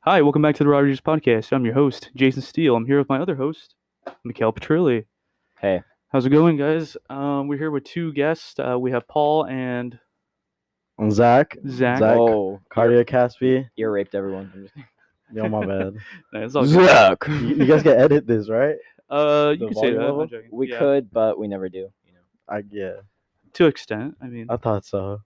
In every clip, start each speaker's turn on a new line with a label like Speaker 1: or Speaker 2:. Speaker 1: Hi, welcome back to the Rodgers Podcast. I'm your host, Jason Steele. I'm here with my other host, Mikhail Petrilli.
Speaker 2: Hey.
Speaker 1: How's it going, guys? Um, we're here with two guests. Uh, we have Paul and
Speaker 3: I'm Zach.
Speaker 1: Zach.
Speaker 3: Zach.
Speaker 2: Oh,
Speaker 3: Cardio Caspi.
Speaker 2: ear raped everyone. I'm just kidding.
Speaker 3: Yo, my bad.
Speaker 1: Nah, it's all good.
Speaker 2: Zach.
Speaker 3: you, you guys can edit this, right?
Speaker 1: Uh, you
Speaker 3: The
Speaker 1: can say
Speaker 3: volume
Speaker 1: that. I'm
Speaker 3: level?
Speaker 1: not joking.
Speaker 2: We
Speaker 1: Yeah,
Speaker 2: could, but we never do. You know,
Speaker 3: I yeah.
Speaker 1: to extent. I mean,
Speaker 3: I thought so.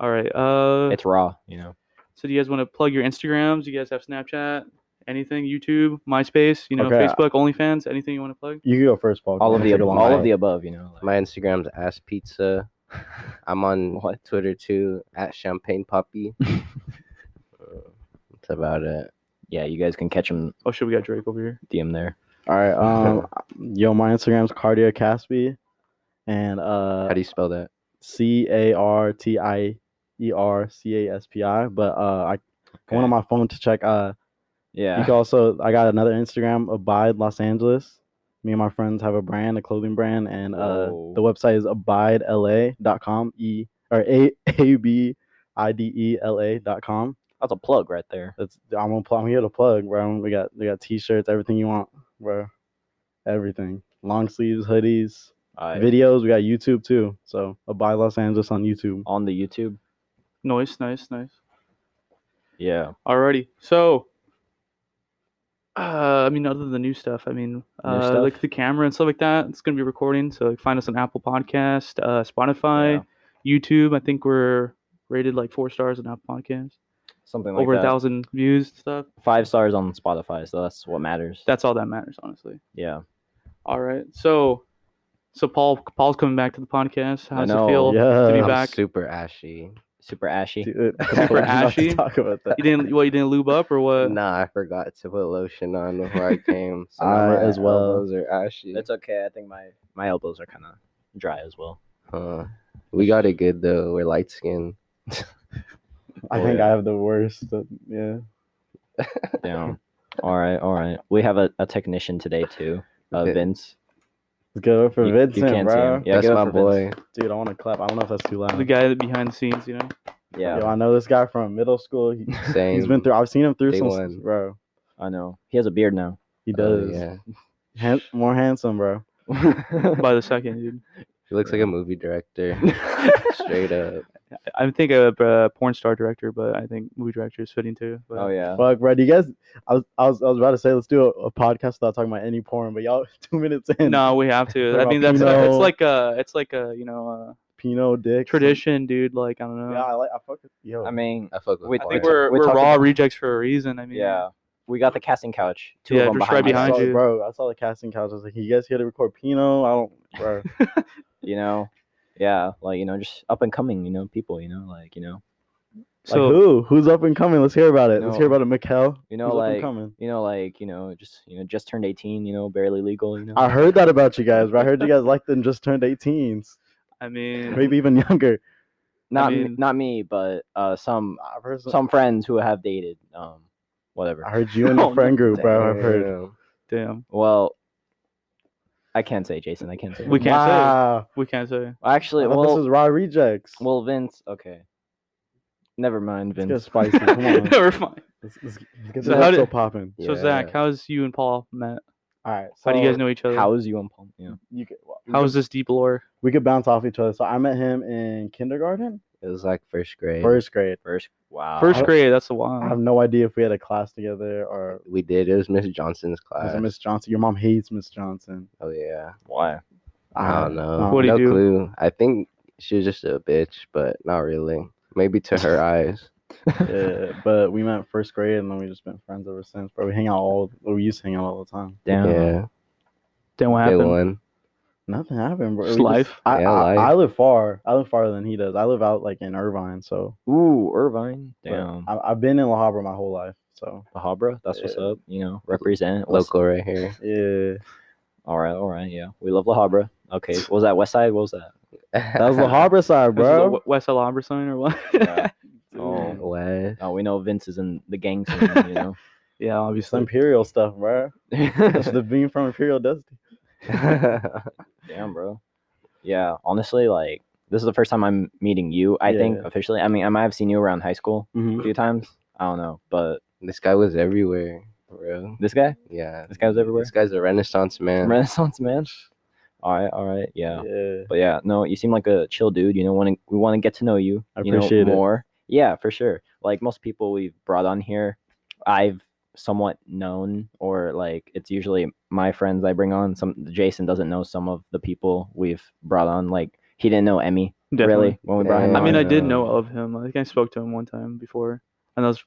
Speaker 1: all right. Uh,
Speaker 2: it's raw. You know,
Speaker 1: so do you guys want to plug your Instagrams? You guys have Snapchat, anything, YouTube, MySpace, you know,
Speaker 3: Okay.
Speaker 1: Facebook, OnlyFans, anything you want to plug?
Speaker 3: You can go first, Paul.
Speaker 2: all of the
Speaker 3: You're
Speaker 2: above,
Speaker 3: one.
Speaker 2: all of the above. You know, like-
Speaker 4: My Instagram's ass pizza. I'm on Twitter too at champagne puppy. Uh,
Speaker 3: Uh,
Speaker 4: That's about it.
Speaker 2: yeah, you guys can catch him
Speaker 1: Oh shit, we got Drake over here.
Speaker 2: DM there.
Speaker 3: All right. Um, yo, my Instagram's Cardio Caspi, and uh,
Speaker 4: How do you spell that?
Speaker 3: C A R T I E R C A S P I. But uh, I I went on my phone to check. Uh, you
Speaker 2: Yeah,
Speaker 3: can also I got another Instagram, Abide Los Angeles. Me and my friends have a brand, a clothing brand, and uh,
Speaker 2: Whoa.
Speaker 3: the website is abidela.com. E or a a b i d e l a dot com.
Speaker 2: that's a plug right there.
Speaker 3: That's I'm gonna pl- I'm here to plug, bro. We got we got t-shirts, everything you want, bro. Everything, long sleeves, hoodies,
Speaker 2: All right.
Speaker 3: videos. We got YouTube too. So abide Los Angeles on YouTube.
Speaker 2: On the YouTube.
Speaker 1: Nice, nice, nice.
Speaker 2: Yeah,
Speaker 1: Alrighty. So, uh, I mean, other than the new stuff, I mean, uh,
Speaker 2: stuff?
Speaker 1: like the camera and stuff like that, it's going to be recording. So, like, find us on Apple Podcast, uh, Spotify, YouTube. I think we're rated like four stars on Apple Podcast,
Speaker 2: something like
Speaker 1: over a
Speaker 2: that.
Speaker 1: thousand views and stuff.
Speaker 2: Five stars on Spotify, so that's what matters.
Speaker 1: That's all that matters, honestly.
Speaker 2: yeah,
Speaker 1: All right. So, so Paul, Paul's coming back to the podcast.
Speaker 2: I
Speaker 1: How's it
Speaker 2: know.
Speaker 1: feel?
Speaker 3: Yeah,
Speaker 1: be
Speaker 4: I'm
Speaker 1: back.
Speaker 4: super ashy.
Speaker 2: super ashy.
Speaker 3: Dude,
Speaker 1: Super
Speaker 3: not to
Speaker 1: ashy.
Speaker 3: Talk about that.
Speaker 1: You didn't, well, you didn't lube up or
Speaker 3: Uh,
Speaker 1: what?
Speaker 4: Nah, I forgot to put lotion on before I came. So
Speaker 3: I
Speaker 4: now my
Speaker 3: as well.
Speaker 4: elbows are ashy.
Speaker 2: That's okay. I think my my elbows are kind of dry as well.
Speaker 4: Uh, we got it good though. We're light skinned.
Speaker 3: I think I have the worst. but yeah.
Speaker 2: Down. all right, all right. We have a, a technician today too, uh,
Speaker 4: Vin-
Speaker 2: Vince.
Speaker 3: Let's go for
Speaker 2: You- you
Speaker 3: Vincent,
Speaker 2: can't see
Speaker 3: bro.
Speaker 2: him. Yeah,
Speaker 4: That's
Speaker 2: give it
Speaker 4: my
Speaker 2: for Vince.
Speaker 4: boy.
Speaker 3: Dude, I want to clap. I don't know if that's too loud.
Speaker 1: The guy that behind the scenes, you know?
Speaker 2: Yeah,
Speaker 3: Yo, I know this guy from middle school. He,
Speaker 4: Same.
Speaker 3: he's been through. I've seen him through
Speaker 4: Day
Speaker 3: some,
Speaker 4: one.
Speaker 3: bro.
Speaker 2: I know. He has a beard now.
Speaker 3: He
Speaker 4: Oh,
Speaker 3: does.
Speaker 4: yeah.
Speaker 3: Han- more handsome, bro.
Speaker 1: By the second, dude.
Speaker 4: He looks like a movie director. Straight up.
Speaker 1: I think a uh, porn star director, but I think movie director is fitting too. But
Speaker 2: oh yeah.
Speaker 3: Fuck, bro. Do you guys? I was, I was, I was about to say let's do a, a podcast without talking about any porn, but y'all two minutes in.
Speaker 1: No, we have to.
Speaker 3: What
Speaker 1: I
Speaker 3: about
Speaker 1: mean, that's it's
Speaker 3: Pino?
Speaker 1: like a it's like a you know
Speaker 3: Pino
Speaker 1: uh
Speaker 3: dick.
Speaker 1: tradition, dude. Like I don't
Speaker 3: Yeah,
Speaker 1: know.
Speaker 3: I like. I fuck with. Yo,
Speaker 2: I mean,
Speaker 4: I fuck with
Speaker 2: We-
Speaker 1: I
Speaker 4: porn.
Speaker 1: think we're
Speaker 2: we're
Speaker 1: we're,
Speaker 2: talking-
Speaker 1: raw rejects for a reason. I mean,
Speaker 2: yeah, we got the casting couch. Two
Speaker 1: Yeah,
Speaker 2: of them
Speaker 1: just
Speaker 2: behind,
Speaker 1: right
Speaker 3: I
Speaker 1: behind
Speaker 3: saw-
Speaker 2: us,
Speaker 1: you.
Speaker 3: bro. I saw the casting couch. I was like, you guys here to record Pino? I don't, bro.
Speaker 2: You know, yeah, like you know, just up and coming. You know, people. You know, like you know,
Speaker 1: So
Speaker 3: like who? Who's up and coming? Let's hear about it. Let's hear
Speaker 2: No.
Speaker 3: about it, Mikkel.
Speaker 2: You know,
Speaker 3: Who's up and
Speaker 2: like-
Speaker 3: coming.
Speaker 2: you know, like you know, just you know, just turned eighteen. You know, barely legal. You know.
Speaker 3: I heard that about you guys, but I heard you guys liked them just turned 18s,
Speaker 1: I mean,
Speaker 3: maybe even younger.
Speaker 2: not me
Speaker 1: mean-
Speaker 2: not me, but uh, some
Speaker 3: I've heard some,
Speaker 2: some friends who have dated. Um, whatever.
Speaker 3: I heard you in the
Speaker 1: Oh,
Speaker 3: friend group, bro. I've heard.
Speaker 4: Damn.
Speaker 1: damn,
Speaker 2: Well, I can't say, Jason. I can't say.
Speaker 1: We
Speaker 2: that.
Speaker 1: can't say it.
Speaker 3: wow.
Speaker 1: we can't say.
Speaker 2: Actually,
Speaker 3: I thought
Speaker 2: well,
Speaker 3: Oh, this is raw rejects.
Speaker 2: well, Vince. Okay. Never mind,
Speaker 3: let's
Speaker 2: Vince.
Speaker 3: get spicy. Come on.
Speaker 1: Never mind.
Speaker 3: Let's, let's let's get
Speaker 1: So
Speaker 3: this
Speaker 1: how
Speaker 3: episode
Speaker 1: did-
Speaker 3: popping.
Speaker 1: So Zach, how's you and Paul met?
Speaker 3: All right. So
Speaker 1: How do you guys know each other?
Speaker 2: How is you on Palm? Yeah.
Speaker 3: You could, well, we
Speaker 1: How
Speaker 3: could-
Speaker 1: is this deep lore?
Speaker 3: we could bounce off each other. So I met him in kindergarten,
Speaker 4: It was like first grade.
Speaker 3: first grade.
Speaker 2: First. Wow.
Speaker 1: First
Speaker 3: don't-
Speaker 1: grade, that's a
Speaker 3: I have
Speaker 1: while.
Speaker 3: no idea if we had a class together or
Speaker 4: We did. It was Miss
Speaker 3: was
Speaker 4: Johnson's class.
Speaker 3: it Miss Johnson. Your mom hates Miss Johnson. Ah,
Speaker 4: oh yeah.
Speaker 2: Why?
Speaker 4: I don't know.
Speaker 3: What'd
Speaker 1: he
Speaker 4: no
Speaker 1: do?
Speaker 4: clue. I think she was just a bitch, but not really. Maybe to her eyes.
Speaker 3: yeah, but we met first grade and then we just been friends ever since. But we hang out all we used to hang out all the time.
Speaker 2: Damn.
Speaker 4: Yeah.
Speaker 1: Then what
Speaker 4: They
Speaker 1: happened?
Speaker 4: won.
Speaker 3: Nothing happened, bro.
Speaker 1: Just
Speaker 3: We
Speaker 1: life.
Speaker 3: I,
Speaker 4: Yeah,
Speaker 3: I,
Speaker 4: life.
Speaker 3: I live far. I live farther than he does. I live out like in Irvine, so
Speaker 2: Ooh, Irvine.
Speaker 3: but
Speaker 2: Damn.
Speaker 3: I, I've been in La Habra my whole life. So
Speaker 2: The Habra. That's what's
Speaker 3: Yeah.
Speaker 2: up. You know, represent what's-
Speaker 4: Local right here.
Speaker 3: yeah,
Speaker 2: All right, all right. Yeah, we love La Habra. Okay, what was that West Side? What was that?
Speaker 3: that was La Habra side,
Speaker 1: This is a
Speaker 3: bro.
Speaker 1: W- Wes Alhambra sign or what?
Speaker 2: Yeah.
Speaker 3: Oh,
Speaker 2: oh,
Speaker 4: West.
Speaker 2: oh, we know Vince is in the gang scene. You know.
Speaker 1: yeah,
Speaker 3: It's
Speaker 1: obviously.
Speaker 3: Imperial stuff, bro. That's the being from Imperial Dusty.
Speaker 2: Damn, bro. Yeah, honestly, like this is the first time I'm meeting you. I think
Speaker 3: Yeah.
Speaker 2: officially. I mean, I might have seen you around high school a
Speaker 3: Mm-hmm.
Speaker 2: few times. I don't know, but
Speaker 4: This guy was everywhere, bro.
Speaker 2: This guy?
Speaker 4: Yeah.
Speaker 2: This guy was everywhere?
Speaker 4: This guy's a renaissance man.
Speaker 2: Renaissance man? All right, all right. Yeah.
Speaker 3: Yeah.
Speaker 2: But yeah, no, you seem like a chill dude. You know, wanna, we want to get to know you.
Speaker 3: I
Speaker 2: you know,
Speaker 3: appreciate it.
Speaker 2: more. Yeah, for sure. Like most people we've brought on here, I've somewhat known, or like it's usually my friends I bring on. Some Jason doesn't know some of the people we've brought on. Like he didn't know Emmy
Speaker 1: Definitely.
Speaker 2: really when we brought him.
Speaker 1: I mean,
Speaker 2: on.
Speaker 1: I
Speaker 3: uh,
Speaker 1: did know
Speaker 4: know.
Speaker 1: of him. I think I spoke to him one time before, and that was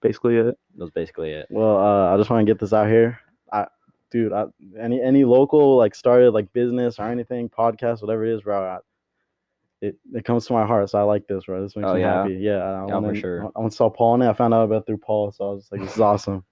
Speaker 1: basically it.
Speaker 2: that was basically it.
Speaker 3: Well, uh, I just want to get this out here. I, dude, I, any any local like started like business or anything, podcast, whatever it is, bro. I, it, it comes to my heart, so I like this, bro. This makes
Speaker 2: Oh,
Speaker 3: me
Speaker 2: yeah?
Speaker 3: happy. Yeah,
Speaker 2: Yeah,
Speaker 3: I
Speaker 2: for
Speaker 3: wanna-
Speaker 2: sure.
Speaker 3: I once saw Paul, and I found out about through Paul, so I was like, this is awesome.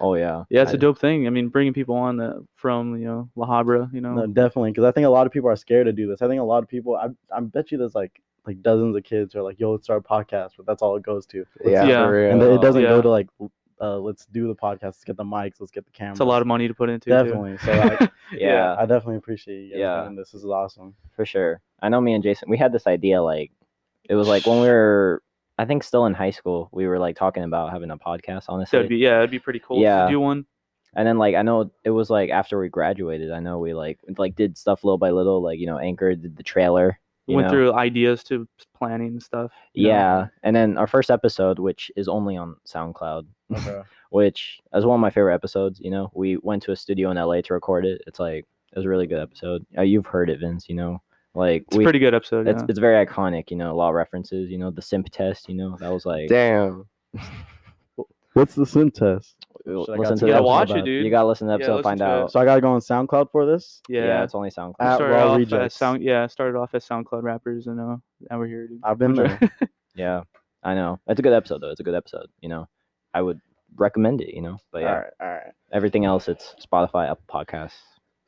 Speaker 2: Oh yeah,
Speaker 1: Yeah, it's
Speaker 3: I-
Speaker 1: a dope thing. I mean, bringing people on that from you know La Habra, you know,
Speaker 3: No, definitely, because I think a lot of people are scared to do this. I think a lot of people, I, I bet you there's like like dozens of kids who are like, yo, let's start a podcast, but that's all it goes to. Let's
Speaker 4: Yeah,
Speaker 3: just-
Speaker 1: Yeah.
Speaker 4: for real.
Speaker 3: and then it doesn't
Speaker 1: Yeah.
Speaker 3: go to like, l- uh, let's do the podcast, let's get the mics, let's get the camera.
Speaker 1: it's a lot of money to put into. too.
Speaker 3: Definitely. So I,
Speaker 2: yeah.
Speaker 3: I definitely appreciate you guys
Speaker 2: Yeah.
Speaker 3: doing this. This is awesome.
Speaker 2: for sure. I know me and Jason, we had this idea like it was like when we were I think still in high school, we were like talking about having a podcast, honestly.
Speaker 1: that'd be yeah, it'd be pretty cool
Speaker 2: Yeah.
Speaker 1: to do one.
Speaker 2: and then like I know it was like after we graduated, I know we like like did stuff little by little, like you know, Anchor did the trailer.
Speaker 1: We
Speaker 2: you
Speaker 1: went
Speaker 2: know?
Speaker 1: through ideas to planning and stuff. you know.
Speaker 2: Yeah. And then our first episode, which is only on SoundCloud,
Speaker 3: Okay.
Speaker 2: which is one of my favorite episodes, you know. We went to a studio in LA to record it. It's like it was a really good episode. Uh, you've heard it, Vince, you know. Like
Speaker 1: it's a pretty good episode.
Speaker 2: it's,
Speaker 1: yeah.
Speaker 2: it's very iconic, you know, a lot of references, you know, the simp test, you know, that was like
Speaker 4: Damn.
Speaker 3: What's the sim test?
Speaker 2: l-
Speaker 3: Should
Speaker 2: listen
Speaker 3: I got
Speaker 2: to
Speaker 3: to
Speaker 2: the
Speaker 1: yeah,
Speaker 3: episode
Speaker 1: watch it,
Speaker 3: about-
Speaker 1: dude.
Speaker 2: You gotta listen to the
Speaker 1: Yeah,
Speaker 2: episode,
Speaker 1: listen
Speaker 2: find
Speaker 1: to it.
Speaker 2: out.
Speaker 3: So I gotta go on SoundCloud for this.
Speaker 1: yeah,
Speaker 2: it's only SoundCloud.
Speaker 1: we
Speaker 3: At
Speaker 1: started
Speaker 3: Raw
Speaker 1: off as
Speaker 3: Rejects.
Speaker 1: sound. Yeah, started off as SoundCloud rappers, and uh, now we're here. Dude.
Speaker 3: I've been
Speaker 1: Sure.
Speaker 3: there.
Speaker 2: yeah, I know. It's a good episode though. It's a good episode. You know, I would recommend it. You know, but yeah,
Speaker 3: All right, all right.
Speaker 2: everything else it's Spotify, Apple Podcasts.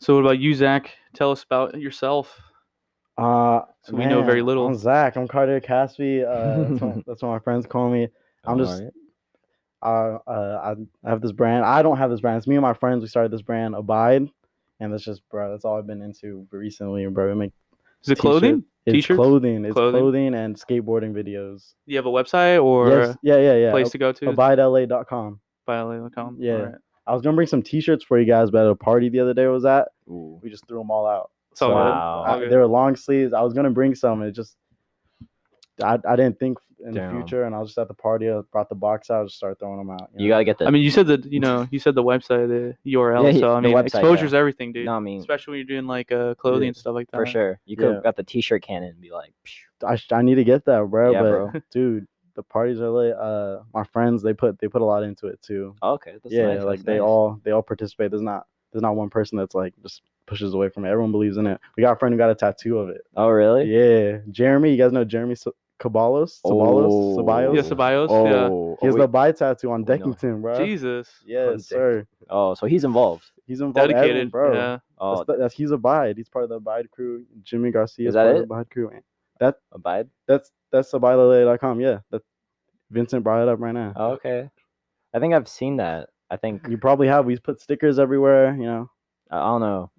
Speaker 1: So, what about you, Zach? Tell us about yourself.
Speaker 3: Uh,
Speaker 1: So we know very
Speaker 3: man,
Speaker 1: little.
Speaker 3: I'm Zach. I'm Carter Caspi. Uh, that's, what, that's what my friends call me. I'm just-
Speaker 2: Alright.
Speaker 3: Uh, uh, I, I have this brand. I don't have this brand. It's me and my friends. We started this brand, Abide, and that's just, bro. That's all I've been into recently, bro. We make
Speaker 1: Is it
Speaker 3: T-shirt.
Speaker 1: clothing?
Speaker 3: it's
Speaker 1: T-shirts?
Speaker 3: clothing, it's
Speaker 1: Clothing?
Speaker 3: clothing, and skateboarding videos.
Speaker 1: Do you have a website or
Speaker 3: yes, yeah, yeah, yeah.
Speaker 1: a place to go to?
Speaker 3: AbideLA.com.
Speaker 1: Biolay.com.
Speaker 3: Yeah.
Speaker 1: Alright.
Speaker 3: I was gonna bring some T-shirts for you guys, but at a party the other day I was at,
Speaker 2: Ooh.
Speaker 3: we just threw them all out.
Speaker 1: It's all
Speaker 3: So, uh,
Speaker 1: good.
Speaker 2: wow.
Speaker 1: All
Speaker 3: I-
Speaker 1: good.
Speaker 3: they were long sleeves. I was gonna bring some, and it just I, I didn't think in
Speaker 2: Damn.
Speaker 3: the future, and I was just at the party. I brought the box out, just started throwing them out.
Speaker 2: You gotta get the.
Speaker 1: I mean, you said that you know you said the website, the URL.
Speaker 2: Yeah,
Speaker 1: so I
Speaker 2: the
Speaker 1: mean,
Speaker 2: website,
Speaker 1: exposure's everything, dude.
Speaker 2: no, I mean
Speaker 1: Especially when you're doing like uh, clothing
Speaker 3: Mm. Yeah,
Speaker 1: and stuff like that.
Speaker 2: for sure. You could have
Speaker 3: uh-huh. Yeah.
Speaker 2: got the T-shirt cannon and be like, psh,
Speaker 3: I, sh- I need to get that, bro.
Speaker 2: Yeah,
Speaker 3: but
Speaker 2: bro.
Speaker 3: dude, the parties are lit. Uh, my friends they put they put a lot into it too.
Speaker 2: oh, okay, that's
Speaker 3: yeah,
Speaker 2: nice,
Speaker 3: like
Speaker 2: that's
Speaker 3: they
Speaker 2: nice.
Speaker 3: all they all participate. There's not there's not one person that's like just pushes away from it. Everyone believes in it. We got a friend who got a tattoo of it.
Speaker 2: Oh really?
Speaker 3: Yeah, Jeremy. You guys know Jeremy S- Caballos, Sabalos,
Speaker 2: Oh.
Speaker 3: Ceballos.
Speaker 1: Yeah, Ceballos.
Speaker 2: Oh,
Speaker 1: yeah.
Speaker 2: oh,
Speaker 3: He has
Speaker 2: wait.
Speaker 3: the buy tattoo on
Speaker 2: no.
Speaker 3: Deckington, bro.
Speaker 1: Jesus.
Speaker 3: Yes,
Speaker 2: Deckington.
Speaker 3: sir.
Speaker 2: oh, so he's involved.
Speaker 3: He's involved. everyone,
Speaker 1: Dedicated.
Speaker 3: bro.
Speaker 1: Yeah.
Speaker 2: Oh,
Speaker 3: That's, the, that's he's a bide. He's part of the bide crew. Jimmy Garcia
Speaker 2: Is that
Speaker 3: part
Speaker 2: it?
Speaker 3: of the bide crew. And
Speaker 2: abide.
Speaker 3: That's that's abidele.com. Yeah, that Vincent brought it up right now.
Speaker 2: Oh, okay, I think I've seen that. I think
Speaker 3: You probably have. We put stickers everywhere. You know,
Speaker 2: I I don't know.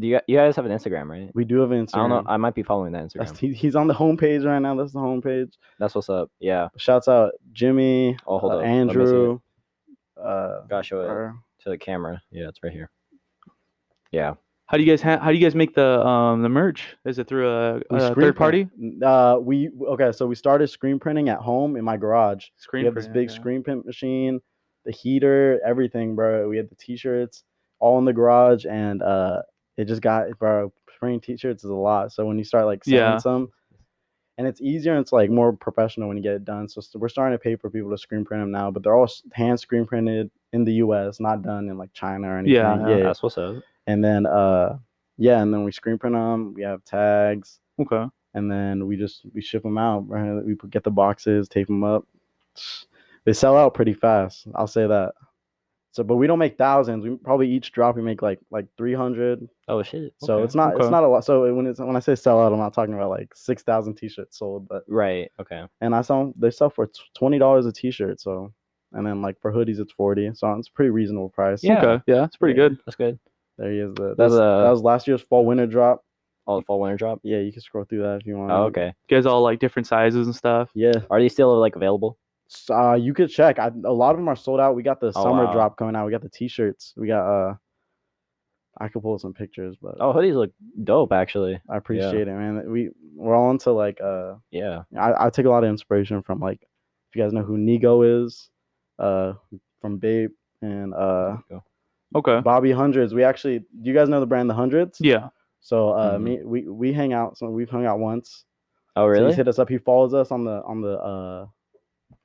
Speaker 2: Do you gu- you guys have an Instagram, right?
Speaker 3: we do have an Instagram.
Speaker 2: I don't know. I might be following that Instagram.
Speaker 3: That's, he, he's on the homepage right now. That's the homepage.
Speaker 2: That's what's up. Yeah.
Speaker 3: Shouts out Jimmy,
Speaker 2: Oh, hold
Speaker 3: uh,
Speaker 2: up. Let me see it.
Speaker 3: Andrew. Uh,
Speaker 2: Gotta show it
Speaker 3: or-
Speaker 2: to the camera. Yeah, it's right here. Yeah.
Speaker 1: How do you guys ha- how do you guys make the um the merch? Is it through a,
Speaker 3: we
Speaker 1: a
Speaker 3: screen
Speaker 1: third
Speaker 3: print.
Speaker 1: party
Speaker 3: Uh, we okay. So we started screen printing at home in my garage.
Speaker 1: screen?
Speaker 3: we had this
Speaker 1: print,
Speaker 3: big
Speaker 1: yeah.
Speaker 3: screen print machine, the heater, everything, bro. We had the t-shirts all in the garage, and uh, it just got bro. Printing t-shirts is a lot, so when you start like selling
Speaker 1: Yeah.
Speaker 3: some, and it's easier and it's like more professional when you get it done. So st- we're starting to pay for people to screen print them now, but they're all s- hand screen printed in the U.S., not done in like China or anything.
Speaker 1: Yeah,
Speaker 2: yeah, That's what's up.
Speaker 3: And then uh, yeah, and then we screen print them. We have tags,
Speaker 1: Okay.
Speaker 3: and then we just we ship them out. Right? We put- get the boxes, tape them up. They sell out pretty fast. I'll say that. So, but we don't make thousands. We probably each drop we make like like three hundred.
Speaker 2: Oh shit.
Speaker 3: So
Speaker 2: okay.
Speaker 3: it's not
Speaker 1: okay.
Speaker 3: it's not a lot. So when it's when I say sell out, I'm not talking about like six thousand t-shirts sold, but
Speaker 2: right. Okay.
Speaker 3: and I sell they sell for tw- twenty dollars a t-shirt. So and then like for hoodies it's forty. So it's a pretty reasonable price.
Speaker 2: Yeah.
Speaker 1: Okay. Yeah, it's pretty
Speaker 2: Yeah,
Speaker 1: good.
Speaker 2: That's good.
Speaker 3: There he is. The,
Speaker 2: That's
Speaker 3: that's, that
Speaker 2: a-
Speaker 3: was last year's fall winter drop.
Speaker 2: All the fall winter drop.
Speaker 3: Yeah, you can scroll through that if you want.
Speaker 2: Oh, okay.
Speaker 1: You guys all like different sizes and stuff.
Speaker 3: Yeah.
Speaker 2: Are these still like available?
Speaker 3: S- Uh, you could check. I, a lot of them are sold out. We got the summer
Speaker 2: Oh, wow.
Speaker 3: drop coming out. We got the t-shirts. We got uh, I could pull some pictures, but
Speaker 2: Oh, hoodies look dope, actually.
Speaker 3: I appreciate it, man. We we're all into like uh,
Speaker 2: Yeah.
Speaker 3: I, I take a lot of inspiration from like if you guys know who Nigo is, uh, from Babe and uh
Speaker 2: Go.
Speaker 1: Okay.
Speaker 3: Bobby Hundreds. We actually, do you guys know the brand the Hundreds?
Speaker 1: Yeah.
Speaker 3: So uh,
Speaker 2: Mhm.
Speaker 3: me we we hang out. So we've hung out once.
Speaker 2: Oh,
Speaker 3: So
Speaker 2: really?
Speaker 3: he's hit us up. He follows us on the on the uh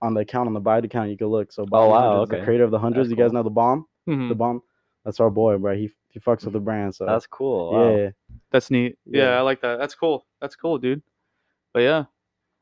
Speaker 3: on the account on the Bide account. You can look. So
Speaker 2: Oh, wow,
Speaker 3: Hundreds,
Speaker 2: okay.
Speaker 3: the creator of the hundreds. you
Speaker 2: cool.
Speaker 3: guys
Speaker 2: Hmm.
Speaker 3: know the bomb.
Speaker 1: Mhm.
Speaker 3: The bomb. That's our boy, bro. He he fucks with the brand. So
Speaker 2: That's cool.
Speaker 3: uh, yeah,
Speaker 2: Wow.
Speaker 3: yeah.
Speaker 1: That's neat. Yeah.
Speaker 3: Yeah.
Speaker 1: I like that. That's cool. That's cool, dude. But yeah,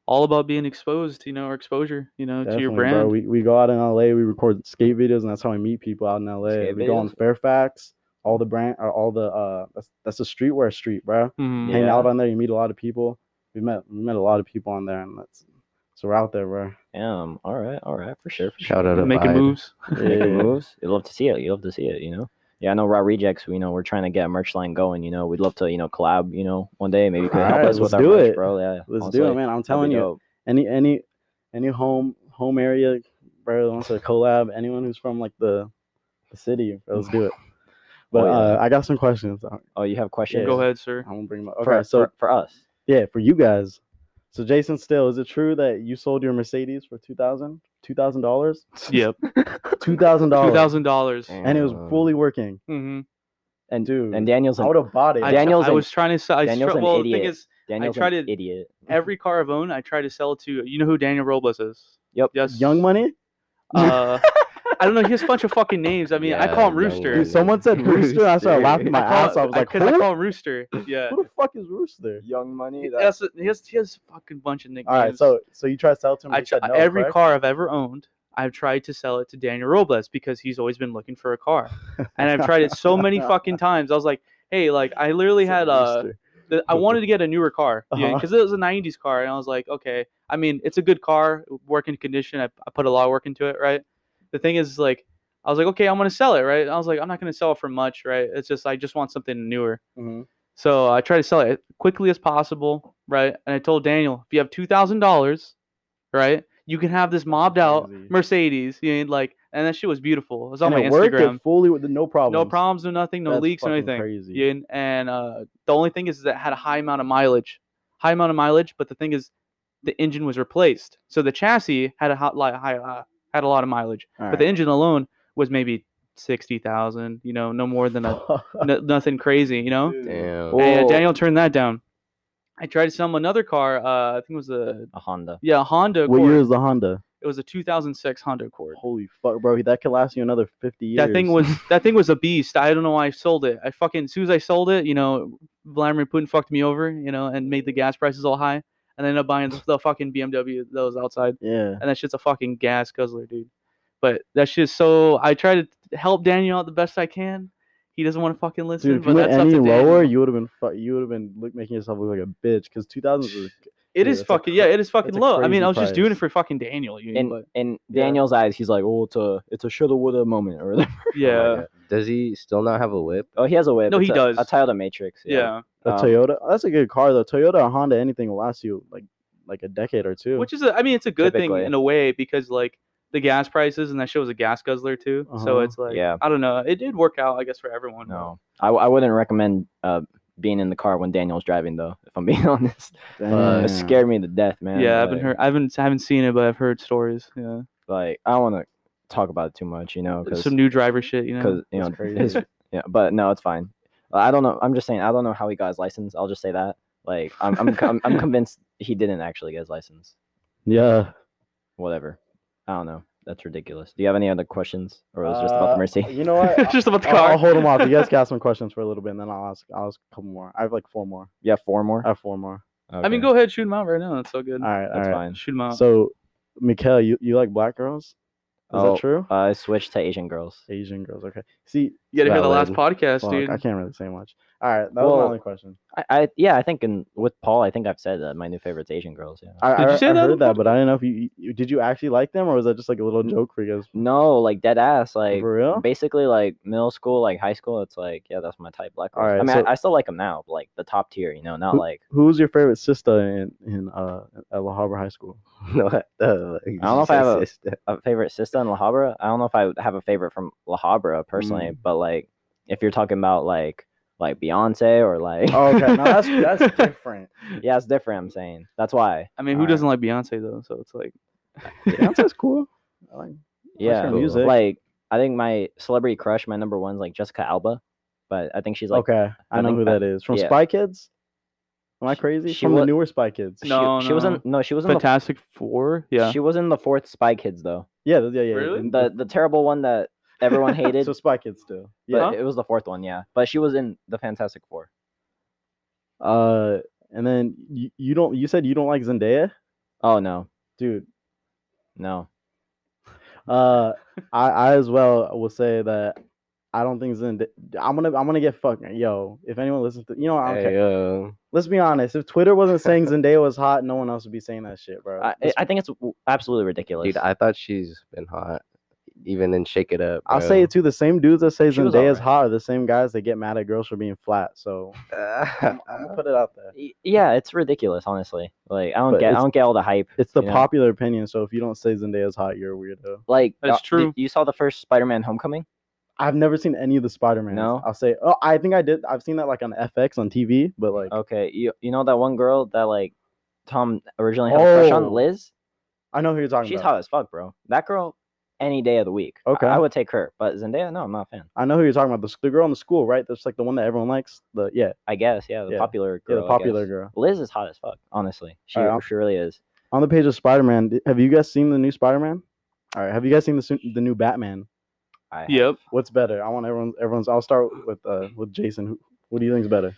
Speaker 1: all about being exposed, you know, or exposure, you know, to your
Speaker 3: definitely,
Speaker 1: brand.
Speaker 3: Bro. We we go out in LA. We record skate videos, and that's how we meet people out in LA.
Speaker 2: Skate
Speaker 3: we go on
Speaker 2: videos?
Speaker 3: Fairfax. All the brand or all the uh that's that's a streetwear street, bro.
Speaker 1: Mhm.
Speaker 2: Yeah.
Speaker 3: Hang out on there. You meet a lot of people. We met we met a lot of people on there, and that's so we're out there, bro.
Speaker 2: Damn. All right. All right. For sure. For sure.
Speaker 4: Shout out to
Speaker 1: Making
Speaker 4: Vibe.
Speaker 1: moves.
Speaker 2: making
Speaker 3: Yeah.
Speaker 2: moves. You'd love to see it. You'd love to see it, you know? Yeah, I know Raw Rejects, you know, we're trying to get a merch line going, you know. We'd love to, you know, collab, you know, one day. Maybe you could help
Speaker 3: Alright,
Speaker 2: us with
Speaker 3: let's
Speaker 2: our
Speaker 3: do
Speaker 2: merch,
Speaker 3: it.
Speaker 2: bro. Yeah.
Speaker 3: Let's
Speaker 2: honestly,
Speaker 3: do it, man. I'm
Speaker 2: that'd be
Speaker 3: telling you,
Speaker 2: dope.
Speaker 3: any any any home home area bro that wants to collab anyone who's from like the the city bro, let's do it but
Speaker 2: Oh, yeah.
Speaker 3: uh, i got some questions i'm
Speaker 2: Oh, you have questions?
Speaker 1: Go
Speaker 3: Yeah.
Speaker 1: ahead, sir.
Speaker 3: gonna bring them up
Speaker 2: For,
Speaker 3: okay so
Speaker 2: for, for us.
Speaker 3: yeah for you guys so jason still is it true that you sold your mercedes for 2000 2000 dollars
Speaker 1: Yep.
Speaker 3: $2000
Speaker 1: Two thousand Uh, dollars.
Speaker 4: Damn.
Speaker 3: and it was
Speaker 4: Damn.
Speaker 3: fully working
Speaker 1: Mm-hmm.
Speaker 2: And
Speaker 3: dude
Speaker 2: and Daniel's
Speaker 3: i
Speaker 2: an,
Speaker 3: would have bought it
Speaker 1: I,
Speaker 2: Daniel's
Speaker 1: I
Speaker 2: an-
Speaker 1: was trying to sell. I
Speaker 2: Daniel's
Speaker 1: str-
Speaker 2: an
Speaker 1: well, the thing
Speaker 2: idiot.
Speaker 1: is,
Speaker 2: Daniel's
Speaker 1: tried
Speaker 2: an
Speaker 1: to-
Speaker 2: idiot.
Speaker 1: every car I've owned, I try to sell to. You know who Daniel Robles is?
Speaker 2: Yep.
Speaker 1: Yes.
Speaker 3: young money
Speaker 1: Uh, I don't know. He has a bunch of fucking names. I mean, I
Speaker 4: Yeah,
Speaker 1: call him
Speaker 4: Young
Speaker 1: Rooster.
Speaker 3: dude someone said rooster i started laughing my
Speaker 1: I call-
Speaker 3: ass off i was like
Speaker 1: I, 'cause I
Speaker 3: who?
Speaker 1: call him Rooster. Yeah.
Speaker 3: who the fuck is rooster
Speaker 2: Young money.
Speaker 1: He has, he has he has a fucking bunch of nicknames.
Speaker 3: all right so so you try to sell to him
Speaker 1: I
Speaker 3: he said
Speaker 1: tr-
Speaker 3: no,
Speaker 1: every
Speaker 3: correct?
Speaker 1: car I've ever owned, I've tried to sell it to Daniel Robles because he's always been looking for a car, and I've tried it so many fucking times. I was like, hey, like I literally
Speaker 3: Said
Speaker 1: had uh,
Speaker 3: rooster.
Speaker 1: the, I wanted to get a newer car because
Speaker 3: Uh-huh.
Speaker 1: it was a '90s car, and I was like, okay, I mean, it's a good car, working condition. I, I put a lot of work into it, right? The thing is, like, I was like, okay, I'm gonna sell it, right? I was like, I'm not gonna sell it for much, right? It's just I just want something newer.
Speaker 3: Mhm.
Speaker 1: So I try to sell it as quickly as possible, right? And I told Daniel, if you have two thousand dollars, right, you can have this mobbed out
Speaker 3: Crazy.
Speaker 1: Mercedes. You know, like, and that shit was beautiful. It was on
Speaker 3: And
Speaker 1: my
Speaker 3: it worked
Speaker 1: Instagram.
Speaker 3: it fully with no problems.
Speaker 1: No problems, no nothing, no
Speaker 3: That's
Speaker 1: leaks, no
Speaker 3: fucking
Speaker 1: anything.
Speaker 3: Crazy.
Speaker 1: Yeah, and- and uh, the only thing is, that it had a high amount of mileage, high amount of mileage. But the thing is, the engine was replaced, so the chassis had a hot, li- high, uh, had a lot of mileage. But the engine alone was maybe sixty thousand. You know, no more than a no, nothing crazy. You know,
Speaker 4: Damn.
Speaker 2: Well-
Speaker 1: and
Speaker 2: Whoa.
Speaker 1: uh, Daniel turned that down. I tried to sell him another car. Uh, I think it was a
Speaker 2: A Honda.
Speaker 1: yeah a Honda
Speaker 3: what
Speaker 1: Accord.
Speaker 3: year is the Honda?
Speaker 1: It was a 2006 Honda Accord.
Speaker 3: Holy fuck, bro! That could last you another fifty years.
Speaker 1: That thing was that thing was a beast. I don't know why I sold it. I fucking as soon as I sold it, you know, Vladimir Putin fucked me over, you know, and made the gas prices all high. And I ended up buying the fucking BMW that was outside.
Speaker 3: Yeah.
Speaker 1: And that shit's a fucking gas guzzler, dude. But that shit's so I try to help Daniel out the best I can. He doesn't want to fucking listen,
Speaker 3: Dude, if
Speaker 1: but
Speaker 3: you went
Speaker 1: that's up
Speaker 3: any
Speaker 1: to Daniel.
Speaker 3: lower, you would have been fu- you would have been look, making yourself look like a bitch. Because two thousands was
Speaker 1: It
Speaker 3: Yeah,
Speaker 1: is
Speaker 3: that's a
Speaker 1: fucking
Speaker 3: cra-
Speaker 1: yeah, it is fucking
Speaker 3: that's a
Speaker 1: low. I mean,
Speaker 3: crazy
Speaker 1: I was just doing it for
Speaker 3: price.
Speaker 1: fucking Daniel, you
Speaker 2: In,
Speaker 1: but
Speaker 2: in
Speaker 3: yeah.
Speaker 2: Daniel's eyes, he's like, oh, it's a it's a shoulda woulda moment or whatever.
Speaker 1: yeah,
Speaker 4: Oh Does he still not have a whip?
Speaker 2: Oh, he has a whip.
Speaker 1: No, he
Speaker 2: It's a-
Speaker 1: does.
Speaker 2: A Toyota Matrix.
Speaker 1: yeah.
Speaker 3: a
Speaker 2: Um,
Speaker 3: Toyota. That's a good car though. Toyota or Honda, anything will last you like like a decade or two.
Speaker 1: Which is, a, I mean, it's a good
Speaker 2: Typically.
Speaker 1: thing in a way because like the gas prices and that show was a gas guzzler too. So
Speaker 3: Uh-huh.
Speaker 1: it's like,
Speaker 2: Yeah.
Speaker 1: I don't know. It did work out, I guess, for everyone. but-
Speaker 2: No, I, w- I wouldn't recommend uh, being in the car when Daniel's driving, though. If I'm being honest, uh,
Speaker 3: Damn.
Speaker 2: it scared me to death, man.
Speaker 1: yeah, I
Speaker 2: like,
Speaker 1: haven't heard, I haven't, I haven't seen it, but I've heard stories. Yeah,
Speaker 2: Like, I don't want to talk about it too much, you know, because
Speaker 1: some new driver shit. You know,
Speaker 2: you know,
Speaker 3: That's crazy.
Speaker 2: his- yeah. But no, it's fine. I don't know. I'm just saying, I don't know how he got his license. I'll just say that. Like, I'm I'm I'm, I'm convinced he didn't actually get his license.
Speaker 3: Yeah.
Speaker 2: Whatever. I don't know. That's ridiculous. Do you have any other questions, or was it just about
Speaker 3: Uh,
Speaker 2: the mercy?
Speaker 3: You know what?
Speaker 1: just about the
Speaker 3: I'll,
Speaker 1: car.
Speaker 3: I'll hold them off. You guys got some questions for a little bit, and then I'll ask. I'll ask a couple more. I have like four more.
Speaker 2: You have four more.
Speaker 3: I have four more.
Speaker 1: I mean,
Speaker 2: Okay,
Speaker 1: go ahead, shoot him out right now. That's so good.
Speaker 3: All right.
Speaker 2: That's
Speaker 3: all right.
Speaker 2: fine.
Speaker 1: Shoot him out.
Speaker 3: So, Mikhail, you, you like black girls? Is
Speaker 2: Oh,
Speaker 3: that true?
Speaker 2: Uh, I switched to Asian girls.
Speaker 3: Asian girls. Okay. See,
Speaker 1: You gotta hear the last
Speaker 2: Valid.
Speaker 1: podcast,
Speaker 3: Fuck,
Speaker 1: dude.
Speaker 3: I can't really say much. All right, that was
Speaker 2: Well,
Speaker 3: my only question.
Speaker 2: I, I yeah, I think in with Paul, I think I've said that my new favorite's Asian girls. Yeah.
Speaker 3: I,
Speaker 1: Did
Speaker 3: I-
Speaker 1: you say
Speaker 3: I
Speaker 1: that on
Speaker 3: heard
Speaker 1: the
Speaker 3: that, but I don't know if you, you did. You actually like them, or was that just like a little
Speaker 2: N-
Speaker 3: joke for you guys?
Speaker 2: No, like dead ass, like
Speaker 3: for real?
Speaker 2: basically like middle school, like high school. It's like yeah, that's my type. Black girls.
Speaker 3: Alright,
Speaker 2: I mean,
Speaker 3: so-
Speaker 2: I, I still like them now, but, like the top tier, you know, not
Speaker 3: Who-
Speaker 2: like
Speaker 3: Who's your favorite sister in in uh at La Habra High School?
Speaker 4: no, what the fuck? You
Speaker 2: know if
Speaker 4: said
Speaker 2: I have a-
Speaker 4: sister.
Speaker 2: a favorite sister in La Habra. I don't know if I would have a favorite from La Habra personally,
Speaker 3: Mm.
Speaker 2: but like if you're talking about like like Beyonce or like
Speaker 3: Oh, okay, no, that's that's different.
Speaker 2: yeah, it's different. I'm saying that's why.
Speaker 1: I mean, who
Speaker 2: Alright.
Speaker 1: doesn't like Beyonce though? So it's like
Speaker 3: Beyonce's cool. I like
Speaker 2: Yeah,
Speaker 3: her music.
Speaker 2: like I think my celebrity crush, my number one's like Jessica Alba, but I think she's like
Speaker 3: okay, I,
Speaker 2: I
Speaker 3: know
Speaker 2: think
Speaker 3: who
Speaker 2: that-
Speaker 3: that is from
Speaker 2: yeah.
Speaker 3: Spy Kids. Am I crazy?
Speaker 2: she
Speaker 3: from
Speaker 2: wa-
Speaker 3: the newer Spy Kids.
Speaker 2: she,
Speaker 1: No,
Speaker 2: she
Speaker 1: no,
Speaker 2: was
Speaker 1: no.
Speaker 2: in no, she was in the
Speaker 1: Fantastic Four. Yeah.
Speaker 2: she was in the fourth Spy Kids though,
Speaker 3: Yeah, th- yeah, yeah.
Speaker 1: Really?
Speaker 3: and
Speaker 2: the the terrible one that everyone hated.
Speaker 3: So Spy Kids still.
Speaker 2: but
Speaker 3: Yeah.
Speaker 1: Huh?
Speaker 2: it was the fourth one, yeah. But she was in the Fantastic Four.
Speaker 3: Uh, and then you, you don't. You said you don't like Zendaya,
Speaker 2: Oh no,
Speaker 3: dude.
Speaker 2: no.
Speaker 3: Uh, I, I as well will say that I don't think Zendaya. I'm gonna I'm gonna get fucked. Yo, if anyone listens to you know, okay.
Speaker 4: Hey, yo.
Speaker 3: Let's be honest. If Twitter wasn't saying Zendaya was hot, no one else would be saying that shit, bro.
Speaker 2: I, I- I think it's w- absolutely ridiculous.
Speaker 4: dude, I thought she's been hot, even in Shake It Up.
Speaker 3: will
Speaker 4: bro.
Speaker 3: say it too. The same dudes that say
Speaker 2: She was
Speaker 3: Zendaya's
Speaker 2: alright.
Speaker 3: hot are the same guys that get mad at girls for being flat. So I'm, I'm gonna put it out there.
Speaker 2: Y- yeah, it's ridiculous, honestly. Like I don't
Speaker 3: But
Speaker 2: get I
Speaker 3: it's-
Speaker 2: don't get all the hype.
Speaker 3: It's the
Speaker 2: you know?
Speaker 3: popular opinion. So if you don't say Zendaya's hot, you're a weirdo.
Speaker 2: Like
Speaker 1: That's
Speaker 2: uh, did-
Speaker 1: true.
Speaker 2: you saw the first Spider-Man Homecoming?
Speaker 3: I've never seen any of the Spider Man.
Speaker 2: No?
Speaker 3: I'll say. Oh, I think I did. I've seen that like on FX on TV, but like
Speaker 2: Okay, you you know that one girl that like Tom originally had a crush
Speaker 3: Oh.
Speaker 2: on, Liz?
Speaker 3: I know who you're talking
Speaker 2: She's
Speaker 3: about.
Speaker 2: hot as fuck, bro. That girl, any day of the week. I-
Speaker 3: Okay.
Speaker 2: I, would take her, but Zendaya, no, I'm not a fan.
Speaker 3: I know who you're talking about. The, s- the girl in the school, right? That's like the one that everyone likes. The yeah,
Speaker 2: I guess, yeah, the
Speaker 3: Yeah.
Speaker 2: popular
Speaker 3: yeah,
Speaker 2: girl.
Speaker 3: the
Speaker 2: I
Speaker 3: popular
Speaker 2: guess.
Speaker 3: girl.
Speaker 2: Liz is hot as fuck, honestly. She
Speaker 3: Alright, I'll-
Speaker 2: she really is.
Speaker 3: On the page of Spider Man, have you guys seen the new Spider Man? All right, have you guys seen the su- the new Batman?
Speaker 2: I,
Speaker 1: Yep.
Speaker 3: What's better? I want everyone. Everyone's. I'll start with uh with Jason. Who, what do you think's better?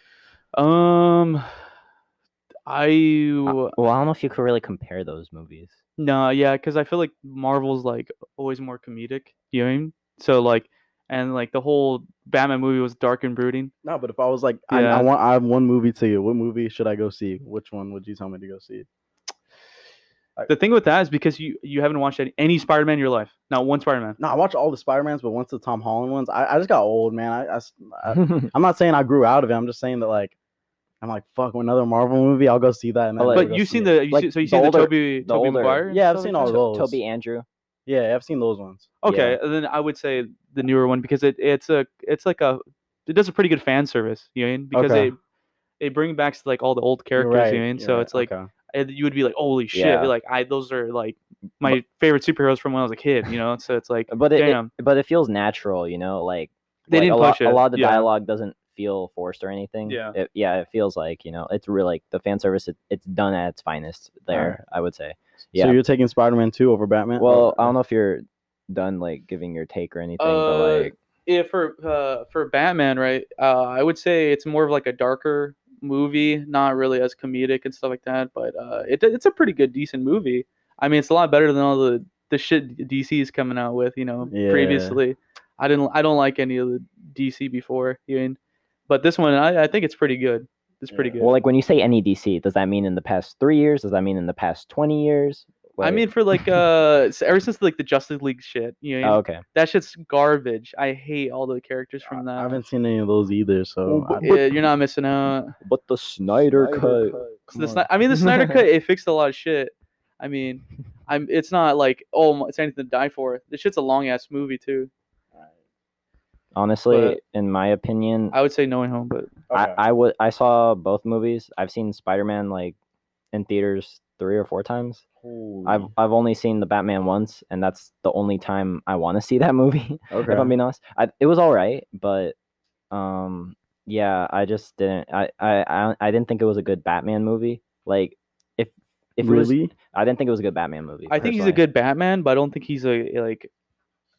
Speaker 1: Um, I
Speaker 2: I- well, I don't know if you could really compare those movies.
Speaker 1: nah, yeah, because I feel like Marvel's like always more comedic. You know what I mean? So like, and like the whole Batman movie was dark and brooding.
Speaker 3: No, but if I was like, I, I
Speaker 1: Yeah.
Speaker 3: want. I have one movie to you. What movie should I go see? Which one would you tell me to go see?
Speaker 1: The thing with that is because you you haven't watched any, any Spider-Man in your life, not one Spider-Man.
Speaker 3: No, I watch all the Spider Mans, but once the Tom Holland ones, I, I just got old, man. I, I s- I- I'm not saying I grew out of it. I'm just saying that like, I'm like, fuck, another Marvel movie, I'll go see that. And then
Speaker 2: But
Speaker 3: I'll
Speaker 1: But
Speaker 3: go
Speaker 1: you've
Speaker 3: see
Speaker 1: seen
Speaker 3: it.
Speaker 1: the you
Speaker 2: Like,
Speaker 1: see, so you
Speaker 2: the
Speaker 1: seen the
Speaker 2: older-
Speaker 1: Toby
Speaker 2: the
Speaker 1: Toby
Speaker 2: older-
Speaker 1: Maguire. and
Speaker 3: Yeah, I've
Speaker 1: stuff
Speaker 3: seen
Speaker 1: like
Speaker 3: all
Speaker 1: that?
Speaker 3: of those.
Speaker 2: Toby Andrew.
Speaker 3: Yeah, I've seen those ones.
Speaker 1: Okay, then I would say the newer one because it, it's a it's like a it does a pretty good fan service. You know what I mean? Because
Speaker 3: Okay.
Speaker 1: they they bring back like all the old
Speaker 3: You're
Speaker 1: characters. You
Speaker 3: right,
Speaker 1: know what I mean?
Speaker 3: you're
Speaker 1: So
Speaker 3: right,
Speaker 1: it's like.
Speaker 3: okay.
Speaker 1: and you would be like, "Holy shit!"
Speaker 2: Yeah.
Speaker 1: Like, I those are like my favorite superheroes from when I was a kid. You know, so it's like,
Speaker 2: But it,
Speaker 1: damn,
Speaker 2: it but it feels natural, you know, like
Speaker 1: they
Speaker 2: like,
Speaker 1: didn't
Speaker 2: a
Speaker 1: push
Speaker 2: lot,
Speaker 1: it.
Speaker 2: A lot of the
Speaker 1: yeah.
Speaker 2: dialogue doesn't feel forced or anything.
Speaker 1: Yeah.
Speaker 2: It, yeah, it feels like, you know, it's really like the fan service, it, it's done at its finest there, I would say.
Speaker 3: So
Speaker 2: Yeah.
Speaker 3: you're taking Spider Man two over Batman?
Speaker 2: well,
Speaker 3: Okay.
Speaker 2: I don't know if you're done like giving your take or anything,
Speaker 1: Uh,
Speaker 2: but like,
Speaker 1: Yeah, for uh, for Batman, right? Uh, I would say it's more of like a darker movie, not really as comedic and stuff like that. But uh, it it's a pretty good, decent movie. I mean, it's a lot better than all the the shit DC is coming out with. You know,
Speaker 3: Yeah.
Speaker 1: previously, I didn't I don't like any of the DC before. You know, but this one, I, I think it's pretty good. It's pretty
Speaker 3: Yeah.
Speaker 1: good.
Speaker 2: well, like when you say any DC, does that mean in the past three years? Does that mean in the past 20 years?
Speaker 1: I
Speaker 2: Like-
Speaker 1: mean, for like uh, s- ever since like the Justice League shit, you know,
Speaker 2: oh, okay.
Speaker 1: that shit's garbage. I hate all the characters
Speaker 3: I-
Speaker 1: from that.
Speaker 3: Oh, I haven't seen any of those either, so
Speaker 2: Well, but-
Speaker 3: I-
Speaker 1: Oh, Yeah, you're not missing out.
Speaker 2: But the Snyder, cut.
Speaker 1: So the Sni- I mean, the Snyder cut it fixed a lot of shit. I mean, I'm. It's not like oh, my- it's anything to die for. This shit's a long ass movie too.
Speaker 2: Honestly,
Speaker 1: But-
Speaker 2: in my opinion,
Speaker 1: I would say No Way Home, but
Speaker 2: I, I would I saw both movies. I've seen Spider Man like in theaters three or four times. I've I've only seen the Batman once, and that's the only time I want to see that movie.
Speaker 3: okay. Oh,
Speaker 2: If I'm being honest, I, it was all right, but um, yeah, I just didn't. I I I, I didn't think it was a good Batman movie. Like if if it was,
Speaker 3: really?
Speaker 2: I didn't think it was a good Batman movie.
Speaker 1: I think he's a
Speaker 2: personally.
Speaker 1: good Batman, but I don't think he's a like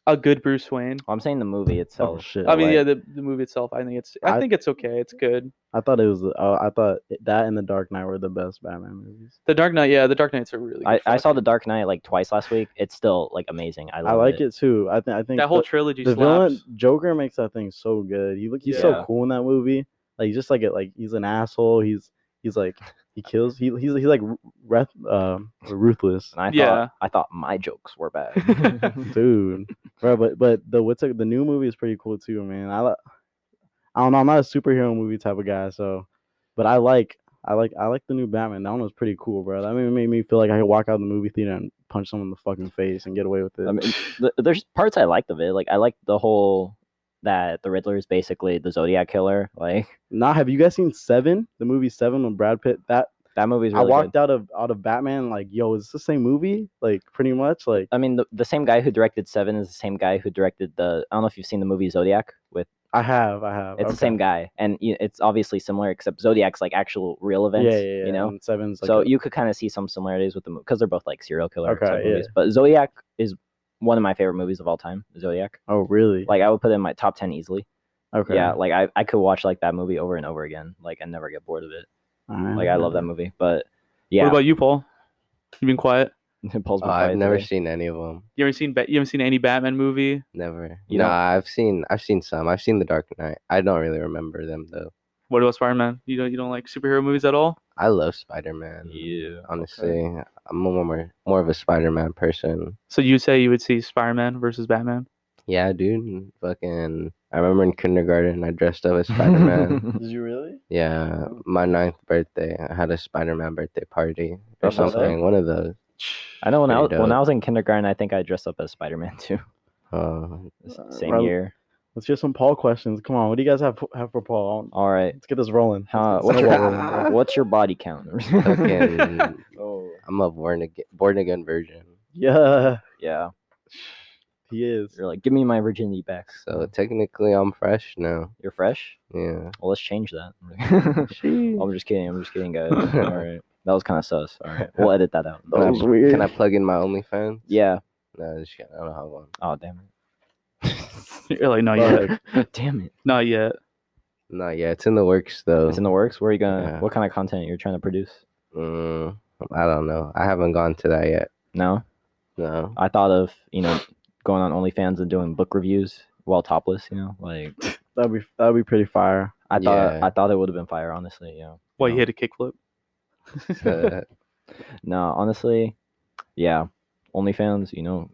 Speaker 1: a good Bruce Wayne.
Speaker 2: Well, I'm saying the movie
Speaker 3: Oh
Speaker 2: itself.
Speaker 3: shit!
Speaker 1: I mean,
Speaker 2: like-
Speaker 1: yeah, the, the movie itself. I think it's. I,
Speaker 3: I-
Speaker 1: think it's okay. It's good.
Speaker 3: I thought it was. Uh, I thought that and the Dark Knight were the best Batman movies.
Speaker 1: The Dark Knight. Yeah, the Dark Knight's a really. Good
Speaker 2: I, I
Speaker 1: film.
Speaker 2: saw The Dark Knight like twice last week. It's still like amazing. I,
Speaker 3: I
Speaker 2: love
Speaker 3: like it. too. I think. I think
Speaker 1: that whole
Speaker 3: the-
Speaker 1: trilogy.
Speaker 3: the
Speaker 1: slaps.
Speaker 3: villain Joker makes that thing so good. He look he's so
Speaker 2: Yeah.
Speaker 3: cool in that movie. Like he's just like a, like he's an asshole. He's he's like he kills. He, he's he's like reth, uh, ruthless,
Speaker 2: And I thought
Speaker 1: Yeah.
Speaker 2: I thought my jokes were bad.
Speaker 3: dude. Bro, but but the what's it- the new movie is pretty cool too, man. I li- I don't know. I'm not a superhero movie type of guy, so but I like I like I like the new Batman. That one was pretty cool, bro. That made, made me feel like I could walk out of the movie theater and punch someone in the fucking face and get away with it.
Speaker 2: I mean, th- there's parts I liked of it. Like I liked the whole that the Riddler is basically the Zodiac killer. Like
Speaker 3: Nah, have you guys seen Seven? The movie Seven with Brad Pitt. That
Speaker 2: that movie's really
Speaker 3: I walked
Speaker 2: good.
Speaker 3: out of out of Batman like, yo, is this the same movie? Like pretty much. Like
Speaker 2: I mean, the, the same guy who directed Seven is the same guy who directed the. I don't know if you've seen the movie Zodiac with.
Speaker 3: I have, I have.
Speaker 2: It's the same guy, and y- it's obviously similar, except Zodiac's like actual real
Speaker 3: Yeah,
Speaker 2: events.
Speaker 3: yeah, yeah.
Speaker 2: You know,
Speaker 3: and Seven's like
Speaker 2: so
Speaker 3: a-
Speaker 2: you could kind of see some similarities with the movie because they're both like serial killer
Speaker 3: Okay,
Speaker 2: type
Speaker 3: yeah.
Speaker 2: movies. But Zodiac is one of my favorite movies of all time. Zodiac,
Speaker 3: oh really?
Speaker 2: like I would put it in my top ten easily.
Speaker 3: okay.
Speaker 2: Yeah, like I, I could watch like that movie over and over again, like and never get bored of it.
Speaker 3: Alright,
Speaker 2: Like I love that
Speaker 3: alright.
Speaker 2: movie, but yeah,
Speaker 1: What about you, Paul? You've been quiet.
Speaker 2: it pulls
Speaker 4: Oh,
Speaker 2: my
Speaker 4: I've
Speaker 2: quiet
Speaker 4: never
Speaker 2: today.
Speaker 4: seen any of them.
Speaker 1: You haven't seen. Ba- you haven't seen any Batman movie.
Speaker 4: Never.
Speaker 2: You
Speaker 4: no,
Speaker 2: don't-
Speaker 4: I've seen I've seen some. I've seen The Dark Knight. I don't really remember them though.
Speaker 1: What about Spider Man? You don't. You don't like superhero movies at all.
Speaker 4: I love Spider Man.
Speaker 2: Yeah,
Speaker 4: Honestly, I'm a more more of a Spider Man person.
Speaker 1: So you say you would see Spider Man versus Batman.
Speaker 4: Yeah, dude. Fucking. I remember in kindergarten, I dressed up as Spider Man.
Speaker 3: Did you really?
Speaker 4: yeah, my ninth birthday, I had a Spider Man birthday party or
Speaker 2: That's what's up.
Speaker 4: something. One of those.
Speaker 2: I know when I was,
Speaker 4: Pretty
Speaker 2: when I
Speaker 4: dope.
Speaker 2: was in kindergarten, I think I dressed up as Spider Man too.
Speaker 4: Uh,
Speaker 2: S-
Speaker 3: Uh,
Speaker 2: Same
Speaker 3: well-
Speaker 2: year.
Speaker 3: Let's get some Paul questions. Come on, what do you guys have have for Paul?
Speaker 2: All right.
Speaker 3: Let's get this rolling.
Speaker 2: Huh,
Speaker 3: Let's
Speaker 2: what's,
Speaker 3: get
Speaker 2: your,
Speaker 3: this
Speaker 4: Wow.
Speaker 3: rolling.
Speaker 2: what's your body count?
Speaker 4: fucking.
Speaker 2: oh.
Speaker 4: I'm a born again, born again virgin.
Speaker 3: Yeah,
Speaker 2: Yeah.
Speaker 3: he is.
Speaker 2: You're like, give me my virginity back.
Speaker 4: So technically, I'm fresh now.
Speaker 2: You're fresh?
Speaker 4: Yeah.
Speaker 2: Well, let's change that. I'm just kidding. I'm just kidding, guys. All right. That was kind of sus. All right. We'll edit that out.
Speaker 3: That
Speaker 4: Can I-
Speaker 3: was weird.
Speaker 4: Can I plug in my OnlyFans?
Speaker 2: Yeah.
Speaker 4: No, just kidding. I don't have one.
Speaker 2: Oh, damn
Speaker 1: You're like, not yet.
Speaker 2: it. damn it.
Speaker 1: Not yet.
Speaker 4: No, yeah, it's in the works though.
Speaker 2: It's in the works. Where are you going to,
Speaker 4: Yeah.
Speaker 2: what kind of content you're trying to produce?
Speaker 4: Mm, I don't know. I haven't gone to that yet.
Speaker 2: No?
Speaker 4: No.
Speaker 2: I thought of, you know, going on OnlyFans and doing book reviews while topless, you know, like
Speaker 3: That'd be that'd be pretty fire.
Speaker 2: I thought
Speaker 4: Yeah.
Speaker 2: I thought it would have been fire, honestly. Yeah.
Speaker 1: Why
Speaker 2: No.
Speaker 1: you hit a kickflip?
Speaker 4: Uh,
Speaker 2: No, honestly, yeah. OnlyFans, you know,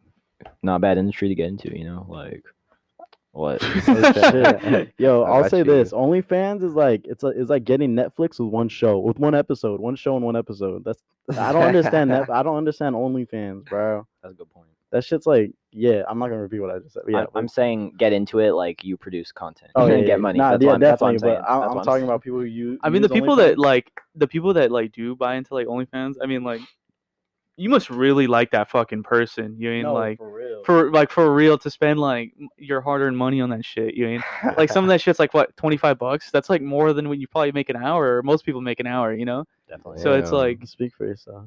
Speaker 2: not a bad industry to get into, you know, like what?
Speaker 3: shit. Yo,
Speaker 4: I
Speaker 3: I'll
Speaker 4: got
Speaker 3: say
Speaker 4: you.
Speaker 3: this: OnlyFans is like it's a, it's like getting Netflix with one show, with one episode, one show and one episode. That's I don't understand that. I don't understand OnlyFans, bro.
Speaker 2: That's a good point.
Speaker 3: That shit's like, yeah, I'm not gonna repeat what I just said. but Yeah,
Speaker 2: I'm, I'm saying get into it like you produce content
Speaker 3: oh, yeah,
Speaker 2: and
Speaker 3: yeah,
Speaker 2: get
Speaker 3: yeah.
Speaker 2: money.
Speaker 3: Nah,
Speaker 2: that's
Speaker 3: yeah,
Speaker 2: what I'm, that's what I'm
Speaker 3: definitely.
Speaker 2: saying.
Speaker 3: but I,
Speaker 2: That's
Speaker 3: I'm
Speaker 2: what
Speaker 3: talking
Speaker 2: saying.
Speaker 3: about people who use.
Speaker 1: I mean, the people that like the people that like do buy into like OnlyFans. I mean, like you must really like that fucking person. You mean like
Speaker 3: for real.
Speaker 1: for like for real to spend like m- your hard-earned money on that shit. You mean like some of that shit's like what twenty five bucks? That's like more than what you probably make an hour. Or most people make an hour. You know,
Speaker 2: definitely.
Speaker 1: so it's
Speaker 4: Yeah.
Speaker 1: like
Speaker 3: speak for yourself.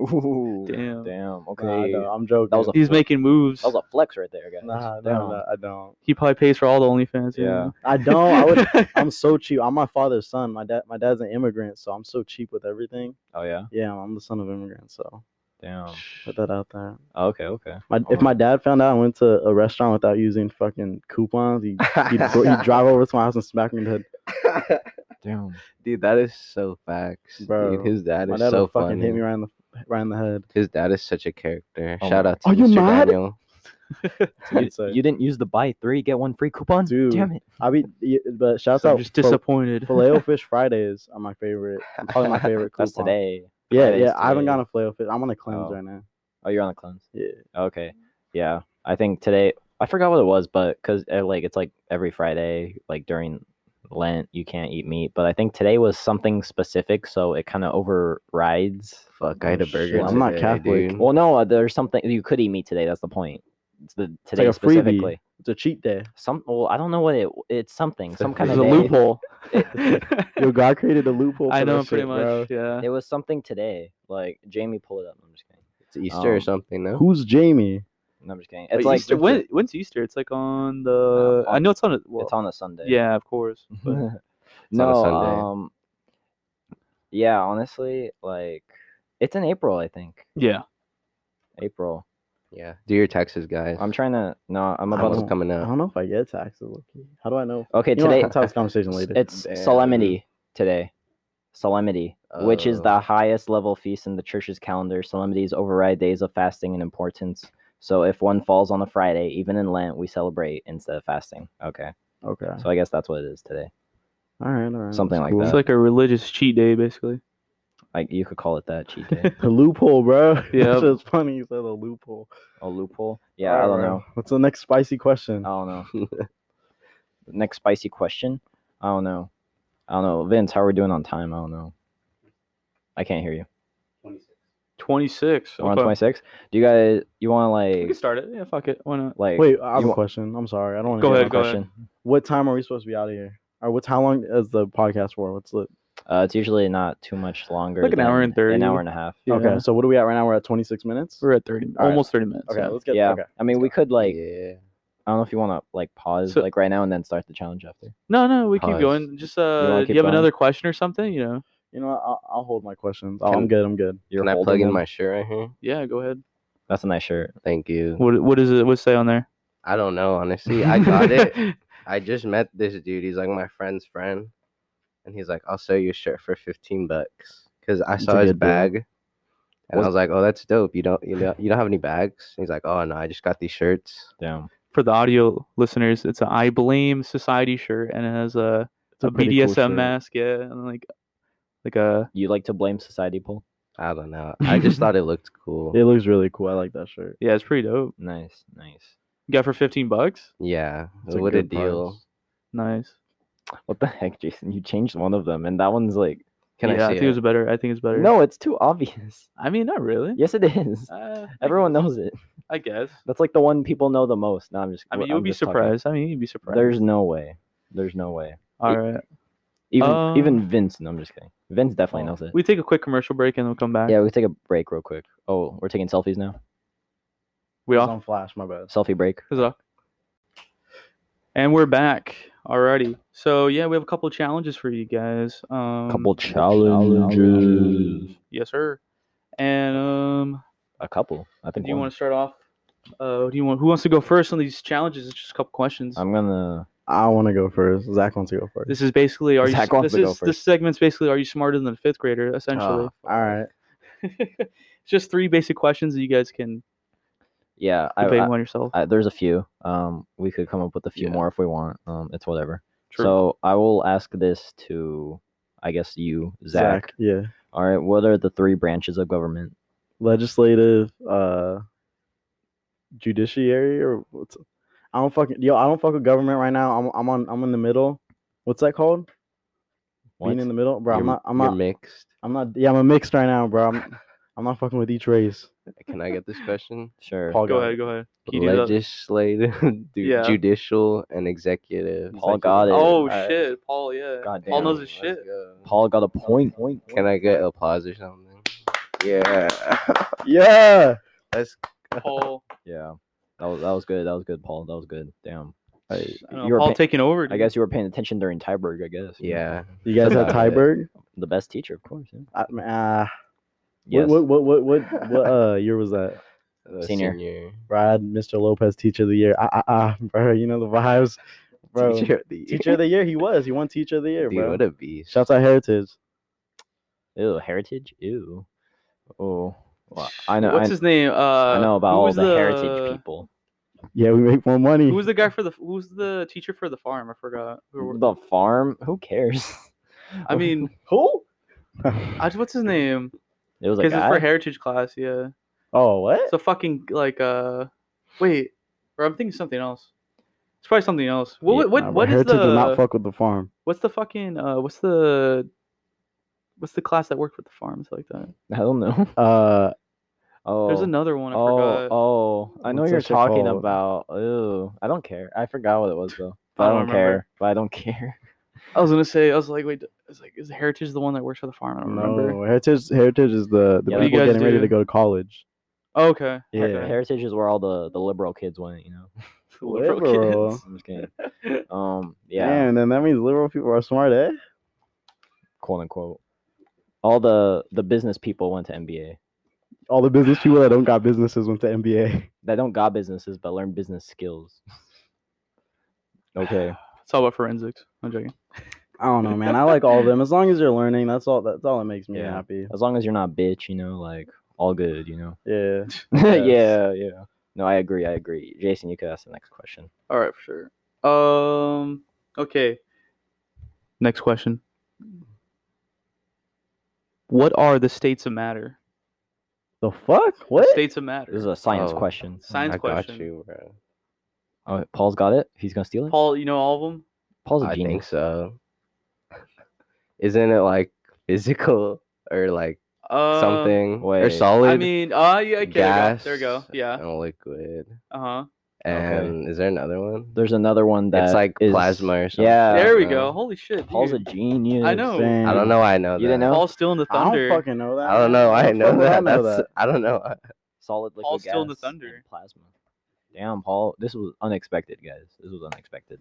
Speaker 2: Ooh,
Speaker 1: Damn.
Speaker 2: damn. Okay,
Speaker 3: Nah, I don't, I'm joking.
Speaker 2: That was a-
Speaker 1: he's making moves.
Speaker 2: that was a flex right there, guys.
Speaker 3: Nah, no,
Speaker 2: Damn.
Speaker 3: no, I don't. Mm,
Speaker 1: He probably pays for all the OnlyFans.
Speaker 2: Yeah.
Speaker 1: Yeah,
Speaker 3: I don't. I would. I'm so cheap. I'm my father's son. My dad. My dad's an immigrant, so I'm so cheap with everything.
Speaker 2: Oh yeah,
Speaker 3: Yeah, I'm the son of immigrants, so
Speaker 2: damn.
Speaker 3: put that out there.
Speaker 2: Oh, okay, okay.
Speaker 3: My, if
Speaker 2: Oh.
Speaker 3: my dad found out I went to a restaurant without using fucking coupons, he, he'd, go- he'd drive over to my house and smack me in the head.
Speaker 2: Damn.
Speaker 4: Dude, that is so facts.
Speaker 3: Bro,
Speaker 4: Dude, his dad
Speaker 3: my
Speaker 4: is
Speaker 3: dad
Speaker 4: so
Speaker 3: would fucking
Speaker 4: funny.
Speaker 3: hit me right in the right in the head.
Speaker 4: His dad is such a character.
Speaker 2: Oh
Speaker 4: Shout
Speaker 2: my-
Speaker 4: out to
Speaker 3: Are you
Speaker 4: Mr.
Speaker 3: mad?
Speaker 4: Daniel.
Speaker 2: You,
Speaker 3: I'd say.
Speaker 2: you didn't use the buy three get one free coupon.
Speaker 3: Dude.
Speaker 2: Damn it.
Speaker 3: I be, y- but shouts
Speaker 1: so I'm
Speaker 3: out
Speaker 1: just disappointed.
Speaker 3: Filet fish Fridays are my favorite. Probably my favorite. Coupon.
Speaker 2: That's today.
Speaker 3: Yeah,
Speaker 2: Fridays
Speaker 3: yeah. I haven't
Speaker 2: today.
Speaker 3: gotten a filet fish. I'm on a cleanse
Speaker 2: Oh.
Speaker 3: right now.
Speaker 2: Oh, you're on the cleanse.
Speaker 3: Yeah.
Speaker 2: Okay. Yeah. I think today I forgot what it was, but because like it's like every Friday, like during Lent, you can't eat meat. But I think today was something specific, so it kind of overrides.
Speaker 4: Fuck, I had a
Speaker 3: Shit,
Speaker 4: burger.
Speaker 3: I'm not
Speaker 4: today,
Speaker 3: Catholic.
Speaker 4: dude.
Speaker 2: Well, no, uh, there's something you could eat meat today. That's the point. It's the today
Speaker 3: like a freebie.
Speaker 2: specifically.
Speaker 3: It's a cheat day.
Speaker 2: Some well, I don't know what it. It's something.
Speaker 4: It's a
Speaker 2: Some kind
Speaker 1: There's
Speaker 2: of
Speaker 1: a
Speaker 2: day.
Speaker 1: loophole.
Speaker 3: Yo, God created a loophole.
Speaker 1: I
Speaker 3: for
Speaker 1: know
Speaker 3: that
Speaker 1: pretty
Speaker 3: shit,
Speaker 1: much. Yeah.
Speaker 2: It was something today. Like Jamie, pull it up. I'm just kidding.
Speaker 4: It's Easter or
Speaker 2: um,
Speaker 4: something,
Speaker 3: bro.
Speaker 4: no?
Speaker 3: Who's Jamie?
Speaker 2: No, I'm just kidding.
Speaker 1: But
Speaker 2: It's like
Speaker 1: Easter, when, when's Easter? It's like on the.
Speaker 2: Uh,
Speaker 1: I know it's on. A, well,
Speaker 2: it's on a Sunday.
Speaker 1: Yeah, of course. But
Speaker 2: no,
Speaker 4: Sunday.
Speaker 2: um, yeah, honestly, like it's in April, I think.
Speaker 1: yeah,
Speaker 2: April.
Speaker 4: Yeah, do your taxes, guys.
Speaker 2: I'm trying to. No, I'm
Speaker 4: My
Speaker 2: about
Speaker 4: mom's
Speaker 2: to.
Speaker 4: coming
Speaker 3: I
Speaker 4: up.
Speaker 3: don't know if I get taxes. Loki. How do I know?
Speaker 2: Okay,
Speaker 3: You know what,
Speaker 2: today
Speaker 3: let's have this conversation later.
Speaker 2: it's
Speaker 4: Damn.
Speaker 2: solemnity today. Solemnity, which is the
Speaker 4: Oh.
Speaker 2: highest level feast in the church's calendar. Solemnities override days of fasting in importance. So if one falls on a Friday, even in Lent, we celebrate instead of fasting. Okay.
Speaker 3: okay.
Speaker 2: So I guess that's what it is today.
Speaker 3: All right, all right.
Speaker 2: something
Speaker 3: that's
Speaker 2: like
Speaker 1: it's
Speaker 2: that.
Speaker 1: like a religious cheat day, basically.
Speaker 2: Like you could call it that cheat day.
Speaker 3: A loophole, bro.
Speaker 1: Yep.
Speaker 3: it's just funny you said a loophole.
Speaker 2: a loophole. Yeah, I don't
Speaker 3: Alright.
Speaker 2: know.
Speaker 3: What's the next spicy question?
Speaker 2: I don't know. Next spicy question. I don't know. I don't know. Vince, how are we doing on time? I don't know. I can't hear you.
Speaker 1: Twenty six.
Speaker 2: We're on 26. Do you guys you want to
Speaker 1: We can
Speaker 2: like
Speaker 1: start it. Yeah, fuck it. Why not?
Speaker 2: like
Speaker 3: Wait, I have
Speaker 2: you
Speaker 3: a
Speaker 2: wa-
Speaker 3: question. I'm sorry. I don't want
Speaker 1: Go
Speaker 3: to.
Speaker 1: ahead, go ahead.
Speaker 3: What time are we supposed to be out of here? Or what's how long is the podcast for? What's the
Speaker 2: Uh, it's usually not too much longer.
Speaker 1: Like an hour
Speaker 2: than
Speaker 1: and 30.
Speaker 2: An hour and a half.
Speaker 1: Yeah.
Speaker 3: Okay, so what are we at right now? We're at 26 minutes.
Speaker 1: We're at thirty,
Speaker 3: All right.
Speaker 1: almost thirty minutes.
Speaker 3: Okay,
Speaker 1: yeah.
Speaker 3: let's get.
Speaker 2: yeah.
Speaker 3: Okay.
Speaker 2: I mean, we could like
Speaker 4: yeah.
Speaker 2: I don't know if you want to like pause
Speaker 1: So-
Speaker 2: like right now and then start the challenge after.
Speaker 1: No, no, we keep
Speaker 4: Pause.
Speaker 1: going. Just uh,
Speaker 2: wanna
Speaker 1: do you
Speaker 2: keep
Speaker 1: have
Speaker 2: going?
Speaker 1: another question or something? You know.
Speaker 3: You know, what? I'll, I'll hold my questions. Oh,
Speaker 4: Can-
Speaker 3: I'm good. I'm good.
Speaker 2: You're
Speaker 4: Can I
Speaker 2: holding
Speaker 4: plug in
Speaker 2: them.
Speaker 4: my shirt right here?
Speaker 1: Yeah, go ahead.
Speaker 2: That's a nice shirt.
Speaker 4: Thank you.
Speaker 1: What what is it? What's say on there?
Speaker 4: I don't know, honestly. I got it. I just met this dude. He's like my friend's friend, and he's like, "I'll sell you a shirt for fifteen bucks." Cause I
Speaker 3: It's
Speaker 4: saw
Speaker 3: a
Speaker 4: his
Speaker 3: good deal.
Speaker 4: bag, and
Speaker 2: Was-
Speaker 4: I was like, "Oh, that's dope. You don't, you know, you don't have any bags?" And he's like, "Oh no, I just got these shirts."
Speaker 2: Damn.
Speaker 1: For the audio listeners, it's a I blame society shirt, and it has a,
Speaker 3: It's
Speaker 1: a,
Speaker 3: pretty cool
Speaker 1: BDSM
Speaker 3: shirt.
Speaker 1: mask, yeah, and like like a
Speaker 2: You like to blame society poll?
Speaker 4: I don't know. I just thought it looked cool.
Speaker 3: It looks really cool. I like that shirt.
Speaker 1: yeah, it's pretty dope.
Speaker 2: Nice, nice.
Speaker 1: You got for fifteen bucks.
Speaker 4: Yeah,
Speaker 3: It's a
Speaker 4: what a
Speaker 3: good
Speaker 4: deal.
Speaker 3: price.
Speaker 1: Nice.
Speaker 2: What the heck, Jason? You changed one of them, and that one's like
Speaker 4: Can
Speaker 1: yeah,
Speaker 4: I
Speaker 1: I
Speaker 4: see
Speaker 1: think
Speaker 4: it?
Speaker 1: it was better. I think it's better.
Speaker 2: no, it's too obvious.
Speaker 1: I mean not really.
Speaker 2: Yes, it is.
Speaker 1: Uh, I
Speaker 2: Everyone
Speaker 1: guess-
Speaker 2: knows it.
Speaker 1: I guess.
Speaker 2: That's like the one people know the most. No, I'm just.
Speaker 1: I mean,
Speaker 2: I'm
Speaker 1: you would be
Speaker 2: just talking.
Speaker 1: surprised. I mean, you'd be surprised.
Speaker 2: There's no way. There's no way.
Speaker 1: all right.
Speaker 2: Even
Speaker 1: Uh,
Speaker 2: even Vince. No, I'm just kidding. Vince definitely knows it.
Speaker 1: We take a quick commercial break and we'll come back.
Speaker 2: Yeah, we take a break real quick. Oh, we're taking selfies now.
Speaker 1: We
Speaker 3: It's
Speaker 1: off.
Speaker 3: on Flash. My bad.
Speaker 2: Selfie break.
Speaker 1: What's up? And we're back. Alrighty. So yeah, we have a couple challenges for you guys. Um,
Speaker 2: couple challenges.
Speaker 1: Yes, sir. And um,
Speaker 2: A couple. I think.
Speaker 1: do you
Speaker 2: one.
Speaker 1: want to start off? Uh, do you want? Who wants to go first on these challenges? It's just a couple questions.
Speaker 2: I'm gonna.
Speaker 3: I want to go first. Zach wants to go first.
Speaker 1: this is basically are you?
Speaker 2: Zach
Speaker 1: s-
Speaker 2: wants
Speaker 1: this
Speaker 2: to go Uh,
Speaker 1: is this segment's basically are you smarter than a fifth grader? Essentially,
Speaker 3: All right.
Speaker 1: it's just three basic questions that you guys can
Speaker 2: Yeah, I,
Speaker 1: debate
Speaker 2: I,
Speaker 1: on yourself.
Speaker 2: I, there's a few. Um, we could come up with a few
Speaker 1: Yeah.
Speaker 2: more if we want. Um, it's whatever.
Speaker 1: True.
Speaker 2: So I will ask this to, I guess you, Zach.
Speaker 3: Yeah.
Speaker 2: All right. What are the three branches of government?
Speaker 3: Legislative, uh, judiciary, or what's? I don't fucking yo. I don't fuck with government right now. I'm I'm on I'm in the middle. What's that called?
Speaker 2: What?
Speaker 3: Being in the middle, bro.
Speaker 4: You're-
Speaker 3: I'm not. I'm
Speaker 4: you're
Speaker 3: not.
Speaker 4: mixed.
Speaker 3: I'm not. Yeah, I'm a mixed right now, bro. I'm I'm not fucking with each race.
Speaker 4: Can I get this question?
Speaker 2: Sure.
Speaker 3: Paul
Speaker 1: go
Speaker 3: got
Speaker 1: ahead.
Speaker 3: it.
Speaker 1: Go ahead. Can you do that?
Speaker 4: Legislative, du-
Speaker 1: Yeah.
Speaker 4: judicial, and executive.
Speaker 2: Paul got it.
Speaker 1: Oh
Speaker 2: Alright.
Speaker 1: shit, Paul. Yeah.
Speaker 2: uh, God
Speaker 1: Paul
Speaker 2: damn,
Speaker 1: knows his
Speaker 4: let's
Speaker 1: shit.
Speaker 4: go.
Speaker 2: Paul got a point.
Speaker 4: Can I get a pause or something? Yeah.
Speaker 3: Yeah.
Speaker 4: That's
Speaker 1: Paul.
Speaker 2: Yeah. That was that was good. That was good, Paul. That was good. Damn. I,
Speaker 1: I don't know,
Speaker 2: you were
Speaker 1: Paul
Speaker 2: pay-
Speaker 1: taking over.
Speaker 2: I
Speaker 1: dude.
Speaker 2: guess you were paying attention during Tyberg. I guess.
Speaker 4: yeah.
Speaker 3: You guys had
Speaker 4: about it.
Speaker 3: Tyberg?
Speaker 2: The best teacher, of course. Yeah.
Speaker 3: I, m- ah,
Speaker 2: Yes.
Speaker 3: What, what what what what what uh year was that?
Speaker 4: the
Speaker 2: Senior.
Speaker 3: Brad, Mr. Lopez, Teacher of the Year. Ah ah ah, bro. You know the vibes, bro. Teacher,
Speaker 4: of the year.
Speaker 3: of the Year. He was. He won Teacher of the Year,
Speaker 4: Dude,
Speaker 3: bro.
Speaker 4: what a beast.
Speaker 3: Shouts out Heritage.
Speaker 2: Ew, heritage. Ew. Oh, well, I know.
Speaker 1: What's
Speaker 2: I,
Speaker 1: his name? Uh,
Speaker 2: I know about
Speaker 1: who
Speaker 2: all
Speaker 1: was
Speaker 2: the, heritage people.
Speaker 3: Yeah, we make more money.
Speaker 1: Who was the guy for the? Who was the teacher for the farm? I forgot. Who were-
Speaker 2: The farm. Who cares?
Speaker 1: I mean,
Speaker 3: who?
Speaker 1: I, what's his name?
Speaker 2: it was a
Speaker 1: Because it's
Speaker 2: guy.
Speaker 1: for heritage class. Yeah,
Speaker 3: oh, what?
Speaker 1: it's a fucking like uh, wait, or I'm thinking something else. It's probably something else. What
Speaker 2: Yeah,
Speaker 1: what
Speaker 3: Nah, bro,
Speaker 1: what is
Speaker 3: Heritage
Speaker 1: the
Speaker 3: did not fuck with the farm.
Speaker 1: what's the fucking uh what's the what's the class that worked with the farms like that?
Speaker 2: I don't know.
Speaker 3: Uh,
Speaker 2: Oh.
Speaker 1: There's another one I
Speaker 2: Oh,
Speaker 1: forgot.
Speaker 2: oh, I know
Speaker 3: What's
Speaker 2: you're
Speaker 3: that shit
Speaker 2: talking
Speaker 3: called?
Speaker 2: about. Ooh, I don't care. I forgot what it was though. But I,
Speaker 1: don't
Speaker 2: don't,
Speaker 1: remember.
Speaker 2: care. But I don't care.
Speaker 1: I was gonna say I was like wait I was like is heritage the one that works for the farm? I don't remember.
Speaker 3: no, Heritage. Heritage is the, the
Speaker 2: Yeah,
Speaker 1: what do
Speaker 3: people
Speaker 1: you guys
Speaker 3: getting ready
Speaker 1: do?
Speaker 3: to go to college.
Speaker 1: Okay.
Speaker 3: Yeah.
Speaker 1: okay.
Speaker 2: Heritage is where all the the liberal kids went. You know.
Speaker 3: Liberal.
Speaker 2: I'm just kidding. Um. Yeah.
Speaker 3: Damn, then that means liberal people are smart, eh?
Speaker 2: Quote unquote. All the the business people went to MBA.
Speaker 3: All the business people that don't got businesses went to MBA.
Speaker 2: That don't got businesses, but learn business skills. okay.
Speaker 1: It's all about forensics. I'm joking.
Speaker 3: I don't know, man. I like all of them. As long as you're learning, that's all. That's all that makes me
Speaker 2: Yeah.
Speaker 3: happy.
Speaker 2: As long as you're not bitch, you know, like all good, you know.
Speaker 3: Yeah.
Speaker 2: yeah. Yeah. No, I agree. I agree. Jason, you could ask the next question.
Speaker 1: All right, for sure. Um. Okay. Next question. What are the states of matter?
Speaker 3: The fuck?
Speaker 1: The
Speaker 3: What?
Speaker 1: states of matter.
Speaker 2: This is a science
Speaker 4: Oh.
Speaker 2: question.
Speaker 1: Science
Speaker 4: I
Speaker 1: question.
Speaker 4: got you, bro.
Speaker 2: Oh, Paul's got it. He's gonna steal it.
Speaker 1: Paul, you know all of them.
Speaker 2: Paul's a
Speaker 4: I think
Speaker 2: genius.
Speaker 4: so. Isn't it like physical or like
Speaker 1: Uh,
Speaker 4: something or
Speaker 2: wait.
Speaker 4: solid?
Speaker 1: I mean, uh, yeah, okay,
Speaker 4: gas.
Speaker 1: there, we go. there we go.
Speaker 4: And liquid.
Speaker 1: Yeah. Uh huh.
Speaker 4: And is there another one?
Speaker 2: There's another one that
Speaker 4: it's like
Speaker 2: is-
Speaker 4: plasma or something.
Speaker 2: yeah.
Speaker 1: there we
Speaker 4: Uh,
Speaker 1: go. Holy shit.
Speaker 2: Paul's a
Speaker 1: dude.
Speaker 2: genius.
Speaker 1: I know.
Speaker 4: I don't know. Why I know.
Speaker 2: You didn't
Speaker 4: that.
Speaker 2: know?
Speaker 1: Paul's still in the
Speaker 3: I
Speaker 1: thunder.
Speaker 3: don't fucking know that.
Speaker 4: I don't know.
Speaker 3: How
Speaker 4: I
Speaker 3: the fuck
Speaker 4: know
Speaker 3: would
Speaker 4: that. That's
Speaker 3: that?
Speaker 4: I don't know.
Speaker 2: Solid liquid
Speaker 1: Paul's still in the
Speaker 2: gas, and
Speaker 1: thunder.
Speaker 2: Plasma. Damn, Paul. This was unexpected, guys. This was unexpected.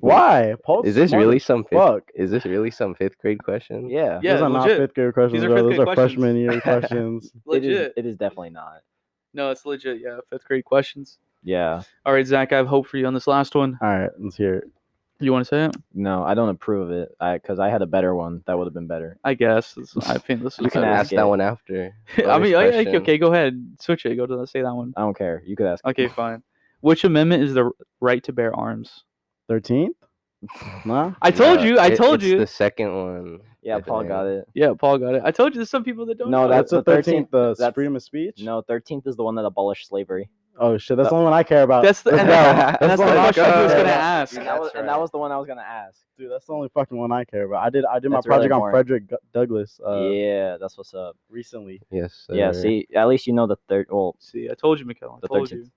Speaker 3: Why? Paul's
Speaker 4: Is this
Speaker 3: smart
Speaker 4: really
Speaker 3: as
Speaker 4: some fifth?
Speaker 3: Fuck.
Speaker 4: Is this really some fifth grade question?
Speaker 2: Yeah.
Speaker 1: Yeah,
Speaker 3: Those are not
Speaker 1: legit.
Speaker 3: fifth grade questions,
Speaker 1: These are
Speaker 3: bro.
Speaker 1: fifth
Speaker 3: Those
Speaker 1: grade
Speaker 3: are
Speaker 1: questions.
Speaker 3: freshman year questions.
Speaker 2: It is,
Speaker 1: legit.
Speaker 2: it is definitely not.
Speaker 1: No, it's legit. Yeah, fifth grade questions.
Speaker 2: Yeah.
Speaker 1: All right, Zach, I have hope for you on this last one.
Speaker 3: All right, let's hear it.
Speaker 1: You want to say it?
Speaker 2: No, I don't approve of it. I because I had a better one that would have been better.
Speaker 1: I guess. It's- I think this
Speaker 4: You
Speaker 1: is.
Speaker 4: can
Speaker 2: Let's
Speaker 4: ask
Speaker 2: get
Speaker 4: that
Speaker 2: it.
Speaker 4: one after.
Speaker 1: I
Speaker 4: Whatever
Speaker 1: mean, I- I-
Speaker 4: question.
Speaker 1: okay, go ahead. Switch it. Go to say that one.
Speaker 2: I don't care. You could ask.
Speaker 1: Okay, fine. Which amendment is the r- right to bear arms?
Speaker 3: Thirteenth? Nah.
Speaker 1: I told
Speaker 4: No,
Speaker 1: you. I
Speaker 4: it-
Speaker 1: told
Speaker 4: it's
Speaker 1: you.
Speaker 4: The second one.
Speaker 2: Yeah,
Speaker 4: I
Speaker 2: Paul
Speaker 4: think.
Speaker 2: got it.
Speaker 1: Yeah, Paul got it. I told you. There's some people that don't.
Speaker 2: No,
Speaker 1: know.
Speaker 2: Oh, that's
Speaker 3: That's the
Speaker 2: the 13th,
Speaker 3: thirteenth. The
Speaker 2: that's-
Speaker 3: freedom of speech.
Speaker 2: No, thirteenth is the one that abolished slavery.
Speaker 3: Oh shit, that's
Speaker 2: That-
Speaker 3: the only one I care about.
Speaker 1: That's the,
Speaker 3: Let's
Speaker 1: and
Speaker 3: go.
Speaker 1: that- and
Speaker 3: That's
Speaker 1: that's
Speaker 3: the
Speaker 1: the
Speaker 3: last
Speaker 1: question I was
Speaker 3: question.
Speaker 1: gonna ask.
Speaker 2: And
Speaker 4: That's
Speaker 2: that, was, and that
Speaker 4: right.
Speaker 2: was the one I was gonna ask.
Speaker 3: Dude, that's the only fucking one I care about. I did I did my
Speaker 2: That's really
Speaker 3: project on
Speaker 2: boring.
Speaker 3: Frederick Gu- Douglass uh,
Speaker 2: yeah, that's what's up.
Speaker 3: recently.
Speaker 4: Yes.
Speaker 2: Yeah,
Speaker 4: sir.
Speaker 2: see, at least you know the third. Well,
Speaker 1: See, I told you, Mikhail. I
Speaker 2: The
Speaker 1: told
Speaker 2: 13th.
Speaker 1: you.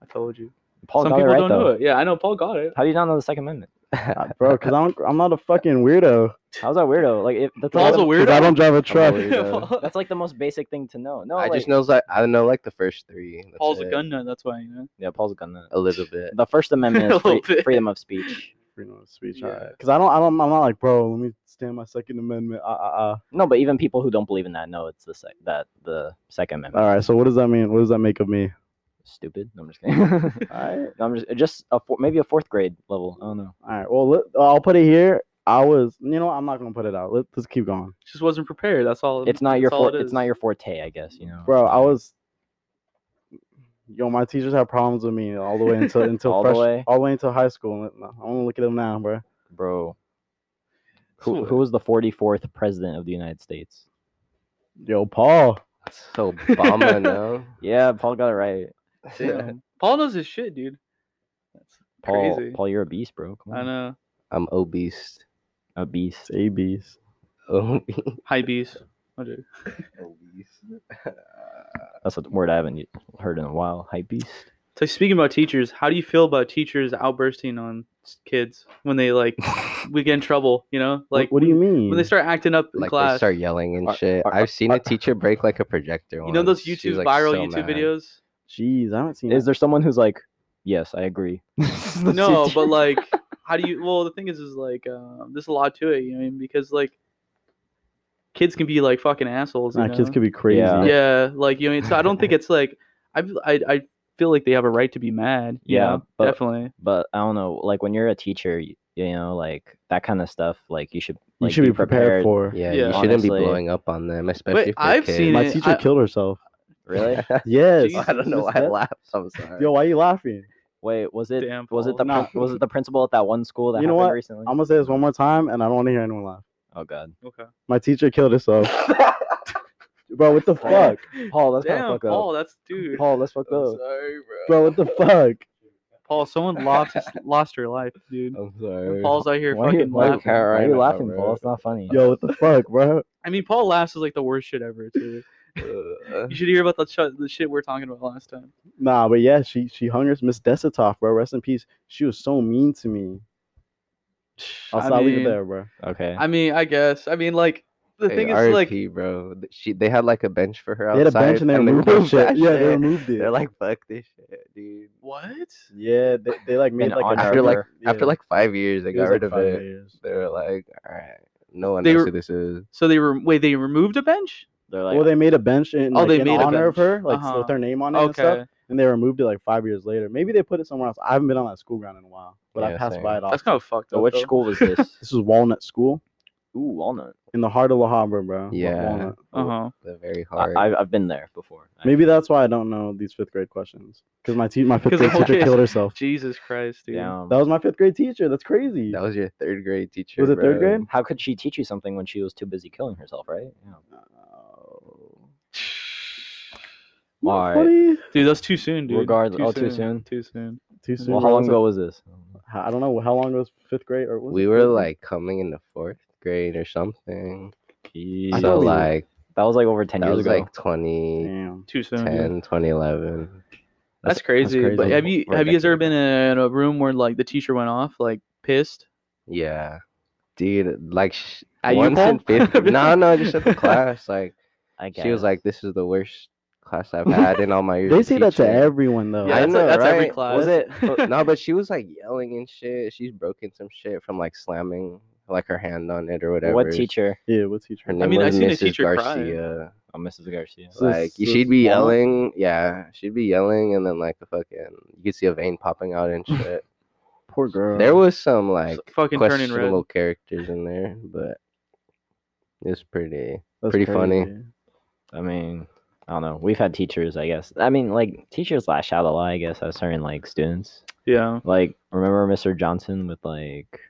Speaker 1: I told you.
Speaker 2: Paul
Speaker 1: some
Speaker 2: got it
Speaker 1: people
Speaker 2: right
Speaker 1: don't
Speaker 2: though.
Speaker 1: know it. Yeah, I know. Paul got it.
Speaker 2: How do you not know the Second Amendment?
Speaker 3: Uh, bro, because I'm I'm not a fucking weirdo.
Speaker 2: How's that weirdo? Like, if that's
Speaker 1: Paul's
Speaker 2: like,
Speaker 1: a
Speaker 2: the-
Speaker 1: weirdo.
Speaker 3: Because I don't drive a truck.
Speaker 4: weirdo.
Speaker 2: that's like the most basic thing to know. No,
Speaker 4: I
Speaker 2: like,
Speaker 4: just know like I know like the first three. That's
Speaker 1: Paul's a
Speaker 4: it.
Speaker 1: gun nut. That's why you know.
Speaker 2: Yeah, Paul's got that.
Speaker 4: A little bit.
Speaker 2: The First Amendment
Speaker 1: A
Speaker 2: is free,
Speaker 1: little bit.
Speaker 2: freedom of speech.
Speaker 3: Freedom of speech.
Speaker 1: Yeah.
Speaker 3: Because I don't I don't I'm not like bro. Let me stand my Second Amendment. Uh, uh,
Speaker 2: No, but even people who don't believe in that know it's the sec- that the Second
Speaker 3: uh.
Speaker 2: Amendment.
Speaker 3: All right. So what does that mean? What does that make of me?
Speaker 2: Stupid. No, I'm just kidding.
Speaker 3: All right.
Speaker 2: No, I'm just just a four, maybe a fourth grade level. I don't know.
Speaker 3: All right. Well, let, I'll put it here. I was, you know, what, I'm not gonna put it out. Let, let's keep going,
Speaker 1: Just wasn't prepared. That's all.
Speaker 2: It's not your
Speaker 1: Um, that's all
Speaker 2: for,
Speaker 1: it
Speaker 2: it's
Speaker 1: is.
Speaker 2: not your forte, I guess. You know,
Speaker 3: bro. I was, yo, my teachers had problems with me all the way until until
Speaker 2: All the
Speaker 3: fresh,
Speaker 2: way?
Speaker 3: all the way until high school. I want to look at them now, bro.
Speaker 2: bro. Who,
Speaker 1: Sure.
Speaker 2: who was the 44th president of the United States?
Speaker 3: Yo, Paul.
Speaker 4: So Obama, no.
Speaker 2: Yeah, Paul got it right.
Speaker 1: Damn. Paul knows his shit, dude. That's
Speaker 2: Paul,
Speaker 1: crazy.
Speaker 2: Paul, you're a beast, bro. Come on.
Speaker 4: Mm.
Speaker 1: I know.
Speaker 4: I'm obese.
Speaker 2: A beast.
Speaker 3: It's ABs.
Speaker 4: Obese.
Speaker 1: High bees. I'm joking.
Speaker 2: That's a word I haven't heard in a while. Hype beast.
Speaker 1: So speaking about teachers, how do you feel about teachers outbursting on s- kids when they like we get in trouble? You know,
Speaker 3: Like,
Speaker 1: like
Speaker 3: what, do you mean?
Speaker 1: when they start acting up in
Speaker 4: Like
Speaker 1: class?
Speaker 4: they start yelling and
Speaker 2: Are-
Speaker 4: shit.
Speaker 2: are-
Speaker 4: I've seen a teacher break like a projector.
Speaker 1: you know those
Speaker 4: once. She
Speaker 1: YouTube
Speaker 4: was, like,
Speaker 1: viral
Speaker 4: so
Speaker 1: YouTube
Speaker 4: mad.
Speaker 1: videos.
Speaker 3: Jeez, I haven't seen.
Speaker 2: Is
Speaker 3: that.
Speaker 2: there someone who's like, yes, I agree? The
Speaker 1: no,
Speaker 2: teacher-
Speaker 1: but like, how do you? Well, the thing is, is like, um, there's a lot to it, you know, because like, kids can be like fucking assholes. You
Speaker 3: Nah, kids
Speaker 1: know?
Speaker 3: could be crazy.
Speaker 2: Yeah.
Speaker 1: Yeah, like you know, it's, I don't think it's like I, I, I feel like they have a right to be mad. you
Speaker 2: Yeah,
Speaker 1: know,
Speaker 2: but-
Speaker 1: definitely.
Speaker 2: but I don't know. Like when you're a teacher, you, you know, like that kind of stuff. Like you should.
Speaker 3: you
Speaker 2: Like,
Speaker 3: should be prepared, for.
Speaker 4: Yeah,
Speaker 1: Yeah.
Speaker 4: you shouldn't
Speaker 2: Honestly.
Speaker 4: be blowing up on them, especially. for
Speaker 1: I've
Speaker 4: kids.
Speaker 1: seen
Speaker 3: My
Speaker 1: it.
Speaker 3: teacher
Speaker 1: I-
Speaker 3: killed herself.
Speaker 2: Really?
Speaker 3: Yes.
Speaker 1: Jesus,
Speaker 4: I don't know
Speaker 3: Miss
Speaker 4: why I
Speaker 3: Depp.
Speaker 4: laughed. I'm sorry.
Speaker 3: Yo, why are you laughing?
Speaker 2: Wait, was it?
Speaker 1: Damn,
Speaker 2: was it
Speaker 1: Paul.
Speaker 2: the
Speaker 3: Nah.
Speaker 2: prin- was it the principal at that one school that
Speaker 3: You know
Speaker 2: happened
Speaker 3: what?
Speaker 2: recently?
Speaker 3: I'm gonna say this one more time, and I don't want to hear anyone laugh.
Speaker 2: Oh god,
Speaker 1: Okay.
Speaker 3: My teacher killed herself. Bro, what the fuck?
Speaker 2: Paul, that's kind
Speaker 1: Damn,
Speaker 2: of fucked
Speaker 1: Paul,
Speaker 2: up.
Speaker 1: that's dude.
Speaker 2: Paul, that's fucked
Speaker 4: I'm
Speaker 2: up.
Speaker 4: sorry,
Speaker 3: Bro, what the fuck?
Speaker 1: Paul, someone lost his, lost her life, dude.
Speaker 4: I'm sorry.
Speaker 1: Paul's out here
Speaker 2: Why are
Speaker 1: fucking
Speaker 2: you, why,
Speaker 1: laughing.
Speaker 2: why are
Speaker 4: right
Speaker 2: you
Speaker 4: now,
Speaker 2: laughing,
Speaker 4: bro?
Speaker 2: Paul? That's not funny.
Speaker 3: Yo, what the fuck, bro?
Speaker 1: I mean, Paul laughs is like the worst shit ever. Too.
Speaker 4: Uh,
Speaker 1: You should hear about the sh- the shit we are talking about last time.
Speaker 3: Nah, but yeah, she she hung her Miss Desitov, bro. Rest in peace. She was so mean to me. I'll,
Speaker 1: I
Speaker 3: I'll leave
Speaker 1: mean-
Speaker 3: it there, bro.
Speaker 2: Okay.
Speaker 1: I mean, I guess. I mean, like, the
Speaker 4: Hey,
Speaker 1: thing is, like,
Speaker 4: RIP, bro. Th- She they had like a bench for her
Speaker 3: They had a
Speaker 4: outside.
Speaker 3: bench and they removed that shit.
Speaker 4: that
Speaker 3: Yeah, they
Speaker 4: shit.
Speaker 3: removed it.
Speaker 4: They're like, fuck this shit, dude.
Speaker 1: what?
Speaker 3: yeah, they, they like made
Speaker 2: In
Speaker 3: like
Speaker 2: honor
Speaker 3: an
Speaker 2: of
Speaker 4: After like
Speaker 3: effort.
Speaker 4: after
Speaker 3: Yeah.
Speaker 4: like five years, they
Speaker 3: It
Speaker 4: got
Speaker 3: was,
Speaker 4: rid
Speaker 3: like,
Speaker 4: of
Speaker 3: five
Speaker 4: it.
Speaker 3: years.
Speaker 4: They were like, all right, no one
Speaker 1: They
Speaker 4: knows
Speaker 1: were-
Speaker 4: who this is.
Speaker 1: So they were wait, they removed a bench?
Speaker 2: They're like,
Speaker 3: well, they made a bench in,
Speaker 1: Oh,
Speaker 3: like,
Speaker 1: they
Speaker 3: in
Speaker 1: made a
Speaker 3: honor of her,
Speaker 1: bench.
Speaker 3: like
Speaker 1: Uh-huh.
Speaker 3: with her name on it and
Speaker 1: Okay,
Speaker 3: stuff, and they removed it like five years later. Maybe they put it somewhere else. I haven't been on that school ground in a while, but I
Speaker 4: Yeah,
Speaker 3: passed
Speaker 4: same.
Speaker 3: by it.
Speaker 1: that's
Speaker 3: Often.
Speaker 1: kind of fucked
Speaker 2: so
Speaker 1: up.
Speaker 2: which
Speaker 1: though.
Speaker 2: school was this?
Speaker 3: This is Walnut School
Speaker 2: Ooh, Walnut.
Speaker 3: in the heart of La Habra, bro. Wa-
Speaker 4: Yeah.
Speaker 3: Walnut.
Speaker 1: Uh-huh.
Speaker 4: They're very
Speaker 2: I,
Speaker 4: hard.
Speaker 2: I've, I've been there before.
Speaker 3: Maybe that's why I don't know these fifth grade questions because my te- my fifth
Speaker 1: 'Cause the
Speaker 3: grade
Speaker 1: whole
Speaker 3: teacher
Speaker 1: shit-
Speaker 3: killed herself.
Speaker 1: Jesus Christ, dude.
Speaker 2: Damn.
Speaker 3: That was my fifth grade teacher. That's crazy.
Speaker 4: that was your third grade teacher.
Speaker 3: Was it third
Speaker 4: bro.
Speaker 3: grade?
Speaker 2: How could she teach you something when she was too busy killing herself, right? Yeah.
Speaker 3: Oh.
Speaker 2: All
Speaker 3: Not
Speaker 2: right.
Speaker 3: funny.
Speaker 1: Dude, that's too soon, dude.
Speaker 2: Regardless- oh, too soon?
Speaker 1: Too soon.
Speaker 3: Too soon.
Speaker 2: Well, how
Speaker 3: bro.
Speaker 2: long
Speaker 3: That's
Speaker 2: ago was this?
Speaker 3: like- I don't know how long was fifth grade or was
Speaker 4: We
Speaker 3: it
Speaker 4: were
Speaker 3: fifth grade?
Speaker 4: like coming into fourth grade or something.
Speaker 3: I
Speaker 4: so
Speaker 3: thought we were-
Speaker 4: like
Speaker 2: that was like over ten
Speaker 4: that
Speaker 2: years
Speaker 4: was
Speaker 2: ago.
Speaker 4: like 2010,
Speaker 3: Damn.
Speaker 1: Too soon. dude.
Speaker 4: 2011.
Speaker 1: That's, crazy. But
Speaker 4: crazy.
Speaker 1: have you
Speaker 4: Right
Speaker 1: have you
Speaker 4: next
Speaker 1: guys ever
Speaker 4: to it.
Speaker 1: been in a room where like the teacher went off, like pissed?
Speaker 4: Yeah, dude. Like sh-
Speaker 1: At
Speaker 4: once
Speaker 1: U-Paul?
Speaker 4: in fifth. no, no, just at the class. Like
Speaker 2: I
Speaker 4: she was like, "This is the worst class I've had in all my years."
Speaker 3: They
Speaker 4: of
Speaker 3: say that to
Speaker 4: teaching."
Speaker 3: everyone though.
Speaker 4: Yeah, I
Speaker 1: that's,
Speaker 4: know,
Speaker 1: that's every
Speaker 4: right?
Speaker 1: class.
Speaker 2: was it?
Speaker 4: Oh, no, but she was like yelling and shit. She's broken some shit from like slamming like her hand on it or whatever.
Speaker 2: what teacher?
Speaker 3: Yeah, what teacher?
Speaker 4: Her name
Speaker 1: I mean, I
Speaker 4: was
Speaker 1: seen a
Speaker 4: Mrs.
Speaker 1: teacher cry.
Speaker 4: Garcia.
Speaker 2: Oh, Mrs. Garcia.
Speaker 3: So-
Speaker 4: Like
Speaker 3: this
Speaker 4: she'd be
Speaker 3: mom?
Speaker 4: yelling, yeah, she'd be yelling, and then like a fucking, you could see a vein popping out and shit.
Speaker 3: Poor girl.
Speaker 4: there was some like
Speaker 1: fucking turning red.
Speaker 4: questionable characters in there, but it's pretty.
Speaker 3: That's
Speaker 4: pretty funny.
Speaker 3: crazy.
Speaker 2: I mean, I don't know. We've had teachers, I guess. I mean, like teachers lash out a lot, I guess, at certain like students.
Speaker 1: Yeah.
Speaker 2: Like, remember Mr. Johnson with like,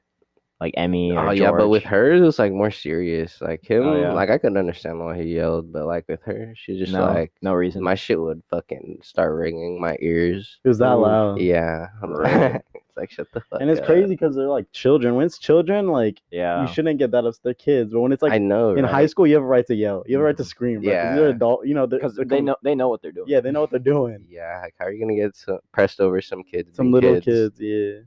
Speaker 2: like Emmy? Or
Speaker 4: oh yeah, but with
Speaker 2: George?
Speaker 4: her it was like more serious. Like him,
Speaker 1: Oh,
Speaker 2: yeah.
Speaker 4: like I could understand why he yelled, but like with her, she just
Speaker 2: no,
Speaker 4: like
Speaker 2: no reason.
Speaker 4: my shit would fucking start ringing my ears.
Speaker 3: It was that loud.
Speaker 4: Yeah, I'm like, it's like shut the fuck.
Speaker 3: And it's
Speaker 4: up.
Speaker 3: crazy because they're like children. When it's children, like
Speaker 2: yeah,
Speaker 3: you shouldn't get that. It's their kids. But when it's like
Speaker 4: I know.
Speaker 3: in high
Speaker 4: right? Mm.
Speaker 3: school, you have a right to yell. You have a right to scream. Right?
Speaker 4: Yeah.
Speaker 3: You're an adult. You know
Speaker 2: because
Speaker 3: they're
Speaker 2: they
Speaker 3: com-
Speaker 2: know they know what they're doing.
Speaker 3: Yeah, they know what they're doing.
Speaker 4: Yeah, like how are you gonna get so pressed over some kids?
Speaker 3: Some
Speaker 4: being
Speaker 3: little kids. Yeah.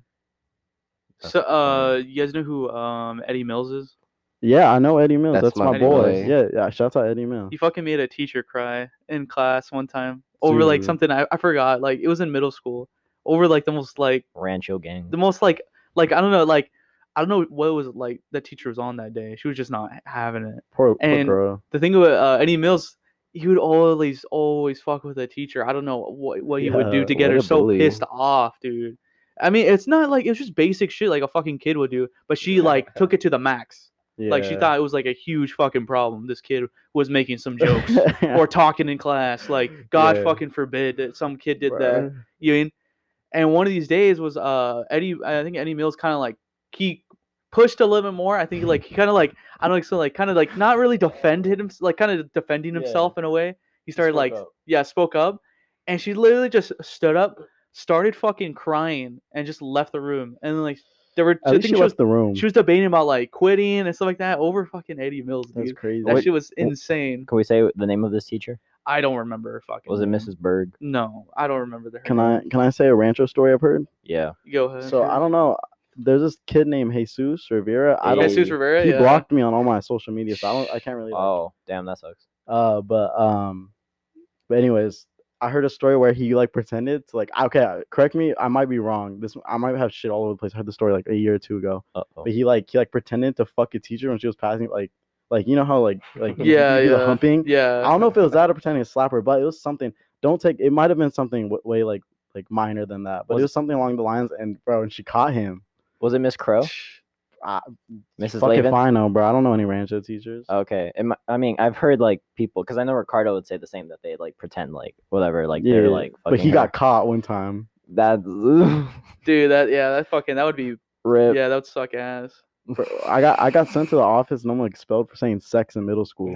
Speaker 4: That's
Speaker 1: So, uh,
Speaker 4: funny.
Speaker 1: you guys know who um Eddie Mills is?
Speaker 3: Yeah, I know Eddie Mills.
Speaker 4: That's
Speaker 3: That's,
Speaker 4: my
Speaker 3: my,
Speaker 4: boy.
Speaker 3: boy. Yeah, yeah. Shout out Eddie Mills.
Speaker 1: He fucking made a teacher cry in class one time over like
Speaker 3: Dude.
Speaker 1: something I, I forgot. Like it was in middle school over like the most like
Speaker 2: Rancho gang.
Speaker 1: the most like like I don't know like I don't know what was like that teacher was on that day. She was just not having it.
Speaker 3: Poor, poor
Speaker 1: And-
Speaker 3: girl.
Speaker 1: The thing about uh, Eddie Mills, he would always always fuck with a teacher. I don't know what what he would do
Speaker 3: Yeah,
Speaker 1: to get
Speaker 4: what
Speaker 1: her
Speaker 4: a
Speaker 1: so
Speaker 4: bully.
Speaker 1: pissed off, dude. I mean, it's not like it's just basic shit like a fucking kid would do, but she like took it to the max. Like she
Speaker 3: Yeah.
Speaker 1: thought it was like a huge fucking problem. This kid was making some jokes or talking in class. Like God
Speaker 3: Yeah.
Speaker 1: fucking forbid that some kid did that.
Speaker 3: Bruh.
Speaker 1: You mean? And one of these days was uh Eddie. I think Eddie Mills kind of like he pushed a little bit more. I think like he kind of like I don't know, so like kind of like not really defended him, like kind of defending
Speaker 3: Yeah.
Speaker 1: himself in a way. He started like
Speaker 3: spoke up.
Speaker 1: yeah, spoke up, and she literally just stood up, started fucking crying, and just left the room. And like there were,
Speaker 3: At
Speaker 1: I think
Speaker 3: least
Speaker 1: she,
Speaker 3: she
Speaker 1: was
Speaker 3: left the room.
Speaker 1: she was debating about like quitting and stuff like that over fucking Eddie Mills,
Speaker 3: That's
Speaker 1: dude.
Speaker 3: crazy.
Speaker 1: That
Speaker 3: Wait,
Speaker 1: shit was
Speaker 2: w-
Speaker 1: insane.
Speaker 2: Can we say the name of this teacher?
Speaker 1: I don't remember her fucking.
Speaker 2: Was it
Speaker 1: name.
Speaker 2: Mrs. Berg?
Speaker 1: No, I don't remember the. her
Speaker 3: Can
Speaker 1: name.
Speaker 3: I can I say a rancho story I've heard?
Speaker 2: Yeah.
Speaker 1: Go ahead.
Speaker 3: So I don't know. There's this kid named Jesus Rivera. I don't.
Speaker 1: Jesus Rivera.
Speaker 3: He
Speaker 1: yeah.
Speaker 3: blocked me on all my social media, so I don't. I can't really. like,
Speaker 2: Oh, damn, that sucks.
Speaker 3: Uh, but um, but anyways, I heard a story where he like pretended to like. Okay, uh, correct me. I might be wrong. This I might have shit all over the place. I heard the story like a year or two ago.
Speaker 2: Uh oh.
Speaker 3: But he like he like pretended to fuck a teacher when she was passing. Like like you know how like like when
Speaker 1: Yeah,
Speaker 3: you do
Speaker 1: yeah.
Speaker 3: the humping.
Speaker 1: Yeah.
Speaker 3: I don't know if it was that or pretending to slap her, but it was something. Don't take. It might have been something w- way like like minor than that, but
Speaker 2: Was
Speaker 3: it
Speaker 2: it-
Speaker 3: was something along the lines. And bro, and she caught him.
Speaker 2: Was it Miss Crow?
Speaker 3: Ah,
Speaker 2: Mrs.
Speaker 3: Fuck if
Speaker 2: Laven?
Speaker 3: I know, bro. I don't know any rancho teachers.
Speaker 2: Okay. It, mi- I mean, I've heard like people, because I know Ricardo would say the same that they like pretend like whatever, like they're like.
Speaker 3: but he
Speaker 2: fucking
Speaker 3: got caught one time.
Speaker 2: that.
Speaker 1: Dude, that yeah, that fucking that would be
Speaker 2: Rip.
Speaker 1: yeah, that would suck ass.
Speaker 3: Bro, I got I got sent to the office and I'm like expelled for saying sex in middle school.